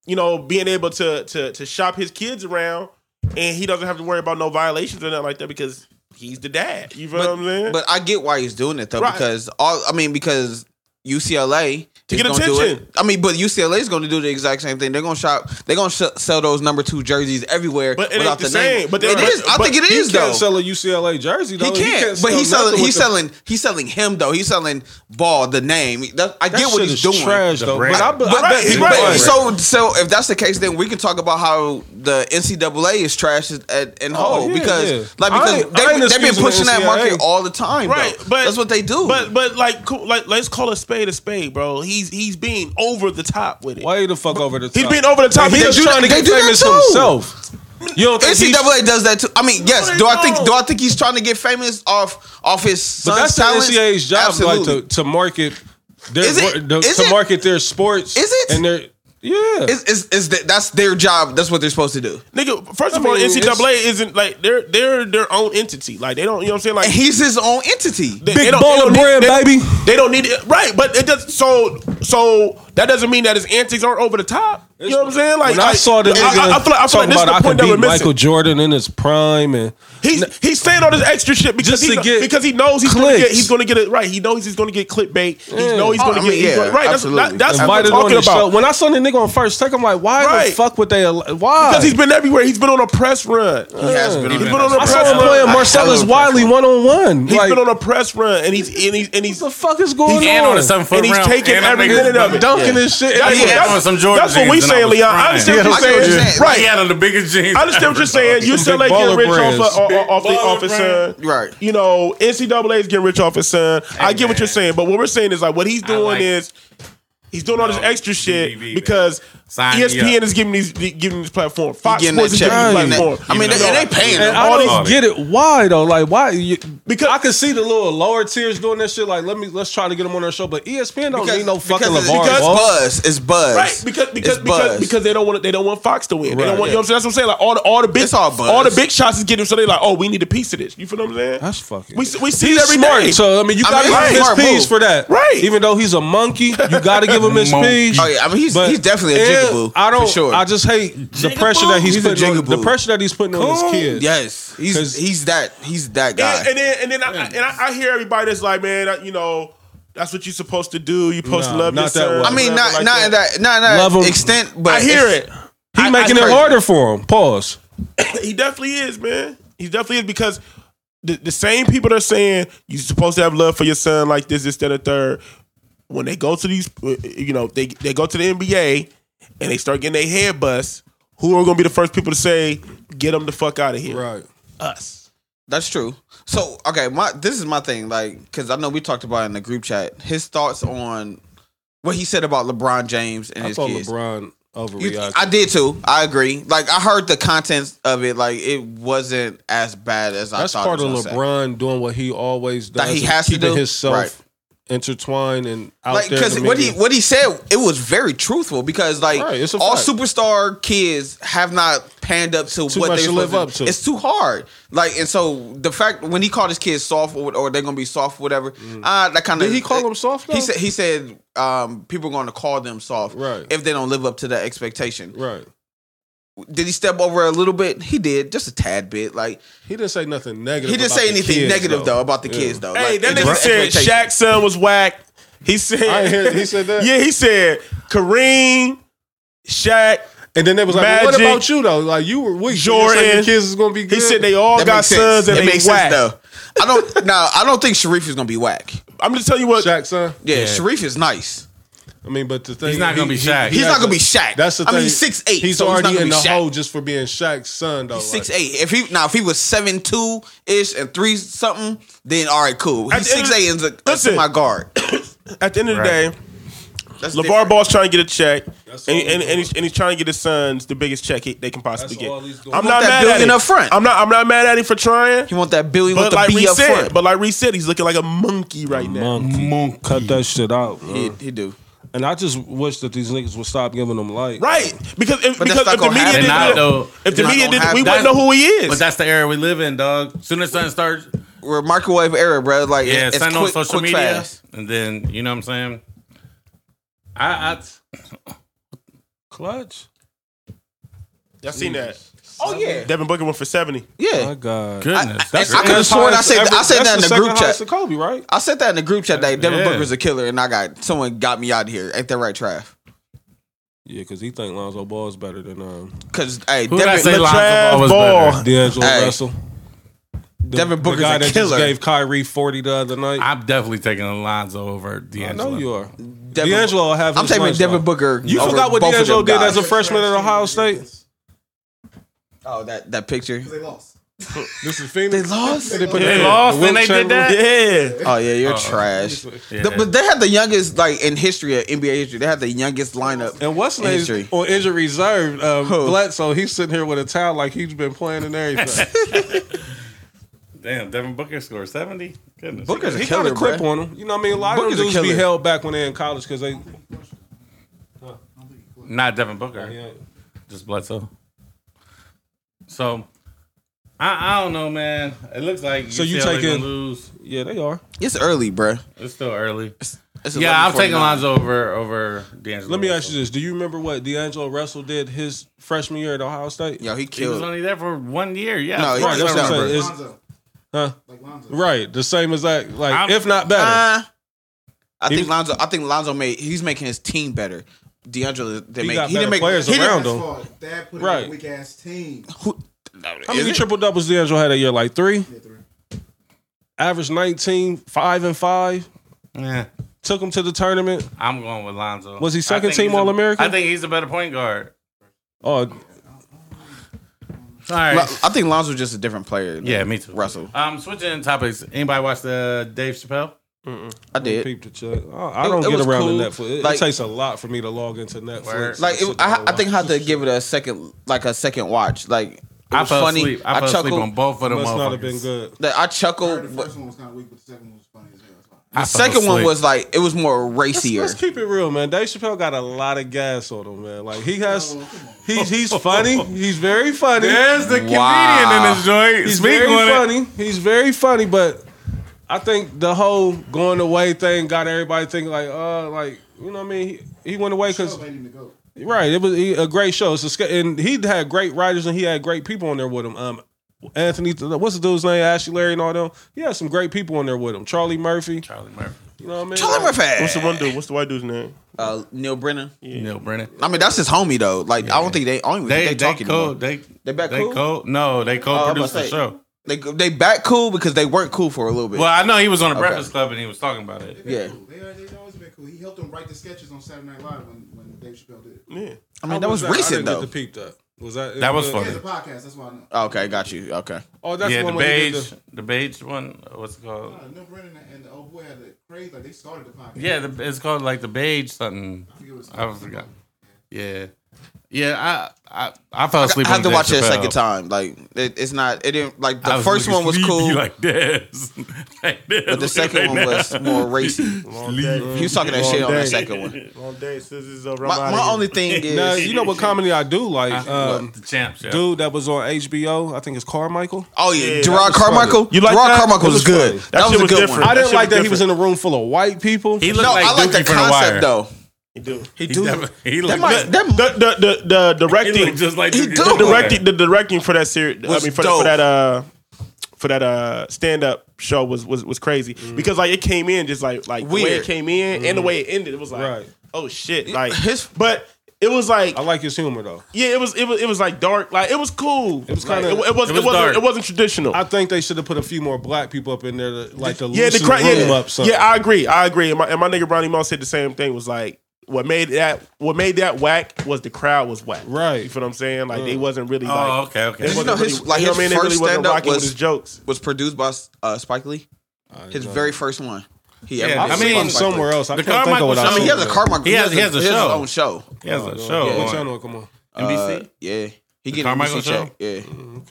E: you know, being able to to to shop his kids around, and he doesn't have to worry about no violations or nothing like that because he's the dad. You feel what I'm saying?
D: But I get why he's doing it though,
E: Right.
D: because all I mean, because UCLA to
E: get
D: Do
E: attention.
D: it. I mean, but UCLA is going to do the exact same thing. They're going to shop. They're going to sh- sell those number two jerseys everywhere
E: But it ain't
D: without
E: the
D: name.
E: same. But they-
D: it is. I
E: but
D: think it
C: He
D: is
C: can't
D: though.
C: sell a UCLA jersey. Though.
D: he can't, but
C: sell
D: he's selling.
C: nothing
D: He's
C: with the-
D: selling. He's selling him though. He's selling Ball the name. That- I
C: That
D: get what
C: shit
D: he's
C: is
D: doing.
C: Trash, though.
A: brand.
C: But I, be- I
D: But,
E: Right,
C: bet
D: but-
C: he
E: right.
C: bought
D: but-
C: it.
D: so so if that's the case, then we can talk about how the NCAA is trash at, and whole
C: Oh, yeah,
D: because
C: yeah.
D: like
C: I
D: because
C: ain't- I ain't
D: they, they've been
C: excusing
D: pushing that
C: NCAA.
D: market all the time,
E: Right,
D: though.
E: but
D: that's what they do.
E: But but like cool, like let's call a spade a spade, bro. He's he's being over the top with it.
C: Way the fuck over the top.
E: He's being over the top.
C: He's
E: He
C: just
E: do-
C: trying to
D: they
C: get
D: do that
C: famous
D: too.
C: himself. You don't think he's-
D: NCAA does that too. I mean, yes.
E: they
D: Do I think
E: don't.
D: do I think he's trying to get famous off off his
C: But
D: son's
C: that's the
D: talents?
C: NCAA's job, like
D: Absolutely.
C: to, to market their
D: Is it?
C: the-
D: Is
C: to
D: it?
C: market their sports.
D: Is it?
C: And their yeah.
D: Is, is, is that, that's their job. That's what they're supposed to do.
E: Nigga, first of
C: I
E: all,
C: mean,
E: NCAA isn't like they're they're their own entity. Like they don't, you know what I'm saying? Like
D: And he's his own entity.
E: they,
C: Big
E: they don't-
C: ball
E: they
C: of
E: don't
C: bread,
E: need- they-
C: baby.
E: They don't need it, right? But it does. So so that doesn't mean that his antics aren't over the top. You know what I'm saying? Like
C: When I
E: like,
C: saw the
E: I-
C: nigga
E: I, I feel like, I feel like
C: talking
E: this is
C: about
E: the
C: I could
E: point that we're
C: beat
E: missing.
C: Michael Jordan in his prime, and
E: He's he's saying all this extra shit because
C: Just
E: he,
C: to get
E: because he knows he's gonna get,
C: clicks.
E: he's going to get it right. He knows he's going to get clickbait. He knows he's
D: Oh,
E: going to
D: I
E: get
D: mean,
E: he's
D: yeah,
E: gonna- right. That's,
D: absolutely.
E: that, that's what I'm
C: invited on
E: talking
C: the
E: about.
C: show. When I saw the nigga on first take, I'm like, why the
E: Right.
C: fuck would they? al- Why?
E: Because he's been everywhere. He's been on a press run. He's
D: He has been
A: He's
D: on
A: been
D: that.
E: on a
C: I
E: press
C: saw him
E: run.
C: playing
D: I-
C: Marcellus
D: I love
C: Wiley one on one.
E: He's
C: Like,
E: been on
C: what
E: a press run, and he's and he's and he's.
C: the fuck is going
A: and on a seven foot
E: And he's
A: round,
E: taking
A: and I
E: every
A: think
E: minute
A: it's
E: of it.
C: Dunking and shit.
E: That's,
A: He
E: what-
A: had
E: that's-
A: on some Jordan
E: that's what we
A: jeans and I
E: saying,
A: was
E: Leon. I
A: crying.
E: understand
D: Yeah,
E: what
D: I get
E: you're
D: what
E: saying.
D: you're saying.
A: He
E: Right.
A: had on the biggest jeans.
E: I understand what you're saying.
C: Some big
E: UCLA getting
C: baller
E: rich
C: brands.
E: off, of, off, off, the,
A: Big
E: off his
A: baller
E: son.
D: Right.
E: You know, NCAA is getting rich off his son. I get
A: man.
E: what you're saying, but what we're saying is like what he's doing
A: like-
E: is he's doing all this
A: No,
E: extra shit
A: BBB, man.
E: because E
A: Sign me
E: ESPN
A: up.
E: is giving these giving this platform. Fox
D: getting that
E: Sports is giving
D: check.
E: this
D: Right.
E: platform.
D: I mean,
E: You
D: they-
E: know,
D: and they paying
E: and
D: them.
E: all
C: I
E: these
C: don't
A: these-
C: get it. Why though? Like why? You,
E: Because-
C: because I can see the little lower tiers doing that shit. Like let me let's try to get them on our show. But E ESPN don't need no fucking
D: because
C: LeVar
D: it's
C: Ball.
D: buzz. It's buzz.
E: Right, because because
D: It's
E: because,
D: buzz.
E: because they don't want they don't want Fox to win. They don't
C: Right.
E: want you know what I'm saying. That's what I'm saying. Like all the all the big
D: It's all buzz.
E: the big shots is getting so they like oh we need a piece of this. You feel what I'm saying?
C: That's fucking.
E: we we see
C: He's
E: it every
C: smart,
E: day.
C: so I mean you
D: I
C: got to
D: mean,
C: give
D: it's a
C: him his
D: smart
C: piece
D: move.
C: for that,
E: Right.
C: Even though he's a monkey, you got to give him his
A: Monkey.
C: piece.
D: Oh, yeah, I mean, he's- he's definitely a jigaboo,
C: I don't.
D: for sure.
C: I just hate the pressure that he's,
D: He's a
C: putting. On, the
D: jigaboo.
C: pressure that he's putting on his kids.
D: Yes, he's
C: 'Cause-
D: he's that he's that guy.
E: And, and then and then I, and I, I hear everybody that's like, man, I, you know, That's what you're supposed to do. You're supposed
C: No,
E: to love
C: not that
E: yourself.
C: way.
D: I mean,
E: whatever
D: not
E: like
D: not in that not in that
C: Love 'em.
D: extent, but
E: I hear
D: it's-
E: it.
C: He
E: I-
C: making
E: I
C: it
E: heard
C: harder for him. Pause.
E: he definitely is, man. He definitely is because the, the same people that are saying you're supposed to have love for your son like this, this, that, and the third. When they go to these, uh, you know, they they go to the NBA and they start getting their head bust. Who are going to be the first people to say, "Get them the fuck out of here"?
C: Right.
E: Us.
D: That's true. So okay, my this is my thing, like because I know we talked about it in the group chat his thoughts on what he said about LeBron James and
C: I
D: his
C: thought
D: kids.
C: LeBron
D: You-
C: overreacted.
D: I did too. I agree. Like I heard the contents of it. Like it wasn't as bad as I
C: That's
D: thought.
C: part
D: it
C: of
D: was gonna say.
C: LeBron doing what he always does.
D: That he
C: and
D: has to
C: keeping
D: do?
C: himself
D: Right.
C: intertwined and out
D: Like
C: there. in the
D: because what he
C: media.
D: what he said it was very truthful because like
C: Right, it's a
D: all
C: fact.
D: superstar kids have not panned up to
C: Too
D: what
C: much
D: they
C: to
D: supposed
C: live up to.
D: It's too hard. Like and so the fact when he called his kids soft or, or they're gonna be soft whatever. Ah, that kind of
C: Mm. Did he call them soft,
D: He
C: though?
D: said he said um, people are gonna call them soft
C: Right.
D: if they don't live up to that expectation.
C: Right.
D: Did he step over a little bit? He did, just a tad bit. Like
C: He didn't say nothing negative.
D: He didn't
C: about
D: say
C: the
D: anything
C: kids,
D: negative though, about the
C: Yeah.
D: kids though.
E: Hey,
D: Like,
E: that
D: it
E: nigga
D: was
E: said
D: expectation.
E: Shaq's son was whack. He
C: I
E: said
C: hear- he said that?
E: Yeah, he said Kareem, Shaq.
C: And then they was like, well,
E: Magic,
C: "What about you though? Like you were weak.
E: Jordan.
C: You just like the kids is gonna be good."
E: He said they all
D: That
E: got
D: makes sense.
E: sons and
D: That
E: they
D: makes
E: whack.
D: sense though. I don't now. I don't think Sharif is gonna be whack.
E: I'm just telling you what.
C: Shaq, son.
D: Yeah, Sharif is nice.
C: I mean, but the thing
A: He's not gonna be Shaq.
D: He's
C: has
D: not gonna
C: a-
D: be Shaq.
C: That's the
D: I
C: thing.
D: mean, he's 6'8",
C: He's
D: so he's not
C: already
D: gonna
C: in
D: be
C: the
D: Shaq.
C: hole just for being Shaq's son though.
D: Six
C: like,
D: eight. If he now if he was seven two ish and three something, then all right, cool. He's
E: At the end
D: six
E: of-
D: eight and a- that's
E: Listen.
D: my guard.
E: At the end of the day.
D: That's
E: LeVar
D: different.
E: Ball's trying to get a check, and,
C: That's all
E: and,
C: he's
E: and, he's, and he's trying to get his sons the biggest check he, they can possibly
C: That's all he's
E: get.
C: doing.
E: I'm
C: He
E: not
D: want that
E: mad at
D: billion
E: him.
D: up front.
E: I'm not. I'm not mad at him for trying.
D: He want that billion with
E: But
D: the
E: like
D: B
E: we
D: up
E: said,
D: front.
E: but like we said, he's looking like a monkey right now.
A: Monk.
C: Cut that shit out. man.
D: he, he do.
C: And I just wish that these niggas would stop giving them light.
E: Right? Because if,
D: But that's
E: because
D: not
E: if the
D: gonna
E: media
D: happen.
E: didn't,
A: And I know-
E: if the
D: it's not
E: media
D: gonna
E: didn't, we
D: happen.
E: wouldn't know who he is.
A: But that's the era we live in, dog. Soon as something starts,
D: We're microwave era, bro. Like
A: yeah,
D: it's
A: something
D: quick,
A: on social
D: quick
A: media,
D: fast.
A: and then you know what I'm saying. I, I
C: Clutch.
E: Y'all seen that?
D: Oh yeah,
E: Devin Booker went for sevenity.
D: yeah.
A: Uh,
C: My God.
A: goodness, that's
D: I- I-
A: crazy.
D: could've sworn I said-
C: Every-
D: I said
C: that's
D: that in the
C: second
D: group
C: highest
D: chat.
C: to Kobe, right?
D: I said that in the group chat that Devin
A: Yeah.
D: Booker's a killer, and I got someone got me out of here. Ain't that right, Trav?
C: Yeah, because he think Lonzo Ball's better than um,
D: Because hey,
A: Who did I say
D: Devin,
A: Lonzo Ball was
E: Ball.
A: better?
C: D'Angelo
D: Hey.
C: Russell. The,
D: Devin
C: the
D: Booker's
C: guy
D: a
C: that
D: killer.
C: just gave Kyrie 40 the other night. I,
A: I'm definitely taking Alonzo over D'Angelo.
C: know you are.
D: Devin-
C: D'Angelo will have
D: I'm
C: his
D: taking
C: lunch,
D: Devin
C: though.
D: Booker.
C: You
D: over
C: forgot what
D: both of
C: D'Angelo
D: them
C: did
D: guys.
C: as a freshman at Ohio State?
D: Oh, that that picture.
F: They lost.
C: This is Phoenix. They
D: lost?
A: They lost and they did that.
E: Yeah,
D: Oh yeah, you're trash.
A: Yeah.
D: The- but they had the youngest, like in history of NBA history, they had the youngest lineup.
C: And what's
D: in
C: his
D: history.
C: on injury reserve? Um,
D: Who?
C: Bledsoe, he's sitting here with a towel like he's been playing and everything.
A: Damn, Devin Booker scored 70. Goodness.
D: Booker's a
C: he got
D: killer,
C: a clip
D: bruh.
C: on him. You know what I mean? A lot
D: Booker's a
C: of them dudes be
D: killer.
C: held back when they're in college because they.
A: Not Devin Booker.
C: Yeah.
A: Just Bledsoe. So, I, I don't know, man. It looks like
C: So you
A: UCLA
C: taking-
A: gonna lose.
C: Yeah, they are.
D: It's early, bruh.
A: It's still early.
D: It's
A: Yeah, I'm taking
D: 11:49.
A: Lonzo over over D'Angelo.
C: Let me ask you this: Do you remember what D'Angelo Russell did his freshman year at Ohio State?
D: Yo, he
A: He was
D: killed.
A: only there for one year. Yeah,
D: No,
A: of
D: he-
A: course.
C: right, that's what I'm
D: Remember.
C: saying. It's-
F: Lonzo.
C: huh?
F: Like Lonzo.
C: Right, the same as that. Like,
A: I'm-
C: if not better.
D: Uh, I
C: He
D: think
C: was-
D: Lonzo. I think Lonzo made. He's making his team better. D'Angelo, they
C: He
D: make.
C: got
D: He didn't
C: better
D: make.
C: players
D: he didn't-
C: around him.
F: Fault. Dad put
C: Right.
F: in a weak ass team.
D: Who,
C: How many
D: is it?
C: triple doubles D'Angelo had a year? Like three. Average 19, five and five.
A: Yeah,
C: Took him to the tournament.
A: I'm going with Lonzo.
C: Was he
A: I
C: second
A: think
C: team
A: he's a-
C: All-American?
A: I think he's a better point guard.
C: Oh,
A: All right.
D: Lo- I think Lonzo's just a different player. than
A: yeah, me too.
D: Russell.
A: Um, switching topics. Anybody watch the Dave Chappelle?
D: I did.
C: peep the check. I, I
D: It-
C: don't
D: it
C: get
D: was
C: around
D: cool.
C: to Netflix. It, it
D: Like-
C: takes a lot for me to log into
A: Word.
C: Netflix.
D: Like it, I, I think I had to give it a second, like a second watch. Like it
A: I
D: was
A: fell
D: funny.
A: asleep. I, fell asleep
D: chuckled.
A: on both of them.
C: must not have
A: motherfuckers.
C: been good.
D: Like, I
F: The
D: chuckled. But
F: first one was kind of weak, but the second one was funny as hell. That's why.
A: I
D: the
A: fell
D: second one
A: asleep.
D: was like it was more
C: Let's,
D: racier.
C: let's keep it real, man. Dave Chappelle got a lot of gas on him, man. Like he has,
F: Oh.
C: he's he's funny. He's very funny.
A: There's the comedian
D: Wow.
A: in this joint.
C: He's
A: Speak
C: very
A: on it.
C: funny. He's very funny, but I think the whole going away thing got everybody thinking like, uh, like you know what I mean. He, he went away because
F: Made him to go.
C: right, it was he, a great show. It's a, sca- and he had great writers and he had great people on there with him. Um, Anthony, what's the dude's name? Ashley Larry and all them. He had some great people on there with him. Charlie Murphy.
A: Charlie Murphy.
E: You know what I mean?
D: Tell him real fast.
E: What's the one dude? What's the white dude's name?
D: Uh, Neil Brennan.
A: Neil Brennan.
D: I mean, that's his homie though. Like, I don't think they. I don't even
A: They they,
D: think they, talking
A: cool.
D: anymore.
A: They
D: They back
A: they
D: cool?
A: No, they
D: Oh, I'm about
A: co-produced
D: to
A: the
D: say.
A: show.
D: They they back cool because they weren't cool for a little bit.
A: Well, I know he was on the Breakfast Club and he was talking about it.
D: yeah,
F: They are, they've always been cool. He helped them write the sketches on Saturday Night Live when, when Dave Chappelle did it.
E: Yeah.
D: I mean that was recent
C: I
D: though. Oh,
C: didn't get to peep that. Was that
A: That was
C: uh,
A: funny.
F: He has a podcast. That's why I know.
D: Okay, got you. Okay,
C: Oh, that's
A: yeah,
C: the
A: the
C: one where he did
A: beige, the beige one. What's it called?
F: Uh, Neil Brennan and the old boy had the craze. Like they started the podcast.
A: Yeah, the, it's called like the beige something.
F: forget what it's
A: I forgot. Yeah, yeah. I I I fell
D: I
A: asleep.
D: have
A: on
D: to
A: Dave
D: watch it a second
A: Chappelle.
D: time. Like it, it's not. It didn't like the
A: I
D: first one was
A: looking
D: cool,
A: sleepy Like this, like this.
D: but the second one was more racy. He was talking that shit on
E: day.
D: that second one.
E: Long day, scissors uh, over. I'm
D: My,
E: outta
D: my
E: here.
D: only thing is,
C: the. Now, you know what comedy I do like? Um,
A: the champs. Yeah.
C: dude that was on HBO, I think it's Carmichael.
D: oh yeah,
E: Yeah,
D: Gerard
C: that was
D: Carmichael.
C: funny.
E: You like
D: Gerard
E: that?
D: Carmichael
E: That
D: was,
E: was
D: good.
E: funny. That
D: That,
E: shit
D: was a
E: was
D: good
E: different.
D: one.
C: I didn't
E: shit
C: like
E: was
C: that he was in a room full of white people.
A: he looked
D: No,
A: like
D: I like
A: Dookie
D: the
A: from the wire.
D: concept though.
E: You do.
A: He,
E: do.
A: definitely- he
D: That
A: looked
D: might
A: like
D: that
E: The, the, the, the
A: he
E: directing.
A: looked just like
D: He
A: Dookie
D: do.
A: from
E: the
A: the Wire.
E: directing the directing for that series I
D: Was
E: mean for,
D: dope.
E: for that uh for that uh stand up show was was was crazy because like it came in just like like the way
D: Weird.
E: it came in and the way it ended it was like
C: Right.
E: oh shit like
D: his-
E: his but it was like
C: I like his humor though.
E: yeah it was it was it was like dark like it was cool it
C: was
E: like,
C: kinda-
E: it, it wasn't
A: it was
E: it, was
A: dark.
E: not it wasn't traditional
C: I think they should have put a few more black people up in there, to, like to
E: yeah the
C: loosen
E: crowd
C: the room
E: yeah,
C: up. So.
E: yeah I agree I agree and my, and my nigga Brownie Mouse said the same thing was like what made that what made that whack was the crowd was whack
C: Right.
E: you feel what I'm saying like they wasn't really like
A: Oh, okay, okay.
E: It
D: You know,
E: wasn't
D: his- like,
E: you know
D: his
E: what I mean? They
D: first
E: wasn't
D: stand-up
E: rocking with
D: was-
E: his jokes.
D: was produced by uh, Spike Lee. His very first one. He ever
A: Yeah,
D: did
A: I
D: was
A: mean,
D: by
C: I'm
D: Spike
C: somewhere
D: Lee.
C: else. I
A: The
C: can't think of
A: Carmichael
C: what
A: show-
D: I mean, he has a Oh,
C: seen.
D: Carmichael.
A: He has- he has a
D: his
A: show.
D: own show.
A: He has a
C: What
A: show. on
C: channel? Come on.
A: NBC.
D: Uh, yeah, he get
A: Carmichael
D: Carmichael
A: show?
D: check.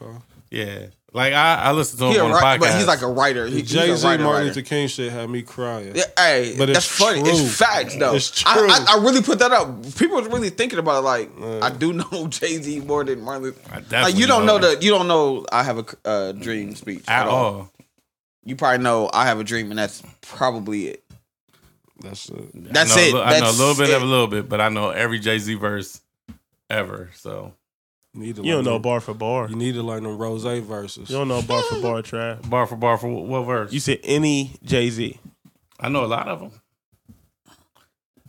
D: Yeah,
A: Yeah, like I, I listened to him
D: he a
A: on a
D: ri-
A: podcast.
D: but he's like a writer. He, he's
C: Jay
D: a
C: Z
D: writer.
C: Martin
D: writer.
C: Luther King shit had me crying.
D: Yeah, hey,
C: But
D: that's
C: it's
D: funny.
C: true.
D: It's facts though.
C: It's
D: I,
C: true.
D: I, I really put that up. People are really thinking about it. Like, I do know Jay Z more than Martin. Luther- Like,
A: definitely
D: you don't
A: know
D: know that. You don't know. I have a uh, dream speech
A: at all.
D: You probably know I have a dream, and that's probably it.
C: That's it.
A: I
D: That's
A: know,
D: it.
A: a li- I know a
D: That's
A: little bit
D: it.
A: of a little bit, but I know every Jay Z verse ever. So
C: Neither
E: You
C: like
E: don't know
C: them-
E: bar for bar.
C: You
E: You
C: need to learn them Rose verses.
E: don't know bar for bar, Trav.
A: bar for bar for what verse?
E: You said any Jay Z.
A: I know a lot of them.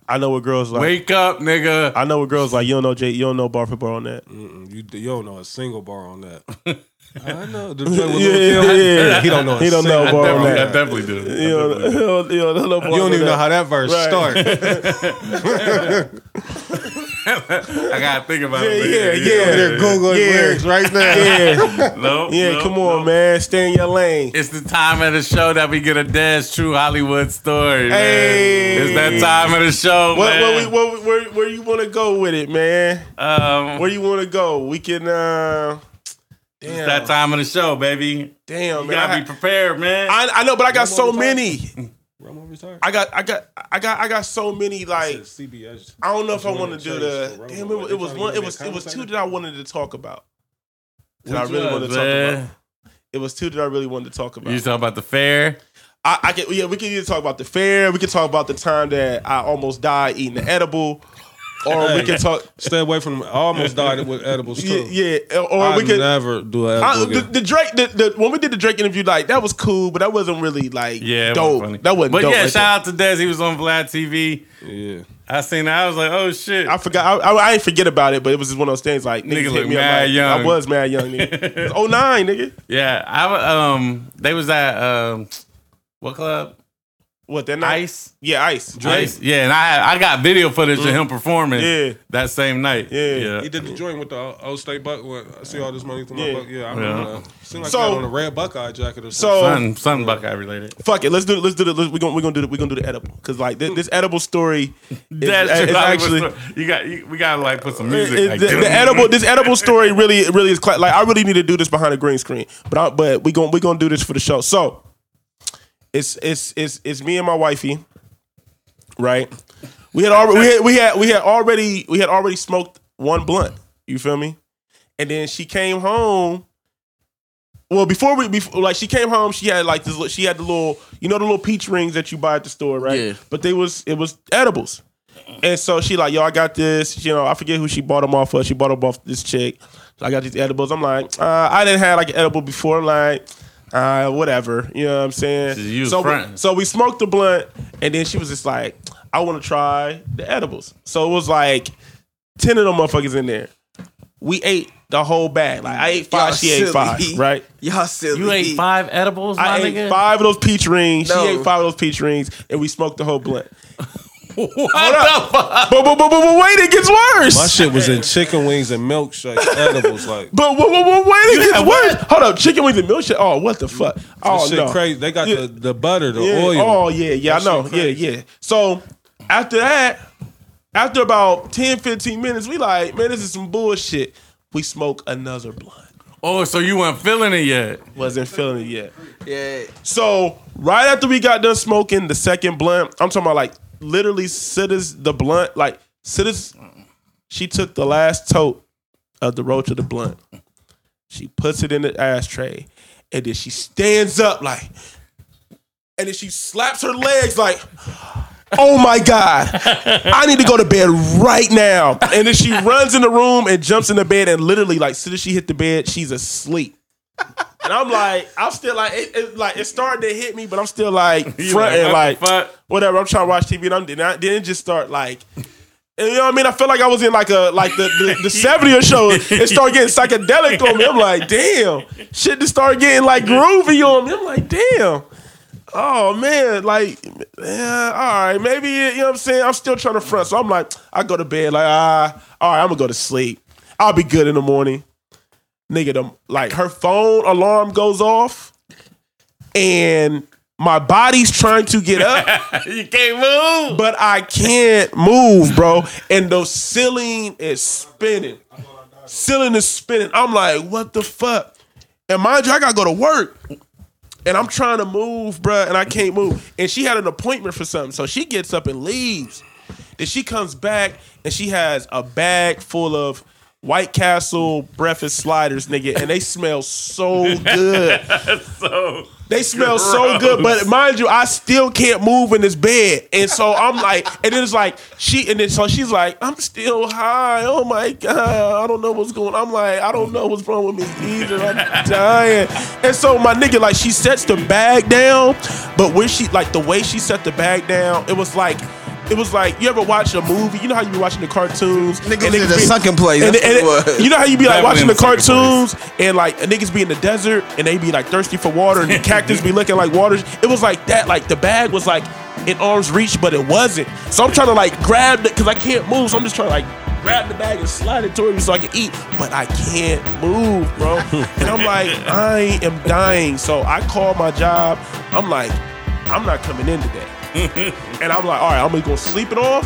E: I know what girls like.
A: Wake up, nigga.
E: I know what girls like. You don't know Jay. You don't know bar for bar on that.
C: Mm-mm, Mm, you, you don't know a single bar on that. I know. The joint with
E: Yeah,
C: Lil'
E: yeah,
C: Kim.
E: yeah.
C: He don't know. a
E: He don't know
C: single
E: bar
C: bar
E: on
C: on
A: Definitely- I
E: that.
A: definitely do. I definitely
E: You don't,
A: do.
E: you don't, you don't know bar
C: You don't
E: on
C: even know
E: that.
C: how that verse
E: Right.
C: starts.
A: I gotta think about
E: Yeah, yeah,
A: it.
E: yeah.
C: Googling
E: Yeah.
C: lyrics right now.
E: Yeah,
A: No,
E: yeah.
A: no,
E: come on,
A: no.
E: man. Stay in your lane.
A: It's the time of the show that we get a dad's true Hollywood story.
E: Hey.
A: man. it's that time of the show,
E: What, what we,
A: man.
E: what, we- where, where you want to go with it, man?
A: um,
E: Where you want to go? We can. Uh,
A: it's that time of the show, baby.
E: damn,
A: You
E: man.
A: gotta
E: I-
A: be prepared, man.
E: I, I know, but I got so
C: more
E: many.
C: Romo retired.
E: I got, I got, I got, I got so many. Like,
C: CBS.
E: I don't know if I
C: That's
E: want to
C: what I'm saying,
E: do the.
C: bro.
E: Damn, it,
C: Like,
E: it was
C: they
E: one. It
C: trying to
E: was
C: get
E: it was
C: that
E: two that I wanted to talk about. That I
A: Which
E: really
A: was,
E: wanted to
A: man?
E: talk about. It was two that I really wanted to talk about.
A: You talking about the fair?
E: I, I can, yeah, we can either talk about the fair. We can talk about the time that I almost died eating the edible, or we can talk.
C: Stay away from. I almost died with edibles too.
E: Yeah, yeah, or
C: I
E: we can.
C: never do an
E: I,
C: edible
E: the,
C: again.
E: the Drake, the, the, when we did the Drake interview, like that was cool, but that wasn't really like
A: Yeah, it
E: dope.
A: wasn't funny.
E: That wasn't
A: But
E: dope.
A: yeah,
E: right
A: shout out to Des. He was on Vlad TV.
C: yeah.
A: I seen that. I was like, oh shit.
E: I forgot. I, I, I didn't forget about it, but it was just one of those things. Like
A: Nigga
E: niggas
A: look
E: hit me up.
A: mad
E: like,
A: young.
E: I was mad young. Nigga. Oh nine, nigga.
A: yeah, I wa- um, they was at um, what club?
E: What that night?
A: Ice.
E: Yeah, ice.
A: Ice. Yeah, and I had, I got video footage of him performing.
E: Mm. Yeah.
A: that same night.
E: Yeah.
C: He did the joint with the O- old state buck. When I see all this money through
E: Yeah.
C: my buck. Yeah, I remember.
A: Yeah.
C: that. Seemed like
E: So-
C: so, on a red Buckeye jacket or something.
E: So
A: Sun, sun Buckeye related.
E: fuck it. Let's do. Let's do the. Let's, we're gonna. We're gonna do. The, we're gonna do the edible because like this, this edible story. Is, uh,
A: That's
E: is
A: true.
E: actually.
A: you got you, we gotta like put some music.
E: is-
A: like,
E: the, the edible, this edible story really, really is cla- like I really need to do this behind a green screen, but I, but we gonna we gonna do this for the show. So it's it's it's it's me and my wifey, right? We had already we had we had we had already we had already smoked one blunt. You feel me? And then she came home. Well, before we before like she came home, she had like this. li- She had the little you know the little peach rings that you buy at the store, right?
D: Yeah.
E: But they was it was edibles. And so she like, yo, I got this. You know, I forget who she bought them off of. She bought them off this chick. So I got these edibles. I'm like, uh, I didn't have like an edible before. I'm like, uh, whatever. You know what I'm saying?
A: So you was
E: so, we,
A: fronting.
E: so we smoked the blunt, and then she was just like, I want to try the edibles. So it was like 10 of them motherfuckers in there. We ate the whole bag. Like, I ate 5
D: Y'all
E: she ate
D: silly.
E: five, right?
D: Y'all silly.
A: You ate five edibles, my
E: I ate
A: nigga?
E: five of those peach rings.
D: No.
E: She ate five of those peach rings, and we smoked the whole blunt.
A: What
E: up.
A: the fuck?
E: But, but, but, but, but wait, it gets worse.
C: My shit was in chicken wings and milkshake edibles. Like
E: But whoa, whoa, whoa, wait, it gets worse. Hold up, chicken wings and milkshake. Oh, what the fuck? Oh
C: shit
E: no,
C: crazy. They got
E: Yeah.
C: the, the butter, the
E: Yeah.
C: oil.
E: Oh yeah, yeah, I know. Yeah, yeah. So after that, after about 10, 15 minutes, we like, man, this is some bullshit. We smoke another blunt.
A: Oh, so you weren't feeling it yet.
E: Wasn't feeling it yet.
D: Yeah.
E: So right after we got done smoking the second blunt, I'm talking about like literally Sidis the blunt, like Sidis, she took the last tote of the roach of the blunt. She puts it in the ashtray, and then she stands up like, and then she slaps her legs like. Oh my God. I need to go to bed right now. And then she runs in the room and jumps in the bed and literally, like, soon as she hit the bed, she's asleep. And I'm like, I'm still like, it, it- like it's starting to hit me, but I'm still like
A: You
E: fronting,
A: like, what
E: like,
A: the fuck?
E: whatever. I'm trying to watch TV, and I'm then I didn't just start like, and you know what I mean? I feel like I was in like a like the the, the 70th show. It started getting psychedelic on me. I'm like, damn, shit just started getting like groovy on me. I'm like, damn. Oh man, like, yeah, all right, maybe you know what I'm saying. I'm still trying to front, so I'm like, I go to bed, like, ah, all right, I'm gonna go to sleep. I'll be good in the morning. Nigga, the, like her phone alarm goes off, and my body's trying to get up,
A: You can't move.
E: but I can't move, bro. And the ceiling is spinning. Ceiling is spinning. I'm like, what the fuck? And mind you, I gotta go to work. And I'm trying to move, bruh, and I can't move. And she had an appointment for something. So she gets up and leaves. Then she comes back and she has a bag full of White Castle breakfast sliders, nigga. And they smell so good. They smell so good, but mind you, I still can't move in this bed, and so I'm like, and then it's like she, and then so she's like, I'm still high. Oh my god, I don't know what's going. I'm like, I don't know what's wrong with me either. I'm dying, and so my nigga, like, she sets the bag down, but where she, like, the way she set the bag down, it was like. It was like you ever watch a movie. You know how you be watching the cartoons.
D: Niggas
E: and they
D: in the
E: be-
D: sunken place,
E: and-
D: that's
E: and-
D: what it was.
E: you know how you be like
A: Back when
E: watching
A: they
E: the
A: was sunken place.
E: cartoons dudes and like niggas be in the desert and they be like thirsty for water and the cactus be looking like waters. It was like that. Like the bag was like in arm's reach, but it wasn't. So I'm trying to like grab it because I can't move. So I'm just trying to like grab the bag and slide it towards me so I can eat, but I can't move, bro. and I'm like, I am dying. So I call my job. I'm like, I'm not coming in today. and I'm like, all right, I'm gonna go sleep it off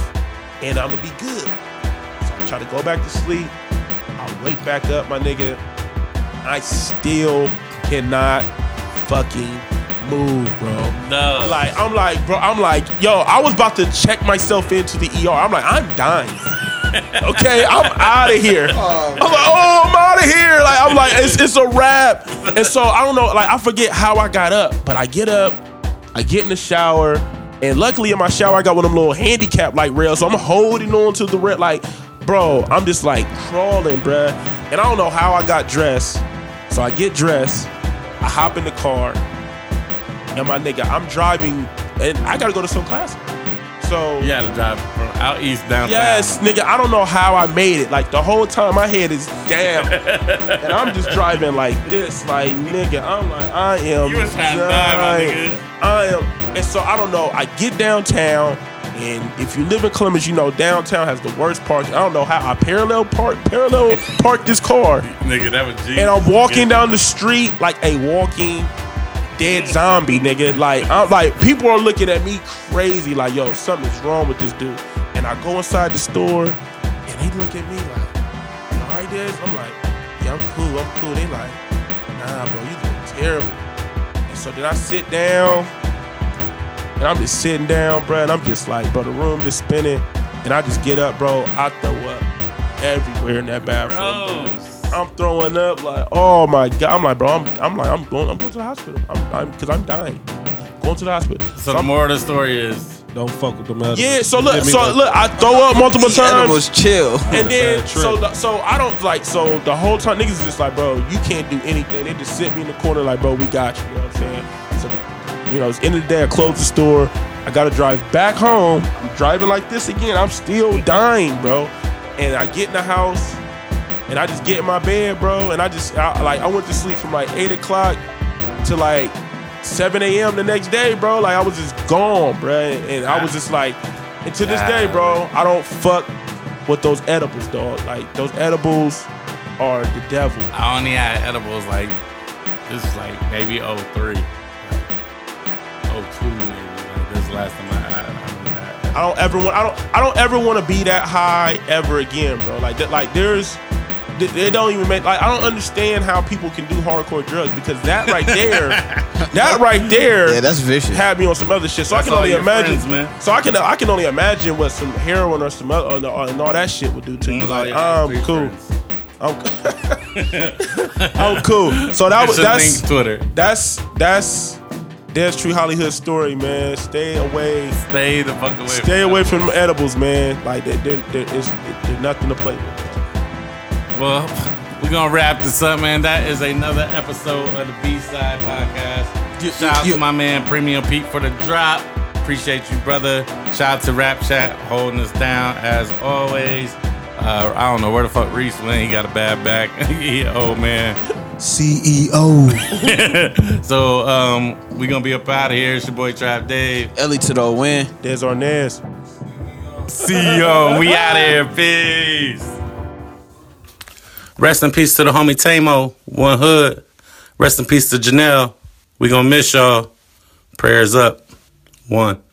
E: and I'm gonna be good. So I try to go back to sleep. I wake back up, my nigga. I still cannot fucking move, bro.
A: No.
E: Like, I'm like, bro, I'm like, yo, I was about to check myself into the ER. I'm like, I'm dying. okay, I'm out of here. I'm like, oh, I'm out of here. Like, I'm like, it's, it's a wrap. And so I don't know, like, I forget how I got up, but I get up, I get in the shower, and luckily in my shower I got one of them little handicap like rails, so I'm holding on to the rail, like, bro, I'm just like crawling, bruh. And I don't know how I got dressed, so I get dressed, I hop in the car, and my nigga, I'm driving, and I gotta go to some class. So
A: You gotta drive from out east down
E: Yes, nigga. I don't know how I made it. Like the whole time, my head is down, and I'm just driving like this, like nigga. I'm like, I am.
A: You was half dying, my
E: dying.
A: nigga.
E: I am. And so I don't know. I get downtown, and if you live in Clemens, you know downtown has the worst parking. I don't know how I parallel park, parallel park this car
A: Nigga, that was Jesus.
E: and I'm walking down the street like a walking dead zombie, nigga. Like I'm like people are looking at me crazy, like yo, something's wrong with this dude. And I go inside the store, and they look at me like, "You all right, Dez? I'm like, yeah, I'm cool, I'm cool. They like, nah, bro, you look terrible. And so then I sit down, and I'm just sitting down, bro, and I'm just like, bro, the room just spinning, and I just get up, bro, I throw up everywhere in that bathroom.
A: Oh,
E: bro. I'm throwing up like, oh my god! I'm like, bro, I'm, I'm like, I'm going, I'm going to the hospital. I'm, I'm, cause I'm dying. Going to the hospital.
A: So the moral of the story is
C: don't fuck with them. Animals.
E: Yeah, so
C: You
E: look,
C: get me?
E: so
C: Like,
E: look, I throw up multiple times,
G: Animals chill.
E: and then
C: Bad trip.
E: so the, so I don't like so the whole time niggas is just like, bro, you can't do anything. They just sit me in the corner like, bro, we got you. You know what I'm saying? So, you know, it's the end of the day. I close the store. I gotta drive back home. I'm driving like this again. I'm still dying, bro. And I get in the house, and I just get in my bed, bro. And I just I, like I went to sleep from like eight o'clock to like 7 a.m. the next day, bro. Like I was just gone, bro. And I was just like, and to this day, bro, I don't fuck with those edibles, dog. Like those edibles are the devil.
A: I only had edibles like this is like maybe 03. Like, 02 maybe. Like, this is the last time I had I only had
E: I don't ever want. I don't. I don't ever want to be that high ever again, bro. Like that. Like there's. th- They don't even make. Like I don't understand how people can do hardcore drugs because that right there, that right there,
D: Yeah, that's vicious.
E: had me on some other shit. So
A: That's
E: I can only
A: all your
E: imagine.
A: friends, man.
E: So I can I can only imagine what some heroin or some other and all and all that shit would do to you.
A: edibles.
E: Like
A: Like,
E: I'm
A: three
E: cool.
A: Mm, friends.
E: I'm, I'm cool. So that
A: I
E: was
A: was
E: that's
A: Twitter.
E: that's that's that's true Hollywood story, man. Stay away.
A: Stay the fuck away.
E: Stay away from edibles, man. Like they they're, they're, it's, they're nothing to play with.
A: Well, we're gonna wrap this up, man. That is another episode of the B Side Podcast. Shout out to my man Premium Pete for the drop. Appreciate you, brother. Shout out to Rap Chat holding us down as always. Uh, I don't know where the fuck Reese went. He got a bad back. He old man.
F: CEO.
A: So um, we're gonna be up out of here. It's your boy Trap Dave.
G: Ellie to the win.
E: There's Arnaz.
A: See y'all. E We out here. Peace. Rest in peace to the homie Tamo, One Hood. Rest in peace to Janelle. We gonna miss y'all. Prayers up. One.